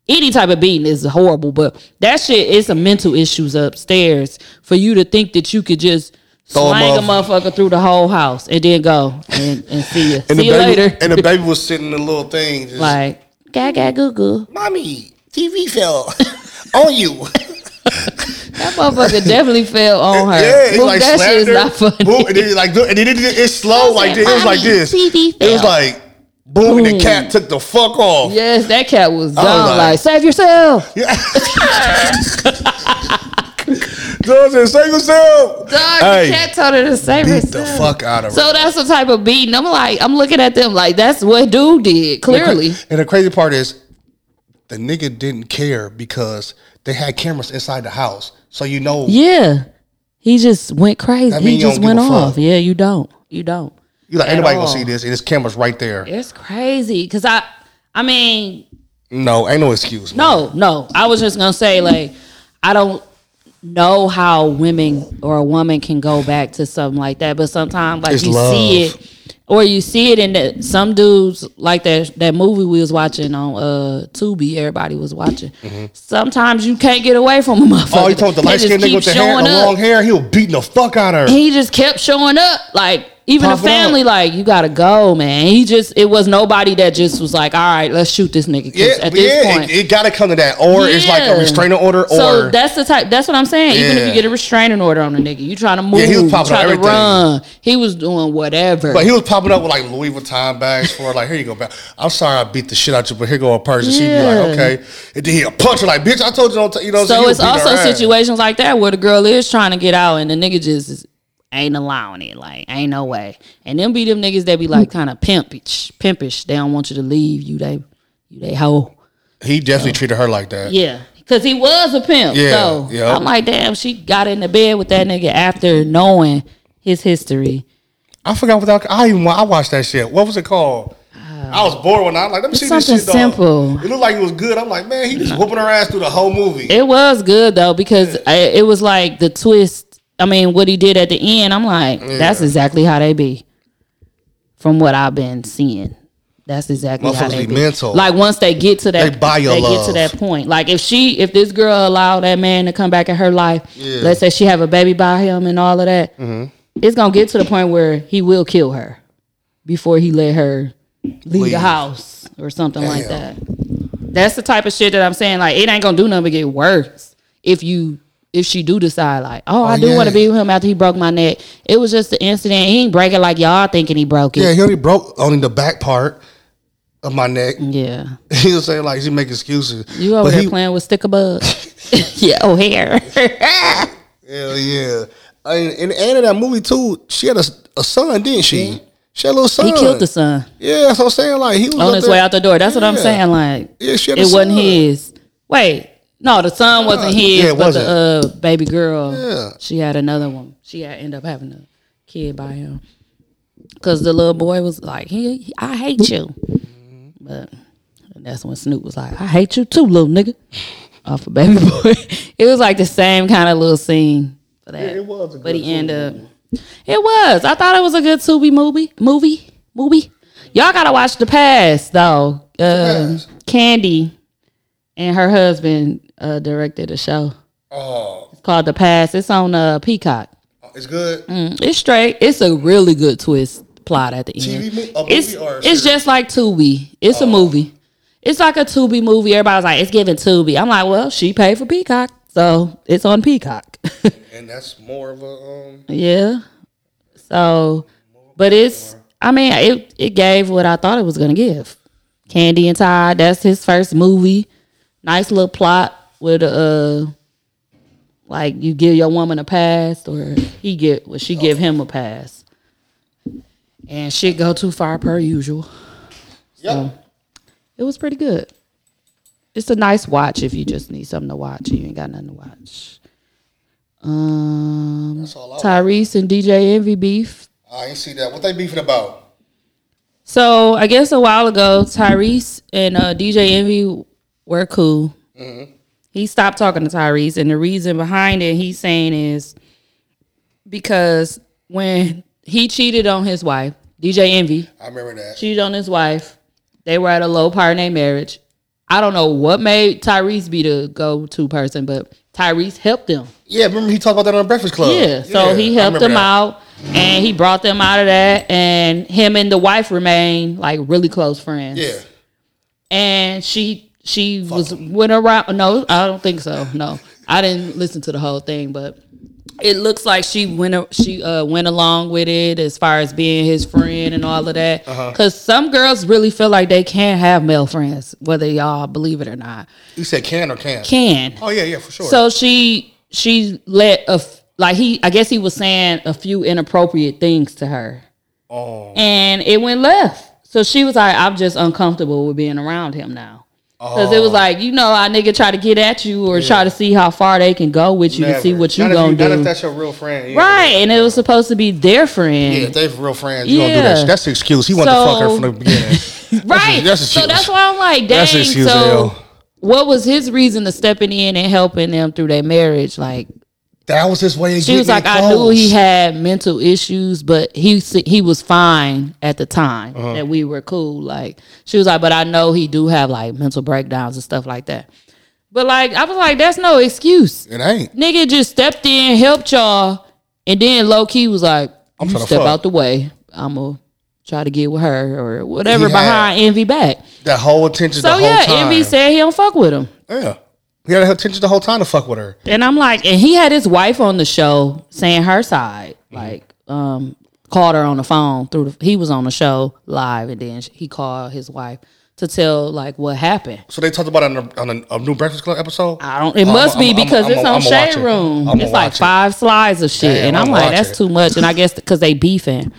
Speaker 1: any type of beating is horrible, but that shit is some mental issues upstairs for you to think that you could just
Speaker 2: Throw 'em
Speaker 1: slang a
Speaker 2: off.
Speaker 1: motherfucker through the whole house and then go and, and see you.
Speaker 2: And
Speaker 1: see
Speaker 2: the
Speaker 1: you
Speaker 2: baby,
Speaker 1: later.
Speaker 2: And the baby was sitting in a little thing. Just,
Speaker 1: like gaga goo goo.
Speaker 2: mommy, TV fell on you.
Speaker 1: That motherfucker definitely fell on her.
Speaker 2: Yeah, he
Speaker 1: Boom,
Speaker 2: like
Speaker 1: that
Speaker 2: slammed
Speaker 1: shit is
Speaker 2: her.
Speaker 1: not funny.
Speaker 2: Boom, and then he like, do- and then it, it, it's slow. Like
Speaker 1: said,
Speaker 2: this. it was like
Speaker 1: "Mommy,
Speaker 2: this.
Speaker 1: TV
Speaker 2: It was
Speaker 1: fell."
Speaker 2: like boom, and
Speaker 1: Boom.
Speaker 2: the cat took the fuck off.
Speaker 1: Yes, that cat was gone.
Speaker 2: like-
Speaker 1: Like, save yourself.
Speaker 2: Oh Yeah. Dog said, "Save
Speaker 1: Dog,
Speaker 2: yourself." Hey,
Speaker 1: the cat told her to save
Speaker 2: beat the
Speaker 1: herself.
Speaker 2: fuck out of her.
Speaker 1: So that's the type of beating. I'm like, I'm looking at them like that's what dude did. Clearly,
Speaker 2: And the crazy part is, the nigga didn't care because they had cameras inside the house, so you know.
Speaker 1: yeah, he just went crazy.
Speaker 2: That mean
Speaker 1: he
Speaker 2: you
Speaker 1: just
Speaker 2: don't
Speaker 1: went
Speaker 2: give a fuck.
Speaker 1: off. Yeah, you don't. You don't.
Speaker 2: You like
Speaker 1: At
Speaker 2: anybody gonna
Speaker 1: all.
Speaker 2: see this? And this camera's right there.
Speaker 1: It's crazy because I, I mean,
Speaker 2: No, ain't no excuse. man.
Speaker 1: No, no. I was just gonna say like I don't know how women or a woman can go back to something like that, but sometimes like
Speaker 2: It's
Speaker 1: you
Speaker 2: love.
Speaker 1: see it or you see it in the, some dudes like that that movie we was watching on uh Tubi, everybody was watching. Sometimes you can't get away from a motherfucker.
Speaker 2: Mm-hmm. Oh, you talking about the
Speaker 1: They
Speaker 2: light
Speaker 1: just
Speaker 2: skinned nigga
Speaker 1: keep
Speaker 2: with the hair,
Speaker 1: showing
Speaker 2: the
Speaker 1: up.
Speaker 2: long hair? He was beating the fuck out of her.
Speaker 1: He just kept showing up, like even
Speaker 2: Popping
Speaker 1: the family,
Speaker 2: up.
Speaker 1: like you gotta go, man. He just it was nobody that just was like, all right, let's shoot this nigga. 'cause
Speaker 2: yeah,
Speaker 1: at this
Speaker 2: yeah,
Speaker 1: point,
Speaker 2: it, it gotta come to that, or it's like a
Speaker 1: yeah.
Speaker 2: restraining order, or
Speaker 1: so that's the type. That's what I'm saying. Even if
Speaker 2: Yeah.
Speaker 1: you get a restraining order on a nigga, you trying to move,
Speaker 2: Yeah, he was
Speaker 1: you
Speaker 2: popping up
Speaker 1: trying to
Speaker 2: everything.
Speaker 1: run. He was doing whatever.
Speaker 2: But he was popping up with like Louis Vuitton bags for her, like, here you go. ba- I'm sorry I beat the shit out you, but here go a purse. And she'd be
Speaker 1: Yeah.
Speaker 2: like, okay. And then he'll punch her like, bitch, I told you don't, t-, you know. what I'm saying? He
Speaker 1: so
Speaker 2: was
Speaker 1: it's
Speaker 2: beating
Speaker 1: also
Speaker 2: her ass.
Speaker 1: situations like that where the girl is trying to get out and the nigga just is- ain't allowing it. Like ain't no way. And them be them niggas that be like kind of pimpish, pimpish. They don't want you to leave. You they you they hoe.
Speaker 2: He definitely treated her like that.
Speaker 1: Yeah. Cause he was a pimp.
Speaker 2: Yeah,
Speaker 1: so
Speaker 2: yeah.
Speaker 1: I'm like, damn, she got in the bed with that nigga after knowing his history.
Speaker 2: I forgot without, I even, wa- I watched that shit. What was it called? I was bored when I was like, let me
Speaker 1: It's
Speaker 2: see this
Speaker 1: something
Speaker 2: shit, dog.
Speaker 1: simple.
Speaker 2: It looked like it was good. I'm like, man, he was whooping her ass through the whole movie.
Speaker 1: It was good though because I, it was like the twist. I mean, what he did at the end, I'm like, that's exactly how they be. From what I've been seeing, that's exactly how
Speaker 2: Motherfuckers
Speaker 1: they be.
Speaker 2: be mental.
Speaker 1: Like once they get to that,
Speaker 2: They buy your
Speaker 1: they get
Speaker 2: love.
Speaker 1: to that point. Like if she, if this girl allowed that man to come back in her life,
Speaker 2: Yeah. Mm-hmm.
Speaker 1: let's say she have a baby by him and all of that, it's gonna get to the point where he will kill her before he let her leave,
Speaker 2: Leave.
Speaker 1: the house or something like
Speaker 2: Damn.
Speaker 1: that. That's the type of shit that I'm saying. Like it ain't gonna do nothing but get worse if you if she do decide like, oh, I
Speaker 2: Oh,
Speaker 1: do
Speaker 2: yeah.
Speaker 1: want to be with him after he broke my neck. It was just an incident. He ain't break it like y'all thinking he broke
Speaker 2: yeah,
Speaker 1: it.
Speaker 2: he only broke only the back part of my neck.
Speaker 1: Yeah,
Speaker 2: he was saying like, she make excuses.
Speaker 1: you over
Speaker 2: But
Speaker 1: there
Speaker 2: he-
Speaker 1: playing with sticker bug. yeah, oh hair.
Speaker 2: Hell yeah. And, and Anna, in that movie too, she had a, a son, didn't she? She had a little son.
Speaker 1: he killed the son
Speaker 2: Yeah, that's what I'm saying. Like he was
Speaker 1: on
Speaker 2: up
Speaker 1: his
Speaker 2: there-
Speaker 1: way out the door. That's what I'm
Speaker 2: Yeah.
Speaker 1: saying. Like
Speaker 2: Yeah, she had
Speaker 1: it
Speaker 2: a
Speaker 1: wasn't
Speaker 2: son.
Speaker 1: his. Wait, no, the son wasn't
Speaker 2: Yeah,
Speaker 1: his.
Speaker 2: it
Speaker 1: but the uh, baby girl,
Speaker 2: Yeah.
Speaker 1: she had another one. She had end up having a kid by him because the little boy was like, "He, he- I hate you," but that's when Snoop was like, "I hate you too, little nigga." Off of baby boy, it was like the same kind of little scene for that.
Speaker 2: it was a
Speaker 1: but
Speaker 2: good
Speaker 1: he ended up. It was. I thought it was a good Tubi movie. Movie. Movie. Y'all gotta watch The Past though. Uh,
Speaker 2: Past.
Speaker 1: Candy and her husband uh, directed a show.
Speaker 2: Oh,
Speaker 1: It's called The Past. It's on uh, Peacock.
Speaker 2: it's good.
Speaker 1: Mm, It's straight. It's a really good twist plot at the
Speaker 2: TV
Speaker 1: end.
Speaker 2: mo- a movie
Speaker 1: it's
Speaker 2: or a
Speaker 1: it's
Speaker 2: series? Oh.
Speaker 1: just like Tubi. It's a movie. It's like a Tubi movie. Everybody's like, it's giving Tubi. I'm like, well, she paid for Peacock, so it's on Peacock.
Speaker 2: And that's more of a um
Speaker 1: yeah. So, but it's, I mean, it, it gave what I thought it was going to give. Candy and Todd, that's his first movie. Nice little plot with uh like you give your woman a pass or he get well, she give him a pass. And shit go too far per usual.
Speaker 2: Yep.
Speaker 1: It was pretty good. It's a nice watch if you just need something to watch and you ain't got nothing to watch. Um
Speaker 2: all I watch.
Speaker 1: Tyrese and DJ Envy beef.
Speaker 2: I ain't see that. What they beefing about?
Speaker 1: So I guess a while ago, Tyrese and uh, DJ Envy were cool.
Speaker 2: Mm-hmm.
Speaker 1: He stopped talking to Tyrese, and the reason behind it, he's saying is because when he cheated on his wife, DJ Envy
Speaker 2: I remember that.
Speaker 1: cheated on his wife. They were at a low part in their marriage. I don't know what made Tyrese be the go-to person, but Tyrese helped them.
Speaker 2: Yeah, remember he talked about that on Breakfast Club.
Speaker 1: Yeah, so
Speaker 2: Oh, Yeah,
Speaker 1: he
Speaker 2: I
Speaker 1: helped
Speaker 2: remember
Speaker 1: them
Speaker 2: that.
Speaker 1: out and he brought them out of that and him and the wife remained like really close friends.
Speaker 2: Yeah.
Speaker 1: And she she was went around no, I don't think so. No. I didn't listen to the whole thing, but it looks like she went a- she uh, went along with it as far as being his friend and all of that. Cuz some girls really feel like they can't have male friends whether y'all believe it or not.
Speaker 2: You said can or can't?
Speaker 1: Can.
Speaker 2: Oh yeah, yeah, for sure.
Speaker 1: So she she let a f- like he I guess he was saying a few inappropriate things to her. Oh. And it went left. So she was like, I'm just uncomfortable with being around him now. Because
Speaker 2: Oh.
Speaker 1: it was like, you know, our nigga try to get at you or try to see how far they can go with you to see
Speaker 2: Never.
Speaker 1: what you
Speaker 2: Not if
Speaker 1: gonna
Speaker 2: Not
Speaker 1: do.
Speaker 2: if that's your real friend. yeah.
Speaker 1: right. And it was supposed to be their friend.
Speaker 2: Yeah, if they real friends, you don't do
Speaker 1: Yeah.
Speaker 2: that. shit. That's the excuse. He wanted to fuck her
Speaker 1: So-
Speaker 2: from the beginning.
Speaker 1: right.
Speaker 2: that's
Speaker 1: so
Speaker 2: excuse.
Speaker 1: that's why I'm like, dang.
Speaker 2: That's excuse,
Speaker 1: so
Speaker 2: L.
Speaker 1: what was his reason to stepping in and helping them through their marriage? Like
Speaker 2: That was his way of
Speaker 1: She
Speaker 2: getting
Speaker 1: was like,
Speaker 2: it
Speaker 1: I knew
Speaker 2: closed.
Speaker 1: he had mental issues, but he se- he was fine at the time
Speaker 2: Uh-huh.
Speaker 1: that we were cool. Like she was like, but I know he do have like mental breakdowns and stuff like that. But like I was like, that's no excuse.
Speaker 2: It ain't.
Speaker 1: Nigga just stepped in, helped y'all, and then low key was like,
Speaker 2: I'm
Speaker 1: you
Speaker 2: tryna
Speaker 1: step
Speaker 2: fuck.
Speaker 1: out the way. I'ma try to get with her or whatever
Speaker 2: He had-
Speaker 1: behind envy back.
Speaker 2: That whole attention the
Speaker 1: So
Speaker 2: whole
Speaker 1: yeah,
Speaker 2: time.
Speaker 1: envy said he don't fuck with him.
Speaker 2: yeah. He had her attention the whole time to fuck with her.
Speaker 1: And I'm like, and he had his wife on the show saying her side,
Speaker 2: Mm-hmm.
Speaker 1: like, um, called her on the phone through the, he was on the show live and then he called his wife to tell like what happened.
Speaker 2: So they talked about it on, a, on a, a new Breakfast Club episode.
Speaker 1: I don't, it
Speaker 2: Oh,
Speaker 1: must
Speaker 2: I'ma-
Speaker 1: be
Speaker 2: I'ma-
Speaker 1: because
Speaker 2: I'ma-
Speaker 1: it's on
Speaker 2: I'ma watch
Speaker 1: Shade
Speaker 2: it.
Speaker 1: Room.
Speaker 2: I'ma
Speaker 1: It's like
Speaker 2: watch it.
Speaker 1: five slides of shit.
Speaker 2: Damn,
Speaker 1: and I'm,
Speaker 2: I'ma
Speaker 1: like,
Speaker 2: watch
Speaker 1: that's
Speaker 2: it.
Speaker 1: too much. And I guess because they beefing.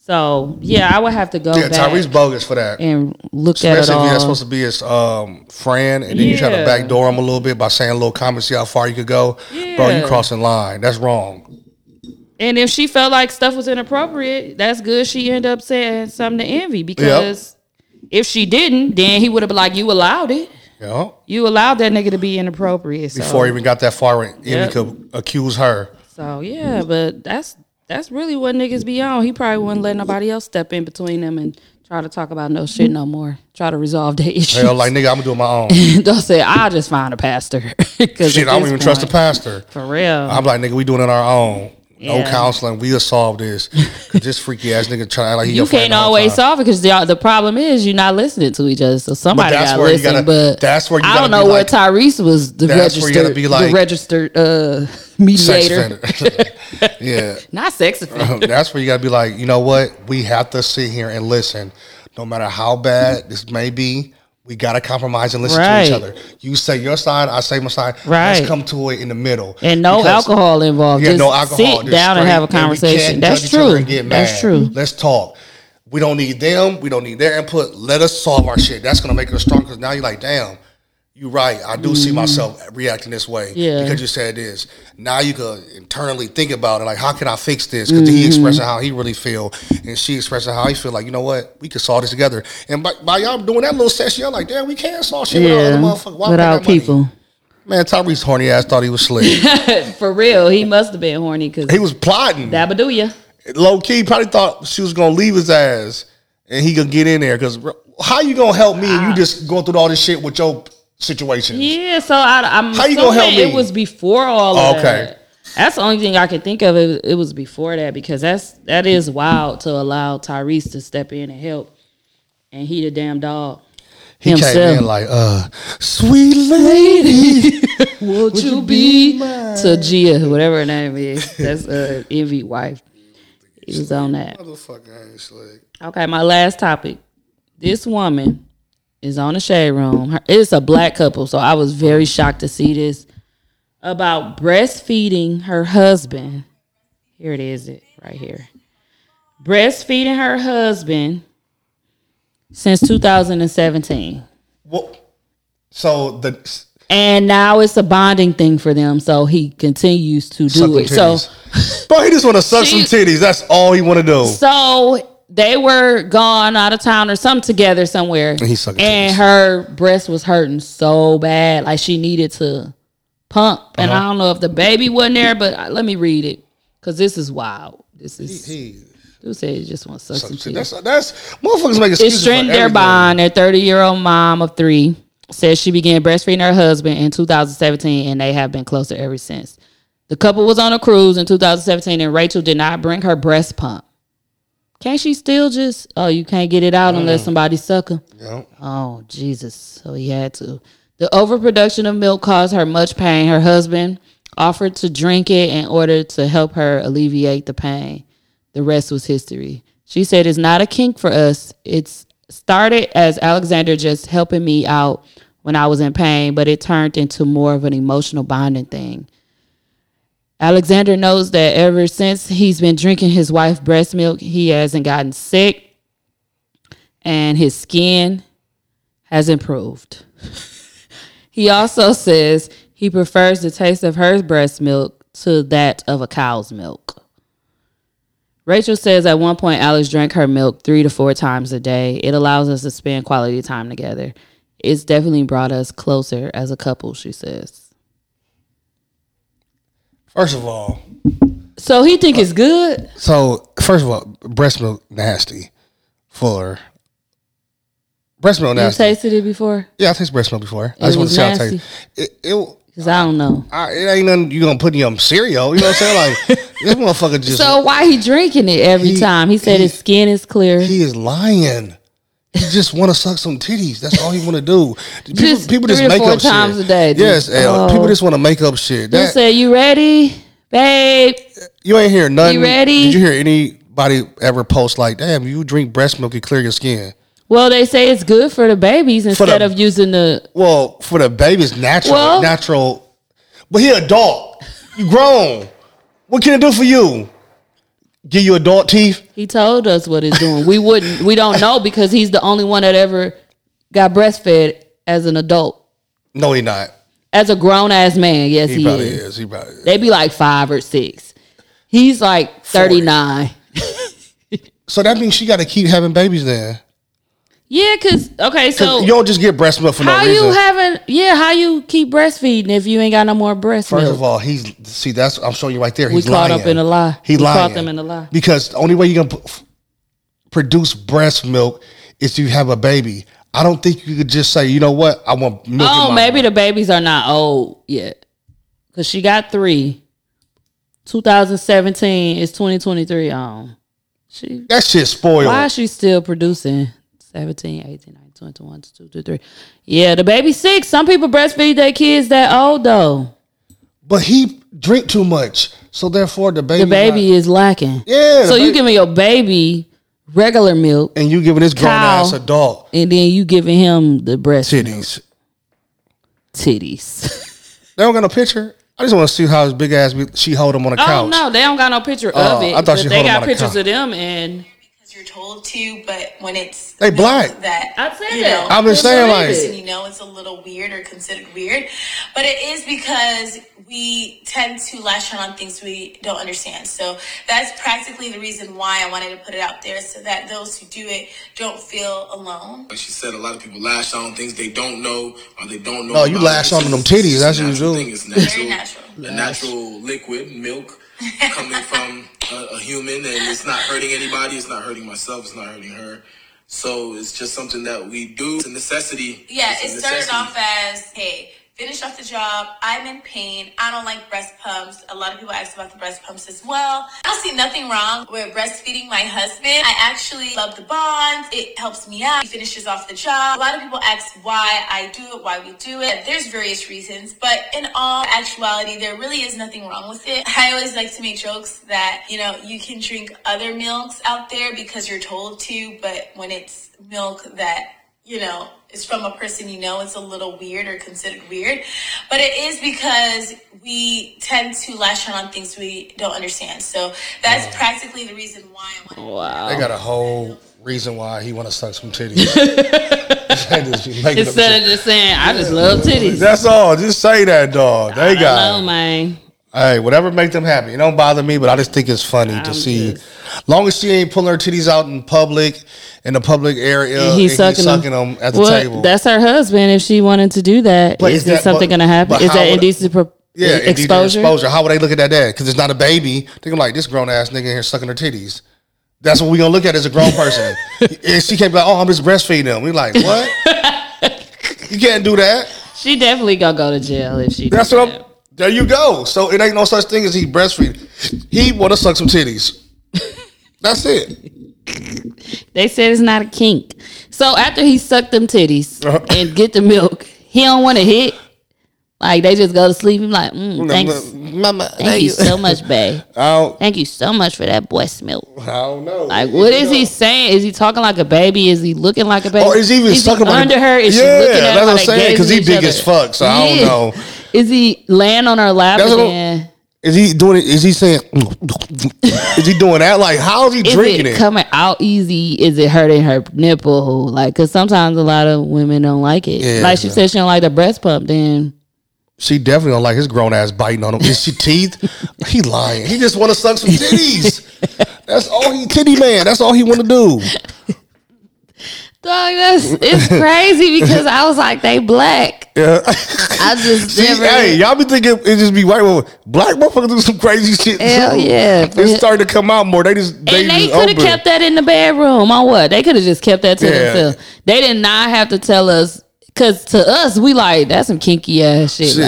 Speaker 1: So yeah, I would have to go
Speaker 2: Yeah,
Speaker 1: back
Speaker 2: Tyrese bogus for that.
Speaker 1: and look at it
Speaker 2: Especially if you're
Speaker 1: all.
Speaker 2: supposed to be his um, friend, and then you try to
Speaker 1: Yeah.
Speaker 2: backdoor him a little bit by saying little comments, see how far you could go. Bro, you
Speaker 1: Yeah.
Speaker 2: crossing line. That's wrong.
Speaker 1: And if she felt like stuff was inappropriate, that's good. She ended up saying something to Envy because if she didn't, then he would have been like, "You allowed it.
Speaker 2: You know?
Speaker 1: You allowed that nigga to be inappropriate." So,
Speaker 2: Before he even got that far, and
Speaker 1: Yep.
Speaker 2: he could accuse her.
Speaker 1: so yeah, but that's that's really what niggas be on. He probably wouldn't let nobody else step in between them and try to talk about no shit no more. Try to resolve their issues.
Speaker 2: Hell, like, nigga, I'm going to do it my own.
Speaker 1: They'll say, "I'll just find a pastor."
Speaker 2: Shit, I don't even trust the pastor.
Speaker 1: For real.
Speaker 2: I'm like, nigga, we doing it on our own. No
Speaker 1: Yeah.
Speaker 2: counseling. We'll solve this. 'Cause this freaky ass nigga trying to act like he your
Speaker 1: you
Speaker 2: friend
Speaker 1: can't
Speaker 2: the whole
Speaker 1: always
Speaker 2: time.
Speaker 1: solve it because the, the problem is you're not listening to each other. So somebody
Speaker 2: that's
Speaker 1: got to
Speaker 2: where you
Speaker 1: listen.
Speaker 2: gotta-
Speaker 1: but
Speaker 2: that's where you
Speaker 1: I don't
Speaker 2: gotta
Speaker 1: know
Speaker 2: be
Speaker 1: where
Speaker 2: like-
Speaker 1: Tyrese was the
Speaker 2: That's where you gotta
Speaker 1: registered,
Speaker 2: be like-
Speaker 1: the registered uh,
Speaker 2: Sex
Speaker 1: mediator,
Speaker 2: offender. Uh-huh. yeah,
Speaker 1: not sex offender.
Speaker 2: that's where you gotta be like, you know what? We have to sit here and listen, no matter how bad this may be. We gotta compromise and listen to each
Speaker 1: Right.
Speaker 2: other. You say your side, I say my side.
Speaker 1: Right.
Speaker 2: Let's come to it in the middle.
Speaker 1: and no
Speaker 2: Because-
Speaker 1: alcohol involved.
Speaker 2: Yeah,
Speaker 1: Just
Speaker 2: no alcohol.
Speaker 1: sit
Speaker 2: Just
Speaker 1: down and have a
Speaker 2: straight, we
Speaker 1: conversation.
Speaker 2: can't
Speaker 1: That's
Speaker 2: judge each other
Speaker 1: true.
Speaker 2: and get
Speaker 1: That's
Speaker 2: mad.
Speaker 1: true.
Speaker 2: Let's talk. We don't need them. We don't need their input. Let us solve our shit. That's gonna make us strong. Because now you're like, damn, you right. I do see myself reacting this way
Speaker 1: Mm-hmm. Yeah.
Speaker 2: because you said this. Now you could internally think about it. Like, how can I fix this? Because
Speaker 1: Mm-hmm.
Speaker 2: he expressing how he really feel, and she expressing how he feel. Like, you know what? We could solve this together. And by, by y'all doing that little session, y'all like, damn, we can solve shit
Speaker 1: Yeah,
Speaker 2: without other motherfuckers. Why we got
Speaker 1: without
Speaker 2: that money?
Speaker 1: people.
Speaker 2: Man, Tyrese horny ass thought he was slick.
Speaker 1: For real, he must have been horny because
Speaker 2: he was plotting.
Speaker 1: Dabaduya.
Speaker 2: low key probably thought she was gonna leave his ass and he gonna get in there because how you gonna help me and you just going through all this shit with your situation?
Speaker 1: Yeah, so I, I'm
Speaker 2: How you gonna help
Speaker 1: assuming
Speaker 2: me?
Speaker 1: It was before all of
Speaker 2: Okay.
Speaker 1: that. That's the only thing I can think of. It, it was before that because that's that is wild to allow Tyrese to step in and help, and he the damn dog.
Speaker 2: he
Speaker 1: himself.
Speaker 2: came in like, uh, sweet lady.
Speaker 1: Would, you be to Gia, whatever her name is? That's uh, envy wife. He was on that.
Speaker 2: Motherfucker ain't slick.
Speaker 1: Okay, my last topic. This woman is on the shade room. Her, it's a black couple, so I was very shocked to see this about breastfeeding her husband. Here it is, it right here. Breastfeeding her husband since 2017,
Speaker 2: What? So the
Speaker 1: and now it's a bonding thing for them. So he continues to do
Speaker 2: suck them
Speaker 1: it. So.
Speaker 2: titties. bro, he just want to suck
Speaker 1: She-
Speaker 2: some titties. That's all he want to do.
Speaker 1: So they were gone out of town or something together somewhere. And,
Speaker 2: he sucking titties.
Speaker 1: her breast was hurting so bad. Like she needed to pump. And
Speaker 2: Uh-huh.
Speaker 1: I don't know if the baby wasn't there, but I, let me read it. Because this is wild. This is.
Speaker 2: He-
Speaker 1: Dude said he just wants to suck some
Speaker 2: See,
Speaker 1: titties.
Speaker 2: that's that's motherfuckers make
Speaker 1: It
Speaker 2: excuses. for
Speaker 1: strengthened their
Speaker 2: everything.
Speaker 1: bond. Their 30 year old mom of three says she began breastfeeding her husband in 2017 and they have been closer ever since. The couple was on a cruise in 2017 and Rachel did not bring her breast pump. Can't she still just, oh, you can't get it out unless somebody suck 'em?
Speaker 2: Mm. Yep.
Speaker 1: Oh, Jesus. So he had to. The overproduction of milk caused her much pain. Her husband offered to drink it in order to help her alleviate the pain. The rest was history. She said, It's not a kink for us. It's started as Alexander just helping me out when I was in pain, but it turned into more of an emotional bonding thing. Alexander knows that ever since he's been drinking his wife's breast milk, he hasn't gotten sick and his skin has improved. he also says he prefers the taste of her breast milk to that of a cow's milk. Rachel says at one point Alex drank her milk three to four times a day. It allows us to spend quality time together. It's definitely brought us closer as a couple, she says.
Speaker 2: First of all,
Speaker 1: So he think it's good.
Speaker 2: so first of all, breast milk nasty for breast milk
Speaker 1: You
Speaker 2: nasty.
Speaker 1: tasted it before?
Speaker 2: yeah, I tasted breast milk before. I
Speaker 1: It
Speaker 2: just
Speaker 1: was
Speaker 2: want to see how it
Speaker 1: nasty.
Speaker 2: tastes. It, it,
Speaker 1: Cause I don't know.
Speaker 2: I, it ain't nothing you gonna put in your cereal. You know what I'm saying? Like this motherfucker just
Speaker 1: So why he drinking it every
Speaker 2: He-
Speaker 1: time? He said
Speaker 2: he-
Speaker 1: his skin is clear.
Speaker 2: he is lying. He just want to suck some titties. That's all he want to do. People
Speaker 1: Just three or four times
Speaker 2: shit.
Speaker 1: a day, dude.
Speaker 2: Yes, L,
Speaker 1: Oh.
Speaker 2: people just want to make up shit.
Speaker 1: He
Speaker 2: That-
Speaker 1: said, "You ready, babe?"
Speaker 2: You ain't hear nothing.
Speaker 1: ready?
Speaker 2: Did you hear anybody ever post like, "Damn, you drink breast milk to clear your skin"?
Speaker 1: Well, they say it's good for the babies
Speaker 2: the-
Speaker 1: instead of using the.
Speaker 2: Well, for the baby, it's natural,
Speaker 1: Well-
Speaker 2: natural. But he adult. You grown. What can it do for you? Give you adult teeth.
Speaker 1: He told us what it's doing. We wouldn't. We don't know because he's the only one that ever got breastfed as an adult,
Speaker 2: No, he not.
Speaker 1: as a grown ass man. Yes,
Speaker 2: He,
Speaker 1: he,
Speaker 2: probably
Speaker 1: is.
Speaker 2: is. He probably. Is.
Speaker 1: They be like five or six. He's like thirty nine.
Speaker 2: So that means she got to keep having babies then.
Speaker 1: Yeah, cause okay,
Speaker 2: 'Cause
Speaker 1: so
Speaker 2: you don't just get breast milk for no
Speaker 1: how
Speaker 2: reason.
Speaker 1: you having? Yeah, how you keep breastfeeding if you ain't got no more breast
Speaker 2: First
Speaker 1: milk?
Speaker 2: of all, he's see that's I'm showing you right there.
Speaker 1: We
Speaker 2: He's
Speaker 1: caught
Speaker 2: lying.
Speaker 1: up in a lie.
Speaker 2: He
Speaker 1: We
Speaker 2: lying.
Speaker 1: caught them in a lie.
Speaker 2: Because the only way you're gonna p- produce breast milk is you have a baby. I don't think you could just say, you know what, I want milk. in
Speaker 1: oh,
Speaker 2: my
Speaker 1: maybe the babies are not old yet, cause she got three. 2017 is 2023. Um, she
Speaker 2: that shit spoiled.
Speaker 1: Why is she still producing 17, 18, 19, 21, 22, 23? Yeah, the baby six. Some people breastfeed their kids that old though.
Speaker 2: But he drink too much, so therefore the baby.
Speaker 1: The baby is lacking.
Speaker 2: Yeah, the
Speaker 1: So you
Speaker 2: baby-
Speaker 1: giving your baby regular milk
Speaker 2: and you giving this grown
Speaker 1: Cow.
Speaker 2: ass adult
Speaker 1: and then you giving him the breast milk.
Speaker 2: titties.
Speaker 1: titties.
Speaker 2: They don't got no picture. I just want to see how his big ass be, she hold him on the couch.
Speaker 1: Oh no, they don't got no picture
Speaker 2: Oh,
Speaker 1: of it.
Speaker 2: I thought
Speaker 1: but
Speaker 2: she
Speaker 1: they
Speaker 2: hold him
Speaker 1: got
Speaker 2: on the
Speaker 1: pictures
Speaker 2: couch.
Speaker 1: of them and
Speaker 10: because you're told to, but when it's
Speaker 2: They black.
Speaker 10: that
Speaker 1: I said
Speaker 10: you
Speaker 1: that.
Speaker 10: know,
Speaker 2: I've been saying, like-
Speaker 10: and you know it's a little weird or considered weird, but it is because we tend to lash out on things we don't understand. So that's practically the reason why I wanted to put it out there so that those who do it don't feel alone.
Speaker 8: Like she said, a lot of people lash on things they don't know or they don't know.
Speaker 2: No, you
Speaker 8: about.
Speaker 2: lash on
Speaker 8: It's
Speaker 2: them
Speaker 8: just- it's
Speaker 2: titties.
Speaker 8: a
Speaker 2: That's what you
Speaker 8: natural
Speaker 2: do.
Speaker 8: thing. It's natural.
Speaker 10: Very natural.
Speaker 8: A natural liquid, milk, coming from a, a human, and it's not hurting anybody. It's not hurting myself. It's not hurting her. So it's just something that we do. It's a necessity.
Speaker 10: Yeah,
Speaker 8: It's a
Speaker 10: it started
Speaker 8: necessity.
Speaker 10: off as hey, Finish off the job. I'm in pain. I don't like breast pumps. A lot of people ask about the breast pumps as well. I don't see nothing wrong with breastfeeding my husband. I actually love the bond. It helps me out. He finishes off the job. A lot of people ask why I do it, why we do it. There's various reasons, but in all actuality, there really is nothing wrong with it. I always like to make jokes that, you know, you can drink other milks out there because you're told to, but when it's milk that you know, it's from a person you know, it's a little weird or considered weird. But it is because we tend to lash out on things we don't understand. So that's practically the reason why I wanted
Speaker 1: Wow.
Speaker 2: They got a whole reason why he want to suck some titties. They just be making up
Speaker 1: Instead
Speaker 2: shit.
Speaker 1: of just saying, I just love titties.
Speaker 2: That's all. Just say that, dog. They
Speaker 1: I
Speaker 2: got.
Speaker 1: don't know, man.
Speaker 2: Hey, whatever make them happy. It don't bother me, but I just think it's funny to
Speaker 1: I'm
Speaker 2: see.
Speaker 1: just-
Speaker 2: Long as she ain't pulling her titties out in public, in the public area,
Speaker 1: And he's sucking,
Speaker 2: them. at the
Speaker 1: well,
Speaker 2: table.
Speaker 1: That's her husband. If she wanted to do that, is
Speaker 2: But is
Speaker 1: there
Speaker 2: that-
Speaker 1: something
Speaker 2: but-
Speaker 1: going to happen?
Speaker 2: but
Speaker 1: Is
Speaker 2: how
Speaker 1: that
Speaker 2: would-
Speaker 1: indecent pro- e-
Speaker 2: yeah, and you did
Speaker 1: exposure?
Speaker 2: exposure. How would they look at that? Dad? Because it's not a baby. They're gonna be like this grown ass nigga in here sucking her titties. That's what we gonna look at as a grown person. and she can't be like, oh, I'm just breastfeeding them. We like what? you can't do that.
Speaker 1: She definitely gonna go to jail if she.
Speaker 2: That's
Speaker 1: does
Speaker 2: what I'm. There you go. So it ain't no such thing as he breastfeeding. He want to suck some titties. That's it.
Speaker 1: They said it's not a kink. So after he sucked them titties
Speaker 2: Uh-huh.
Speaker 1: and get the milk, he don't want to hit. Like they just go to sleep. He's like, mm, thanks,
Speaker 2: Mama,
Speaker 1: thank you so much, babe.
Speaker 2: I don't,
Speaker 1: Thank you so much for that breast milk.
Speaker 2: I don't know.
Speaker 1: Like, what is he saying? Is he talking like a baby? Is he looking like a baby?
Speaker 2: Or is he even sucking like a-
Speaker 1: under her? Is
Speaker 2: Yeah,
Speaker 1: she looking at
Speaker 2: that's
Speaker 1: him?
Speaker 2: what
Speaker 1: Are
Speaker 2: I'm
Speaker 1: they
Speaker 2: saying, 'cause
Speaker 1: gazing
Speaker 2: he
Speaker 1: at
Speaker 2: big
Speaker 1: each
Speaker 2: as
Speaker 1: other?
Speaker 2: fuck, so I don't know.
Speaker 1: Is he laying on her lap?
Speaker 2: That's
Speaker 1: and
Speaker 2: what-
Speaker 1: then-
Speaker 2: Is he doing it? Is he saying? is he doing that? Like, how is he
Speaker 1: is
Speaker 2: drinking
Speaker 1: it
Speaker 2: it?
Speaker 1: coming out easy? Is it hurting her nipple? Like, cause sometimes a lot of women don't like it.
Speaker 2: Yeah,
Speaker 1: like she
Speaker 2: yeah.
Speaker 1: said, she don't like the breast pump. Then
Speaker 2: she definitely don't like his grown ass biting on him. Is she teeth? he lying. He just want to suck some titties. That's all he titty man. That's all he want to do.
Speaker 1: Dog, that's it's crazy because I was like, they black.
Speaker 2: Yeah.
Speaker 1: I just
Speaker 2: See,
Speaker 1: never.
Speaker 2: hey, y'all be thinking it just be white women. Black motherfuckers do some crazy shit.
Speaker 1: Hell
Speaker 2: too.
Speaker 1: yeah.
Speaker 2: It's starting to come out more. They just they,
Speaker 1: and they
Speaker 2: just
Speaker 1: could have
Speaker 2: open.
Speaker 1: kept that in the bedroom on what? They could have just kept that to
Speaker 2: Yeah.
Speaker 1: themselves. They did not have to tell us because to us we like that's some kinky ass shit.
Speaker 2: Shit.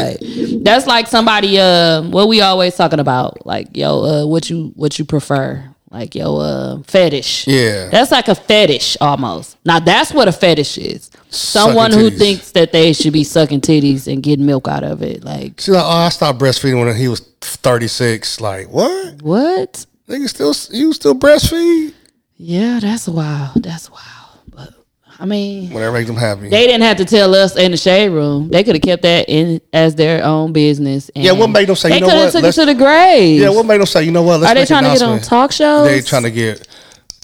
Speaker 1: Like that's like somebody uh what we always talking about like yo uh what you what you prefer like yo uh fetish.
Speaker 2: Yeah.
Speaker 1: that's like a fetish almost. Now that's what a fetish is. Someone who
Speaker 2: titties.
Speaker 1: thinks that they should be sucking titties and getting milk out of it. Like
Speaker 2: She's like, oh, I stopped breastfeeding when he was thirty six. Like what?
Speaker 1: what?
Speaker 2: Nigga, still you still breastfeed?
Speaker 1: Yeah, that's wild. That's wild. But I mean.
Speaker 2: Whatever makes them happy.
Speaker 1: They didn't have to tell us in the shade room. They could have kept that in as their own business. And
Speaker 2: Yeah, what made them say,
Speaker 1: They
Speaker 2: you know
Speaker 1: coulda
Speaker 2: what,
Speaker 1: took
Speaker 2: let's-
Speaker 1: it to the grave.
Speaker 2: yeah, what made them say? You know what? Let's
Speaker 1: Are they
Speaker 2: make an
Speaker 1: trying to get on
Speaker 2: announcement."
Speaker 1: talk shows?
Speaker 2: They trying to get.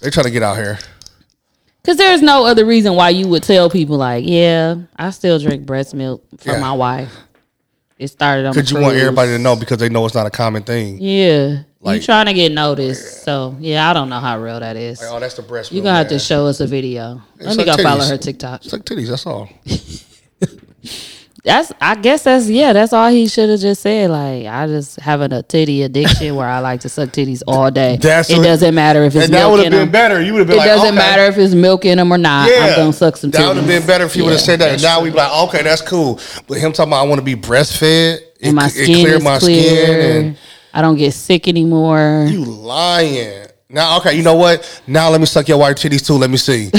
Speaker 2: They trying to get out here.
Speaker 1: Because there's no other reason why you would tell people like, yeah, I still drink breast milk from
Speaker 2: Yeah.
Speaker 1: my wife. It started on.
Speaker 2: Because
Speaker 1: the
Speaker 2: you want
Speaker 1: cruise.
Speaker 2: everybody to know because they know it's not a common thing.
Speaker 1: Yeah, you
Speaker 2: Like-
Speaker 1: trying to get noticed. So yeah, I don't know how real that is.
Speaker 2: Oh, that's the breast.
Speaker 1: You're gonna have to show us a video. Let me go
Speaker 2: like
Speaker 1: follow
Speaker 2: titties.
Speaker 1: her TikTok.
Speaker 2: Suck titties. That's all.
Speaker 1: That's I guess that's yeah, that's all he should have just said. Like I just having a titty addiction where I like to suck titties all day.
Speaker 2: That's
Speaker 1: it
Speaker 2: what-
Speaker 1: doesn't matter if it's
Speaker 2: And that
Speaker 1: milk
Speaker 2: would
Speaker 1: in
Speaker 2: have been
Speaker 1: them.
Speaker 2: better. You would have been
Speaker 1: It
Speaker 2: like,
Speaker 1: doesn't
Speaker 2: okay.
Speaker 1: matter if it's milk in them or not. I'm gonna suck some titties.
Speaker 2: That would have been better if you would have
Speaker 1: Yeah,
Speaker 2: said that.
Speaker 1: that's
Speaker 2: And now we'd be like, okay, that's cool. But him talking about I want to be breastfed.
Speaker 1: true. And my
Speaker 2: cl-
Speaker 1: skin is clear.
Speaker 2: and
Speaker 1: I don't get sick anymore.
Speaker 2: you lying. Now, okay, you know what? Now let me suck your wife titties too. Let me see.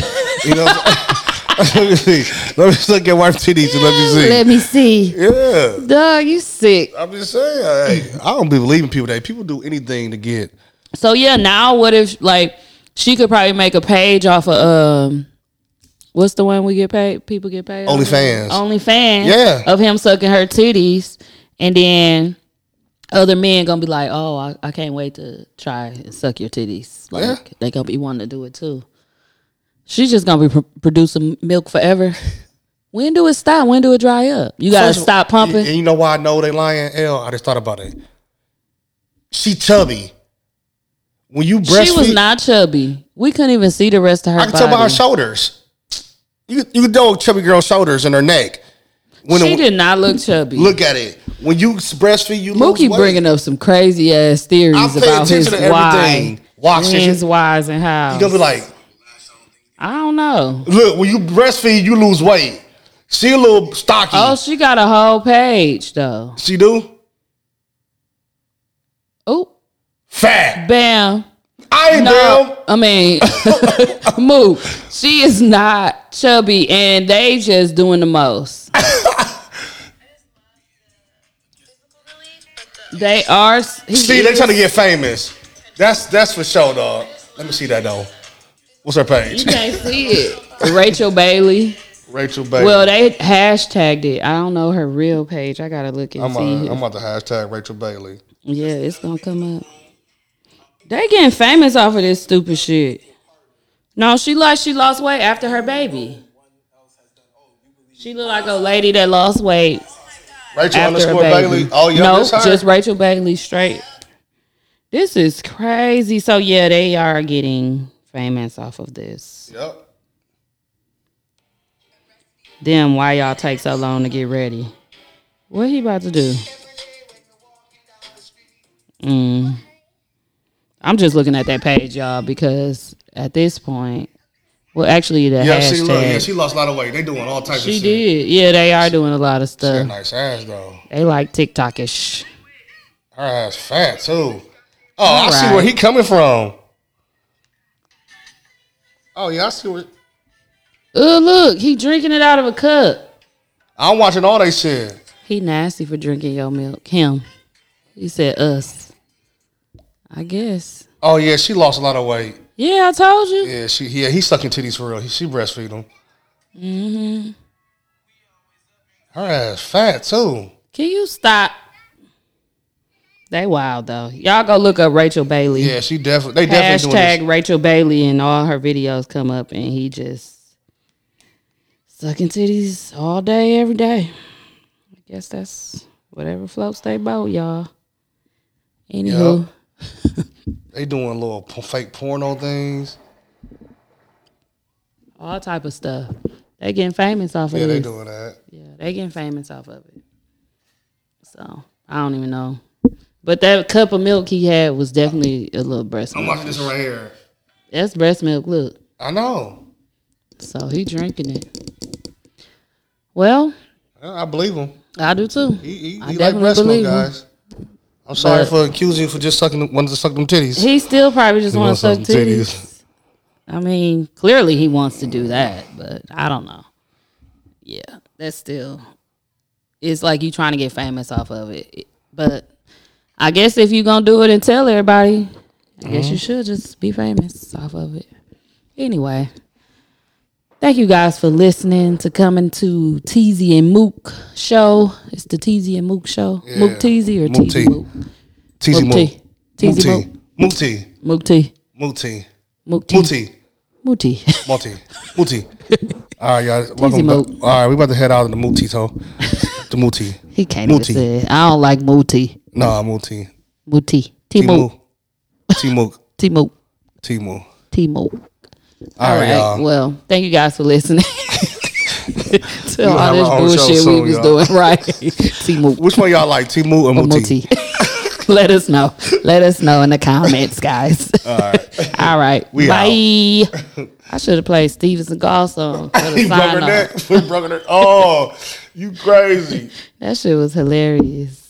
Speaker 2: You know, let me see. Let me suck your wife titties and let me see.
Speaker 1: Eh, Let me see.
Speaker 2: yeah,
Speaker 1: Dog, you sick.
Speaker 2: I'm just saying. Hey, I don't be believing people. That people do anything to get.
Speaker 1: So yeah, now what if like she could probably make a page off of um what's the one we get paid? People get paid off of?
Speaker 2: OnlyFans.
Speaker 1: OnlyFans.
Speaker 2: Yeah.
Speaker 1: Of him sucking her titties and then other men gonna be like, Oh, I, I can't wait to try and suck your titties. Like
Speaker 2: Yeah.
Speaker 1: they gonna be wanting to do it too. She's just gonna be pro- producing milk forever. When do it stop? When do it dry up? You gotta
Speaker 2: First of all,
Speaker 1: stop pumping.
Speaker 2: And you know why I know they lying? L. I just thought about it. She chubby. When you breastfeed,
Speaker 1: she was not chubby. We couldn't even see the rest of her
Speaker 2: I can
Speaker 1: body.
Speaker 2: tell by her shoulders. You you can tell a chubby girl's shoulders and her neck. When
Speaker 1: she
Speaker 2: it-
Speaker 1: did not look chubby.
Speaker 2: look at it. When you breastfeed, you
Speaker 1: Mookie
Speaker 2: lose weight.
Speaker 1: bringing up some crazy ass theories
Speaker 2: I pay
Speaker 1: about his
Speaker 2: attention to
Speaker 1: why,
Speaker 2: everything. Watch it.
Speaker 1: when's, whys, and
Speaker 2: You're gonna
Speaker 1: how.
Speaker 2: be like,
Speaker 1: I don't know.
Speaker 2: look, when you breastfeed, you lose weight. She a little stocky.
Speaker 1: Oh, she got a whole page though.
Speaker 2: She do?
Speaker 1: Oh,
Speaker 2: Fat.
Speaker 1: bam.
Speaker 2: I ain't
Speaker 1: No, I mean, move. She is not chubby, and they just doing the most. they are. he
Speaker 2: See, they
Speaker 1: is-
Speaker 2: trying to get famous. That's that's for sure, dog. Let me see that though. What's her page?
Speaker 1: You can't see it. Rachel Bailey.
Speaker 2: Rachel Bailey.
Speaker 1: Well, they hashtagged it. I don't know her real page. I gotta look and
Speaker 2: I'm,
Speaker 1: see.
Speaker 2: a, I'm about to hashtag Rachel Bailey.
Speaker 1: Yeah, it's gonna come up. They getting famous off of this stupid shit. No, she like she lost weight after her baby. She look like a lady that lost weight
Speaker 2: Rachel
Speaker 1: after her
Speaker 2: underscore
Speaker 1: baby.
Speaker 2: Bailey. Oh yeah,
Speaker 1: no,
Speaker 2: that's her.
Speaker 1: just Rachel Bailey straight. This is crazy. So yeah, they are getting famous off of this.
Speaker 2: Yep.
Speaker 1: Damn, why y'all take so long to get ready? What he about to do? Mm. I'm just looking at that page, y'all, because at this point, well, actually, the
Speaker 2: Yeah,
Speaker 1: hashtag
Speaker 2: she look, yeah, she lost a lot of weight. They doing all types
Speaker 1: she,
Speaker 2: of shit.
Speaker 1: did. Yeah, they are doing a lot of
Speaker 2: She got
Speaker 1: stuff.
Speaker 2: nice ass though.
Speaker 1: They like TikTokish.
Speaker 2: Her ass fat too. Oh, I
Speaker 1: All
Speaker 2: see
Speaker 1: right.
Speaker 2: where he coming from. Oh yeah, I see where.
Speaker 1: Oh, look, he drinking it out of a cup.
Speaker 2: I'm watching all they shit.
Speaker 1: He nasty for drinking your milk. Him. He said us. I guess.
Speaker 2: Oh yeah, she lost a lot of weight.
Speaker 1: Yeah, I told you.
Speaker 2: Yeah, she yeah he sucking titties for real. He, she breastfeed him.
Speaker 1: hmm
Speaker 2: Her ass fat too.
Speaker 1: Can you stop? They wild though. Y'all go look up Rachel Bailey.
Speaker 2: Yeah, she definitely they definitely doing
Speaker 1: Hashtag
Speaker 2: this.
Speaker 1: Rachel Bailey and all her videos come up and he just sucking titties all day, every day. I guess that's whatever floats they boat, y'all. Anywho,
Speaker 2: They doing little p- fake porno things.
Speaker 1: all type of stuff. They getting famous off of
Speaker 2: Yeah, they
Speaker 1: this.
Speaker 2: doing that.
Speaker 1: Yeah, they getting famous off of it. So I don't even know. But that cup of milk he had was definitely a little breast
Speaker 2: I'm
Speaker 1: milk.
Speaker 2: watching this right here.
Speaker 1: That's breast milk. Look,
Speaker 2: I know.
Speaker 1: so he drinking it. Well,
Speaker 2: I I believe him.
Speaker 1: I do too.
Speaker 2: He, he,
Speaker 1: I
Speaker 2: he like breast milk, guys. I'm sorry
Speaker 1: But-
Speaker 2: for accusing you for just sucking them- wanting to suck them titties.
Speaker 1: He still probably just
Speaker 2: He
Speaker 1: want to
Speaker 2: wants
Speaker 1: suck
Speaker 2: some
Speaker 1: titties.
Speaker 2: titties.
Speaker 1: I mean, clearly he wants to do that, but I don't know. Yeah, that's still. It's like you trying to get famous off of it, It- but I guess if you gonna do it and tell everybody, I guess you should just be famous off of it. Anyway, thank you guys for listening to coming to Teasy and Mook show. It's the Teasy and Mook show. Mook Teasy or
Speaker 2: Mook
Speaker 1: Teasy
Speaker 2: T.
Speaker 1: Mook?
Speaker 2: Teasy
Speaker 1: Mook T.
Speaker 2: Mook. Mook
Speaker 1: Teasy
Speaker 2: T.
Speaker 1: Mook.
Speaker 2: Mook T.
Speaker 1: Mook T.
Speaker 2: Mook T.
Speaker 1: Mook T.
Speaker 2: Mook T.
Speaker 1: Mook T.
Speaker 2: Mook T. Mook T. All right, y'all. Welcome
Speaker 1: Mook.
Speaker 2: back. All right, we about to head out in the Mook T, toe. The Mook T.
Speaker 1: He can't even
Speaker 2: Mooty.
Speaker 1: say it. I don't like Mooty.
Speaker 2: Nah, Mook T.
Speaker 1: Mooty. T
Speaker 2: T
Speaker 1: Mook.
Speaker 2: Mook. T Mook.
Speaker 1: T Mook.
Speaker 2: T Mook.
Speaker 1: T Mook.
Speaker 2: All right, y'all.
Speaker 1: Well, thank you guys for listening. to
Speaker 2: have our
Speaker 1: all
Speaker 2: own
Speaker 1: this
Speaker 2: show
Speaker 1: bullshit we
Speaker 2: soon,
Speaker 1: was
Speaker 2: y'all.
Speaker 1: doing. Right. T Mook.
Speaker 2: Which one y'all like, T Mook or Mook T?
Speaker 1: Mooty. Let us know. Let us know in the comments, guys. All right. all right.
Speaker 2: We
Speaker 1: Bye. I should have played Steven Seagal song. for the
Speaker 2: He broke
Speaker 1: sign
Speaker 2: her
Speaker 1: off.
Speaker 2: neck. We broke her neck. Oh, you crazy.
Speaker 1: That shit was hilarious.